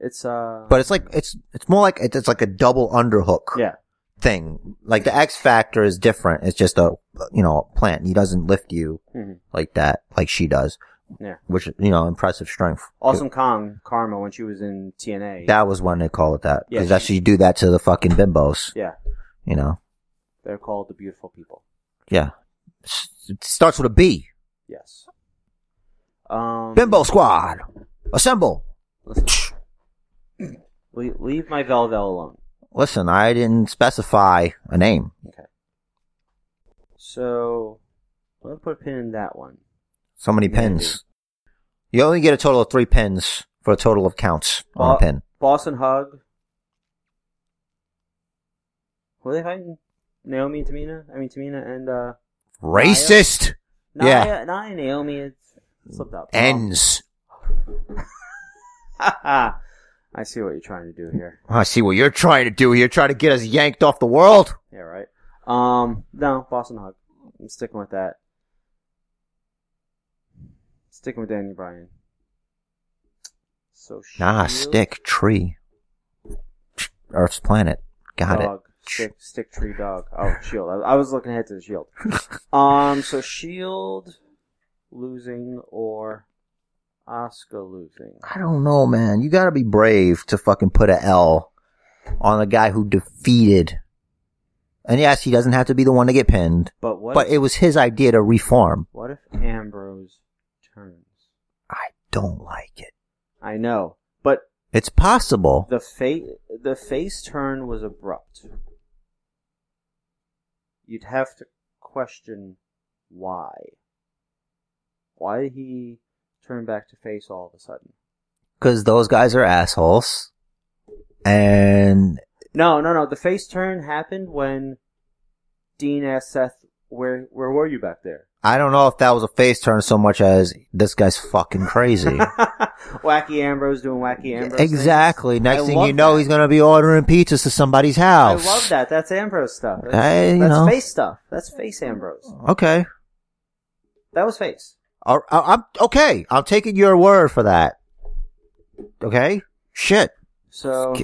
Speaker 2: It's uh.
Speaker 1: But it's like, it's, it's more like, it's like a double underhook
Speaker 2: yeah,
Speaker 1: thing. Like the X Factor is different. It's just a, you know, plant. He doesn't lift you
Speaker 2: Mhm.
Speaker 1: like that, like she does,
Speaker 2: yeah.
Speaker 1: which, you know, impressive strength.
Speaker 2: Awesome Kong Karma when she was in TNA.
Speaker 1: That was when they call it that.
Speaker 2: Yeah.
Speaker 1: Because that's you do that to the fucking bimbos,
Speaker 2: yeah,
Speaker 1: you know?
Speaker 2: they're called the beautiful people.
Speaker 1: Yeah. S- It starts with a B.
Speaker 2: Yes. Um.
Speaker 1: Bimbo Squad. Assemble.
Speaker 2: Listen, Le- leave my Velvel alone.
Speaker 1: Listen, I didn't specify a name.
Speaker 2: Okay. So, I'm gonna put a pin in that one.
Speaker 1: So many pins. You only get a total of three pins for a total of counts on a
Speaker 2: Bo-
Speaker 1: pin.
Speaker 2: Boston Hug. Were they fighting Naomi and Tamina? I mean Tamina and uh
Speaker 1: Racist
Speaker 2: Naya,
Speaker 1: Yeah.
Speaker 2: Naya and Naomi had slipped up. (laughs)
Speaker 1: ends.
Speaker 2: I see what you're trying to do here.
Speaker 1: I see what you're trying to do here. Try to get us yanked off the world.
Speaker 2: Yeah, right. Um no, Boston Hug. I'm sticking with that. Sticking with Danny Bryan. So
Speaker 1: Nah,
Speaker 2: Shield,
Speaker 1: stick, tree. Earth's planet. Got
Speaker 2: dog, Stick stick tree dog. Oh, shield. I, I was looking ahead to the
Speaker 1: (laughs)
Speaker 2: shield. Um, so Shield losing or Oscar losing?
Speaker 1: it. I don't know, man. You gotta be brave to fucking put a L on a guy who defeated. And yes, he doesn't have to be the one to get pinned.
Speaker 2: But what?
Speaker 1: But
Speaker 2: if,
Speaker 1: it was his idea to reform.
Speaker 2: what if Ambrose turns?
Speaker 1: I don't like it.
Speaker 2: I know, but
Speaker 1: It's possible.
Speaker 2: the fa- the face turn was abrupt. You'd have to question why. Why did he turn back to face all of a sudden?
Speaker 1: Because those guys are assholes. And
Speaker 2: No, no, no. The face turn happened when Dean asked Seth, "Where, where were you back there?"
Speaker 1: I don't know if that was a face turn so much as this guy's fucking crazy.
Speaker 2: (laughs) wacky Ambrose doing wacky Ambrose. things.
Speaker 1: exactly. Next
Speaker 2: I
Speaker 1: thing
Speaker 2: love
Speaker 1: you know,
Speaker 2: that.
Speaker 1: he's gonna be ordering pizzas to somebody's
Speaker 2: I
Speaker 1: house.
Speaker 2: love that. That's Ambrose stuff. That's,
Speaker 1: Hey, you
Speaker 2: that's
Speaker 1: know.
Speaker 2: face stuff. That's face Ambrose.
Speaker 1: Okay.
Speaker 2: That was face.
Speaker 1: I, I, am okay. I'm taking your word for that. Okay. Shit. (laughs)
Speaker 2: So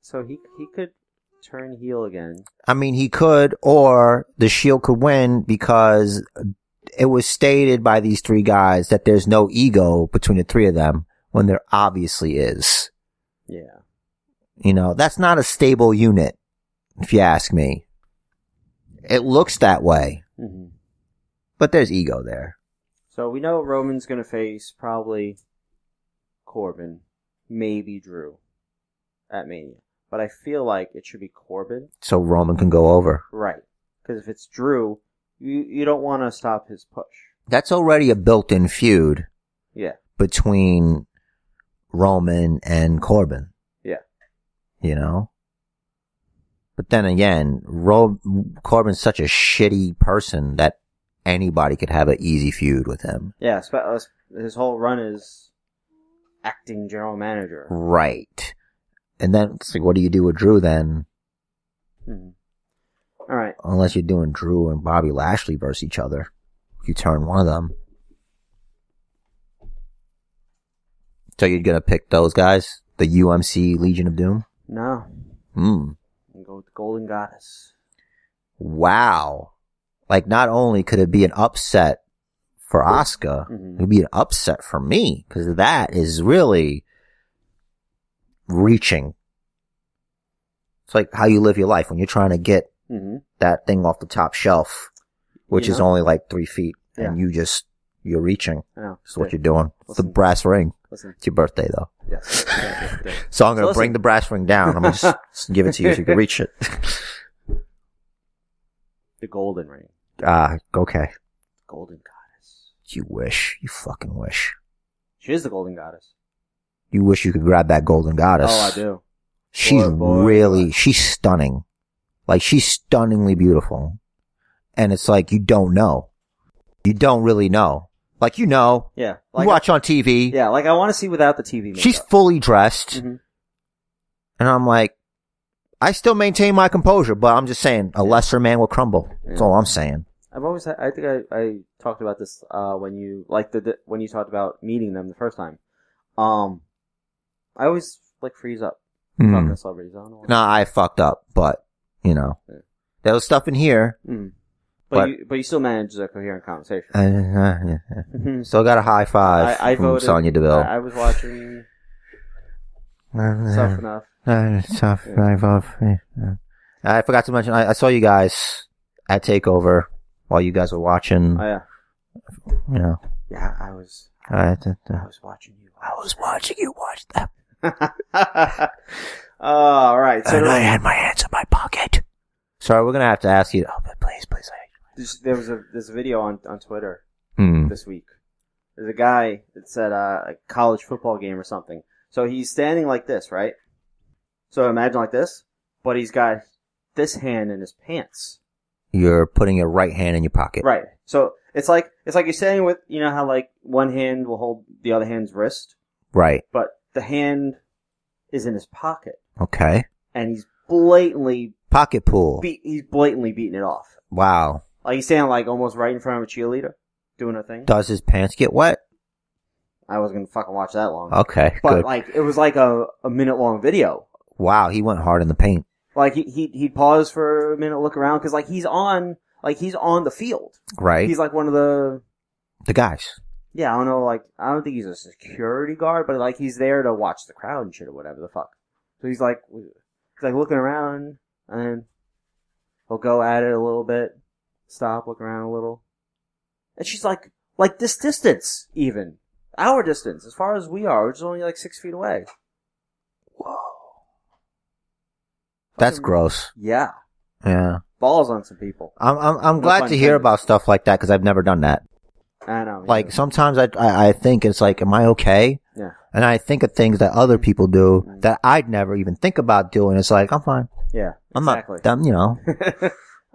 Speaker 2: so he he could turn heel again.
Speaker 1: I mean, he could, or the Shield could win because it was stated by these three guys that there's no ego between the three of them when there obviously is.
Speaker 2: Yeah.
Speaker 1: You know, that's not a stable unit, if you ask me. It looks that way,
Speaker 2: hmm
Speaker 1: but there's ego there.
Speaker 2: So we know Roman's gonna face probably Corbin, maybe Drew at Mania, but I feel like it should be Corbin,
Speaker 1: So Roman can go over.
Speaker 2: right? Because if it's Drew, you you don't want to stop his push.
Speaker 1: That's already a built-in feud
Speaker 2: Yeah.
Speaker 1: between Roman and Corbin.
Speaker 2: Yeah.
Speaker 1: You know? But then again, Ro- Corbin's such a shitty person that anybody could have an easy feud with him.
Speaker 2: Yeah, spe- uh, his whole run is acting general manager.
Speaker 1: Right. And then it's like, what do you do with Drew then?
Speaker 2: Mhm. All right.
Speaker 1: Unless you're doing Drew and Bobby Lashley versus each other. You turn one of them. So you're gonna pick those guys? The UMC Legion of Doom?
Speaker 2: No,
Speaker 1: Hmm.
Speaker 2: I'm go with the Golden Goddess.
Speaker 1: Wow. Like not only could it be an upset for Oscar,
Speaker 2: Mhm.
Speaker 1: it would be an upset for me because that is really reaching. It's like how you live your life when you're trying to get
Speaker 2: Mm-hmm.
Speaker 1: that thing off the top shelf, which is
Speaker 2: Yeah.
Speaker 1: only like three feet, and
Speaker 2: Yeah.
Speaker 1: you just you're reaching.
Speaker 2: I know.
Speaker 1: That's what you're doing. It's the
Speaker 2: Listen.
Speaker 1: brass ring.
Speaker 2: Listen.
Speaker 1: It's your birthday though,
Speaker 2: Yes. Thank you. Thank you.
Speaker 1: so I'm gonna
Speaker 2: So listen.
Speaker 1: bring the brass ring down. I'm
Speaker 2: (laughs)
Speaker 1: gonna just just give it to you so you can reach it.
Speaker 2: the Golden Ring,
Speaker 1: Ah, okay.
Speaker 2: Golden Goddess.
Speaker 1: You wish. You fucking wish.
Speaker 2: She is the Golden Goddess.
Speaker 1: You wish you could grab that golden goddess.
Speaker 2: Oh, I do.
Speaker 1: She's
Speaker 2: Boy, boy,
Speaker 1: really,
Speaker 2: boy.
Speaker 1: she's stunning. Like she's stunningly beautiful. And it's like you don't know. You don't really know. Like you know,
Speaker 2: Yeah.
Speaker 1: you watch on TV.
Speaker 2: yeah, like I want to see without the TV. Makeup.
Speaker 1: she's fully dressed,
Speaker 2: Mhm.
Speaker 1: and I'm like, I still maintain my composure, but I'm just saying, a lesser man will crumble. That's
Speaker 2: Yeah.
Speaker 1: all I'm saying.
Speaker 2: I've always. Had, I think I, I talked about this uh, when you like the, the when you talked about meeting them the first time. Um, I always like freeze up
Speaker 1: Hmm.
Speaker 2: talking to celebrities. I don't know. why.
Speaker 1: Mm-hmm. Nah, I fucked up, but you know,
Speaker 2: Yeah.
Speaker 1: there was stuff in here.
Speaker 2: Mm. But,
Speaker 1: But-
Speaker 2: you but you still manage a coherent conversation. (laughs)
Speaker 1: Uh, uh, yeah, yeah.
Speaker 2: Mhm.
Speaker 1: Still got a high five
Speaker 2: I, I
Speaker 1: from
Speaker 2: voted.
Speaker 1: Sonya Deville.
Speaker 2: I, I was watching
Speaker 1: Uh,
Speaker 2: Tough Enough.
Speaker 1: Uh, tough.
Speaker 2: Yeah.
Speaker 1: I love- yeah, yeah. I forgot to mention. I, I saw you guys at Takeover while you guys were watching.
Speaker 2: Oh yeah,
Speaker 1: you know,
Speaker 2: yeah. I was
Speaker 1: I, had to-
Speaker 2: I was watching you. (laughs) I was.
Speaker 1: watching you watch that,
Speaker 2: All right. So
Speaker 1: had my hands in my pocket. Sorry, we're gonna have to ask you. Oh, but please, please. I,
Speaker 2: There's- there was a this video on on Twitter
Speaker 1: Hmm.
Speaker 2: this week. There's a guy that said uh, a college football game or something. So he's standing like this, right? So imagine like this, but he's got this hand in his pants,
Speaker 1: You're putting your right hand in your pocket.
Speaker 2: right? So it's like it's like you're standing with you know how like one hand will hold the other hand's wrist,
Speaker 1: Right.
Speaker 2: but the hand is in his pocket,
Speaker 1: Okay.
Speaker 2: and he's blatantly
Speaker 1: Pocket pool.
Speaker 2: be- he's blatantly beating it off.
Speaker 1: wow.
Speaker 2: Like he's standing like almost right in front of a cheerleader doing her thing.
Speaker 1: Does his pants get wet?
Speaker 2: I wasn't gonna fucking watch that long.
Speaker 1: Okay.
Speaker 2: But
Speaker 1: good.
Speaker 2: like it was like a, a minute long video.
Speaker 1: wow, he went hard in the paint.
Speaker 2: Like he he he'd pause for a minute, look around because like he's on like he's on the field.
Speaker 1: Right.
Speaker 2: He's like one of the
Speaker 1: the guys.
Speaker 2: yeah I don't know like I don't think he's a security guard, but like he's there to watch the crowd and shit or whatever the fuck. So he's like he's like looking around and then he'll go at it a little bit, stop, look around a little, and she's like like this distance even our distance as far as we are, we're just only like six feet away. Whoa,
Speaker 1: That's
Speaker 2: Fucking-
Speaker 1: gross.
Speaker 2: Yeah.
Speaker 1: Yeah.
Speaker 2: balls on some people.
Speaker 1: I'm I'm, I'm
Speaker 2: No
Speaker 1: glad
Speaker 2: pun
Speaker 1: to hear
Speaker 2: intended.
Speaker 1: about stuff like that because I've never done that.
Speaker 2: I know. me
Speaker 1: Like
Speaker 2: too.
Speaker 1: sometimes I, I I think it's like, am I okay?
Speaker 2: Yeah.
Speaker 1: And I think of things that other people do
Speaker 2: Mm.
Speaker 1: that I'd never even think about doing. It's like I'm fine.
Speaker 2: yeah,
Speaker 1: I'm
Speaker 2: exactly.
Speaker 1: not. I'm, you know,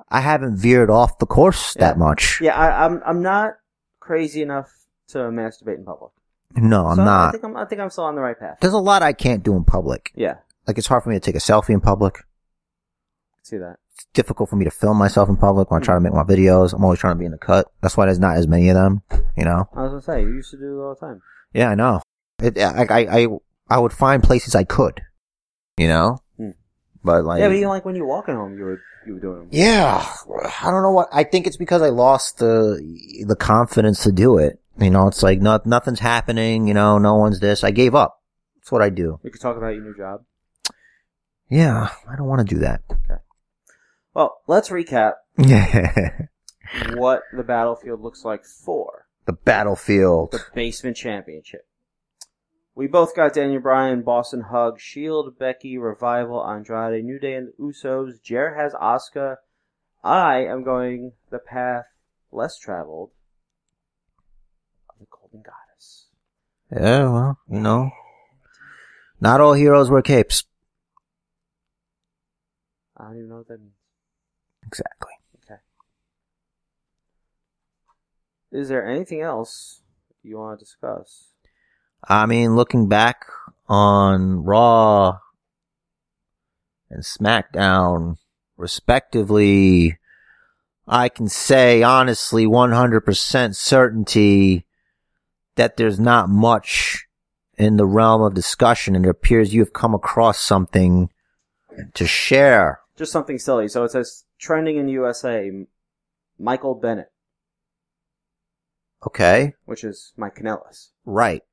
Speaker 1: I haven't veered off the course
Speaker 2: Yeah.
Speaker 1: that much.
Speaker 2: (laughs) Yeah, I, I'm I'm not crazy enough to masturbate in public.
Speaker 1: No, I'm
Speaker 2: So I
Speaker 1: not.
Speaker 2: think I'm I think I'm still on the right path.
Speaker 1: There's a lot I can't do in public.
Speaker 2: Yeah,
Speaker 1: Like it's hard for me to take a selfie in public.
Speaker 2: see that.
Speaker 1: It's difficult for me to film myself in public when I try to make my videos. I'm always trying to be in the cut. That's why there's not as many of them. You know.
Speaker 2: I was gonna say you used to do it all the time.
Speaker 1: Yeah, I know. It, I, I, I, I would find places I could, you know.
Speaker 2: Hmm.
Speaker 1: But like,
Speaker 2: yeah, but even like when you're walking home, you were you were doing them.
Speaker 1: yeah, I don't know what. I think it's because I lost the the confidence to do it. You know, it's like not nothing's happening. You know, no one's this. I gave up. That's what I do.
Speaker 2: We could talk about your new job.
Speaker 1: Yeah, I don't want to do that. (laughs)
Speaker 2: Well, let's recap
Speaker 1: the
Speaker 2: what the battlefield looks like for
Speaker 1: battlefield.
Speaker 2: the basement championship. We both got Daniel Bryan, Boston Hug, Shield, E Becky, Revival, Andrade, New Day, and the Usos. Jared has Asuka. I am going the path less traveled of the Golden Goddess.
Speaker 1: Yeah, well, you know, not all heroes wear capes.
Speaker 2: I don't even know what that means.
Speaker 1: Exactly.
Speaker 2: Is there anything else you want to discuss?
Speaker 1: I mean, looking back on Raw and SmackDown, respectively, I can say honestly 100% certainty that there's not much in the realm of discussion and it appears you have come across something to share.
Speaker 2: Just something silly. So it says trending in USA, M- Michael Bennett,
Speaker 1: Okay.
Speaker 2: which is Mike Kanellis.
Speaker 1: Right.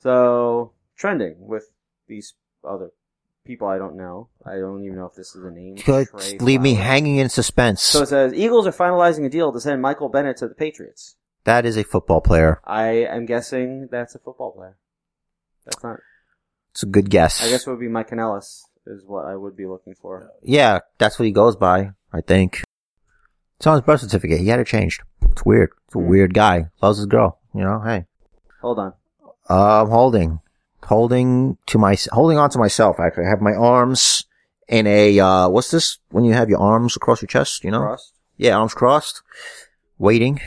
Speaker 2: So trending with these other people I don't know. I don't even know if this is a name.
Speaker 1: Good.
Speaker 2: Trey
Speaker 1: Leave me
Speaker 2: Flowers.
Speaker 1: hanging in suspense.
Speaker 2: So it says Eagles are finalizing a deal to send Michael Bennett to the Patriots.
Speaker 1: that is a football player.
Speaker 2: I am guessing that's a football player. That's not.
Speaker 1: It's a good guess.
Speaker 2: I guess it would be Mike Kanellis is what I would be looking for.
Speaker 1: Yeah, that's what he goes by, I think. It's on his birth certificate. He had it changed. It's weird. It's a
Speaker 2: Hmm.
Speaker 1: weird guy. Loves his girl. You know, hey.
Speaker 2: Hold on.
Speaker 1: Uh, I'm holding. Holding to my, holding on to myself, actually. I have my arms in a, uh, what's this? When you have your arms across your chest, you know?
Speaker 2: Crossed.
Speaker 1: Yeah, arms crossed. Waiting.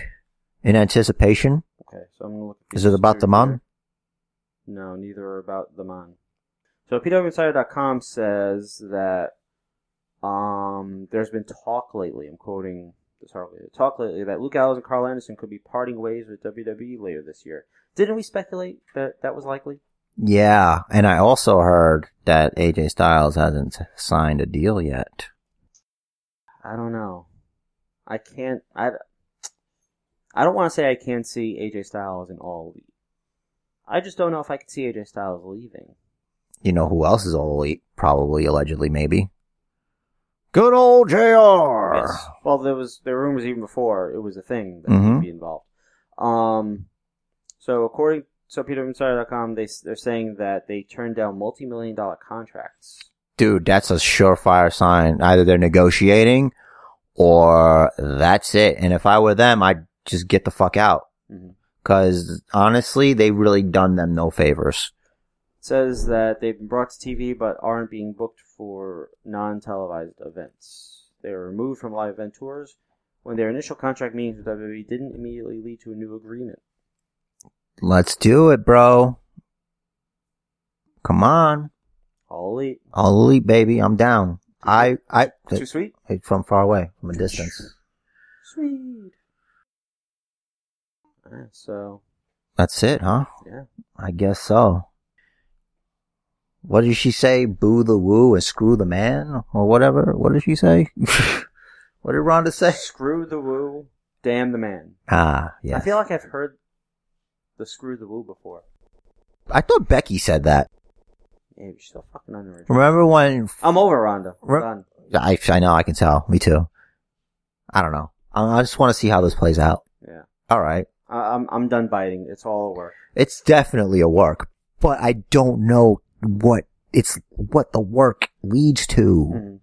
Speaker 1: In anticipation.
Speaker 2: Okay, so I'm gonna look. at
Speaker 1: Is
Speaker 2: these
Speaker 1: it about
Speaker 2: two
Speaker 1: the mom?
Speaker 2: here. No, neither are about the man. So PWInsider.com says that um, there's been talk lately. I'm quoting this article. here, Talk lately that Luke Gallows and Carl Anderson could be parting ways with WWE later this year. Didn't we speculate that that was likely?
Speaker 1: Yeah. And I also heard that AJ Styles hasn't signed a deal yet.
Speaker 2: I don't know. I can't. I. I don't want to say I can't see AJ Styles in all elite. I just don't know if I can see AJ Styles leaving.
Speaker 1: You know who else is all elite? Probably, allegedly, maybe. Good old JR.
Speaker 2: Yes. Well, there was there were rumors even before it was a thing that
Speaker 1: Mhm.
Speaker 2: he'd be involved. Um, so according so PeterInsider.com, they s- they're saying that they turned down multi million dollar contracts.
Speaker 1: Dude, that's a surefire sign. Either they're negotiating or that's it. And if I were them, I'd just get the fuck out.
Speaker 2: Mhm.
Speaker 1: Cause honestly, they really done them no favors.
Speaker 2: It says that they've been brought to TV but aren't being booked for non televised events. They were removed from live event tours when their initial contract meetings with WWE didn't immediately lead to a new agreement.
Speaker 1: Let's do it, bro. Come on.
Speaker 2: All elite.
Speaker 1: All elite, baby. I'm down. I, I,
Speaker 2: Too sweet.
Speaker 1: from far away, from a distance.
Speaker 2: Sweet. All right, so
Speaker 1: That's it, huh?
Speaker 2: yeah.
Speaker 1: I guess so. What did she say? Boo the woo and screw the man or whatever? What did she say? (laughs) what did Rhonda (laughs) say?
Speaker 2: Screw the woo, damn the man.
Speaker 1: Ah, yeah.
Speaker 2: I feel like I've heard the screw the woo before.
Speaker 1: I thought Becky said that.
Speaker 2: Maybe she's still fucking unoriginal.
Speaker 1: Remember when?
Speaker 2: I'm over Rhonda. I'm
Speaker 1: Re-
Speaker 2: done.
Speaker 1: I I know I can tell. Me too. I don't know. I, I just want to see how this plays out.
Speaker 2: Yeah,
Speaker 1: All right.
Speaker 2: I, I'm I'm done biting. It's all over.
Speaker 1: It's definitely a work, but I don't know what it's what the work leads to.
Speaker 2: Mhm.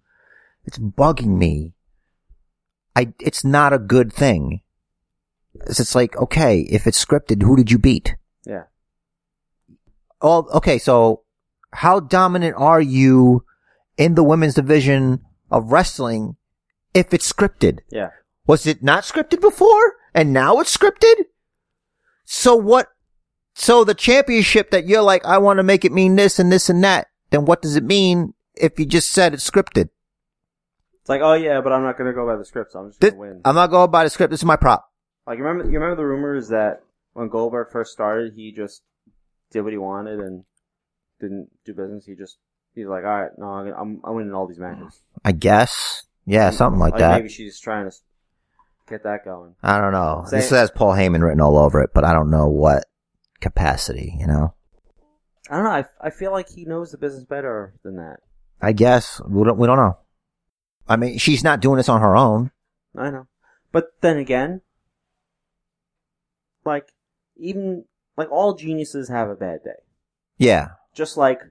Speaker 1: It's bugging me. I, it's not a good thing. It's, it's like, okay, if it's scripted, who did you beat?
Speaker 2: Yeah,
Speaker 1: Oh, okay, so how dominant are you in the women's division of wrestling if it's scripted.
Speaker 2: Yeah.
Speaker 1: Was it not scripted before? And now it's scripted? So what? So the championship that you're like, I want to make it mean this and this and that, then what does it mean if you just said it's scripted?
Speaker 2: It's like, oh yeah, but I'm not gonna go by the script, so I'm just
Speaker 1: Thi-
Speaker 2: gonna win.
Speaker 1: I'm not going by the script. This is my prop.
Speaker 2: like, you remember, you remember the rumors that when Goldberg first started, he just did what he wanted and didn't do business. He just he's like, all right, no, I'm gonna- I'm, I'm winning all these matches.
Speaker 1: I guess. Yeah, something like, that.
Speaker 2: Maybe she's trying to get that going.
Speaker 1: I don't know.
Speaker 2: Say-
Speaker 1: this has Paul Heyman written all over it, but I don't know what capacity, you know?
Speaker 2: I don't know. I, I feel like he knows the business better than that.
Speaker 1: I guess. We don't, we don't know. I mean, she's not doing this on her own.
Speaker 2: I know. But then again, like, even, like, all geniuses have a bad day.
Speaker 1: Yeah.
Speaker 2: Just like,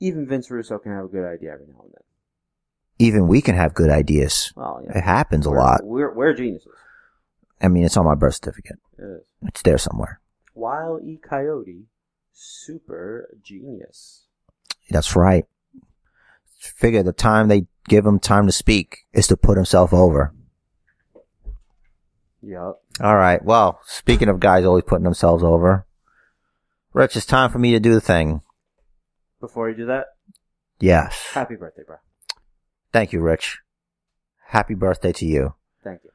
Speaker 2: even Vince Russo can have a good idea every now and then.
Speaker 1: Even we can have good ideas.
Speaker 2: Well, yeah.
Speaker 1: It happens a
Speaker 2: We're-
Speaker 1: lot.
Speaker 2: We're, we're geniuses.
Speaker 1: I mean, it's on my birth certificate.
Speaker 2: It is.
Speaker 1: It's there somewhere.
Speaker 2: While E. Coyote, super genius.
Speaker 1: That's right. Figure the time they give him time to speak is to put himself over.
Speaker 2: Yup.
Speaker 1: All right. Well, speaking of guys always putting themselves over, Rich, it's time for me to do the thing.
Speaker 2: Before you do that,
Speaker 1: Yes.
Speaker 2: happy birthday, bro.
Speaker 1: Thank you, Rich. Happy birthday to you.
Speaker 2: Thank you.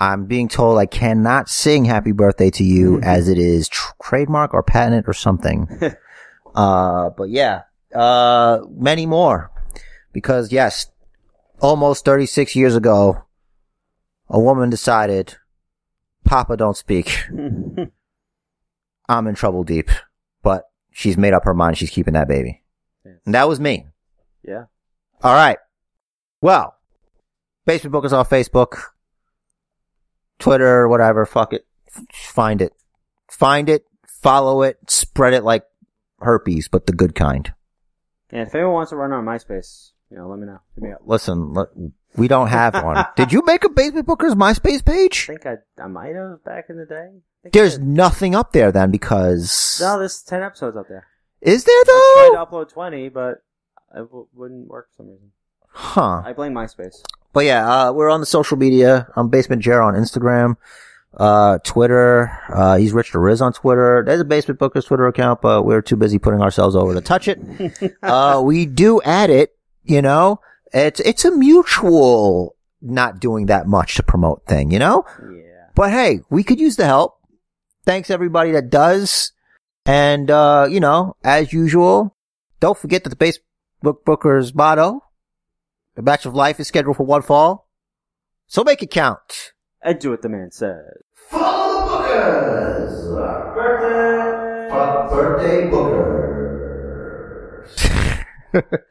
Speaker 1: I'm being told I cannot sing happy birthday to you as it is tr- trademark or patent or something. uh, but yeah, uh, many more because yes, almost 36 years ago, a woman decided, Papa don't speak. I'm in trouble deep, but she's made up her mind. She's keeping that baby. And that was me.
Speaker 2: (laughs) yeah.
Speaker 1: All right. Well, Basement Book is on Facebook, Twitter, whatever. Fuck it. Find it. Find it. Follow it. Spread it like herpes, but the good kind.
Speaker 2: And if anyone wants to run on MySpace, you know, let me know. Hit me up.
Speaker 1: Listen, le- we don't have
Speaker 2: (laughs)
Speaker 1: one. Did you make a Basement Booker's MySpace
Speaker 2: I
Speaker 1: page?
Speaker 2: think I, I might have back in the day. I think I
Speaker 1: There's
Speaker 2: did.
Speaker 1: nothing up there then because.
Speaker 2: no, there's ten episodes up there.
Speaker 1: Is there
Speaker 2: I tried
Speaker 1: though?
Speaker 2: to upload 20, but it w- wouldn't work for some reason.
Speaker 1: Huh.
Speaker 2: I blame MySpace.
Speaker 1: But yeah, uh, we're on the social media. I'm Basement Jer on Instagram, uh, Twitter. Uh, he's Rich the Riz on Twitter. There's a Basement Booker's Twitter account, but we're too busy putting ourselves over to touch it. uh, we do add it, you know. It's, it's a mutual not doing that much to promote thing, you know?
Speaker 2: Yeah.
Speaker 1: But hey, we could use the help. Thanks everybody that does. And, uh, you know, as usual, don't forget that the Facebook Booker's motto, the match of life is scheduled for one fall. So make it count.
Speaker 2: I do what the man says.
Speaker 1: Birthday Booker.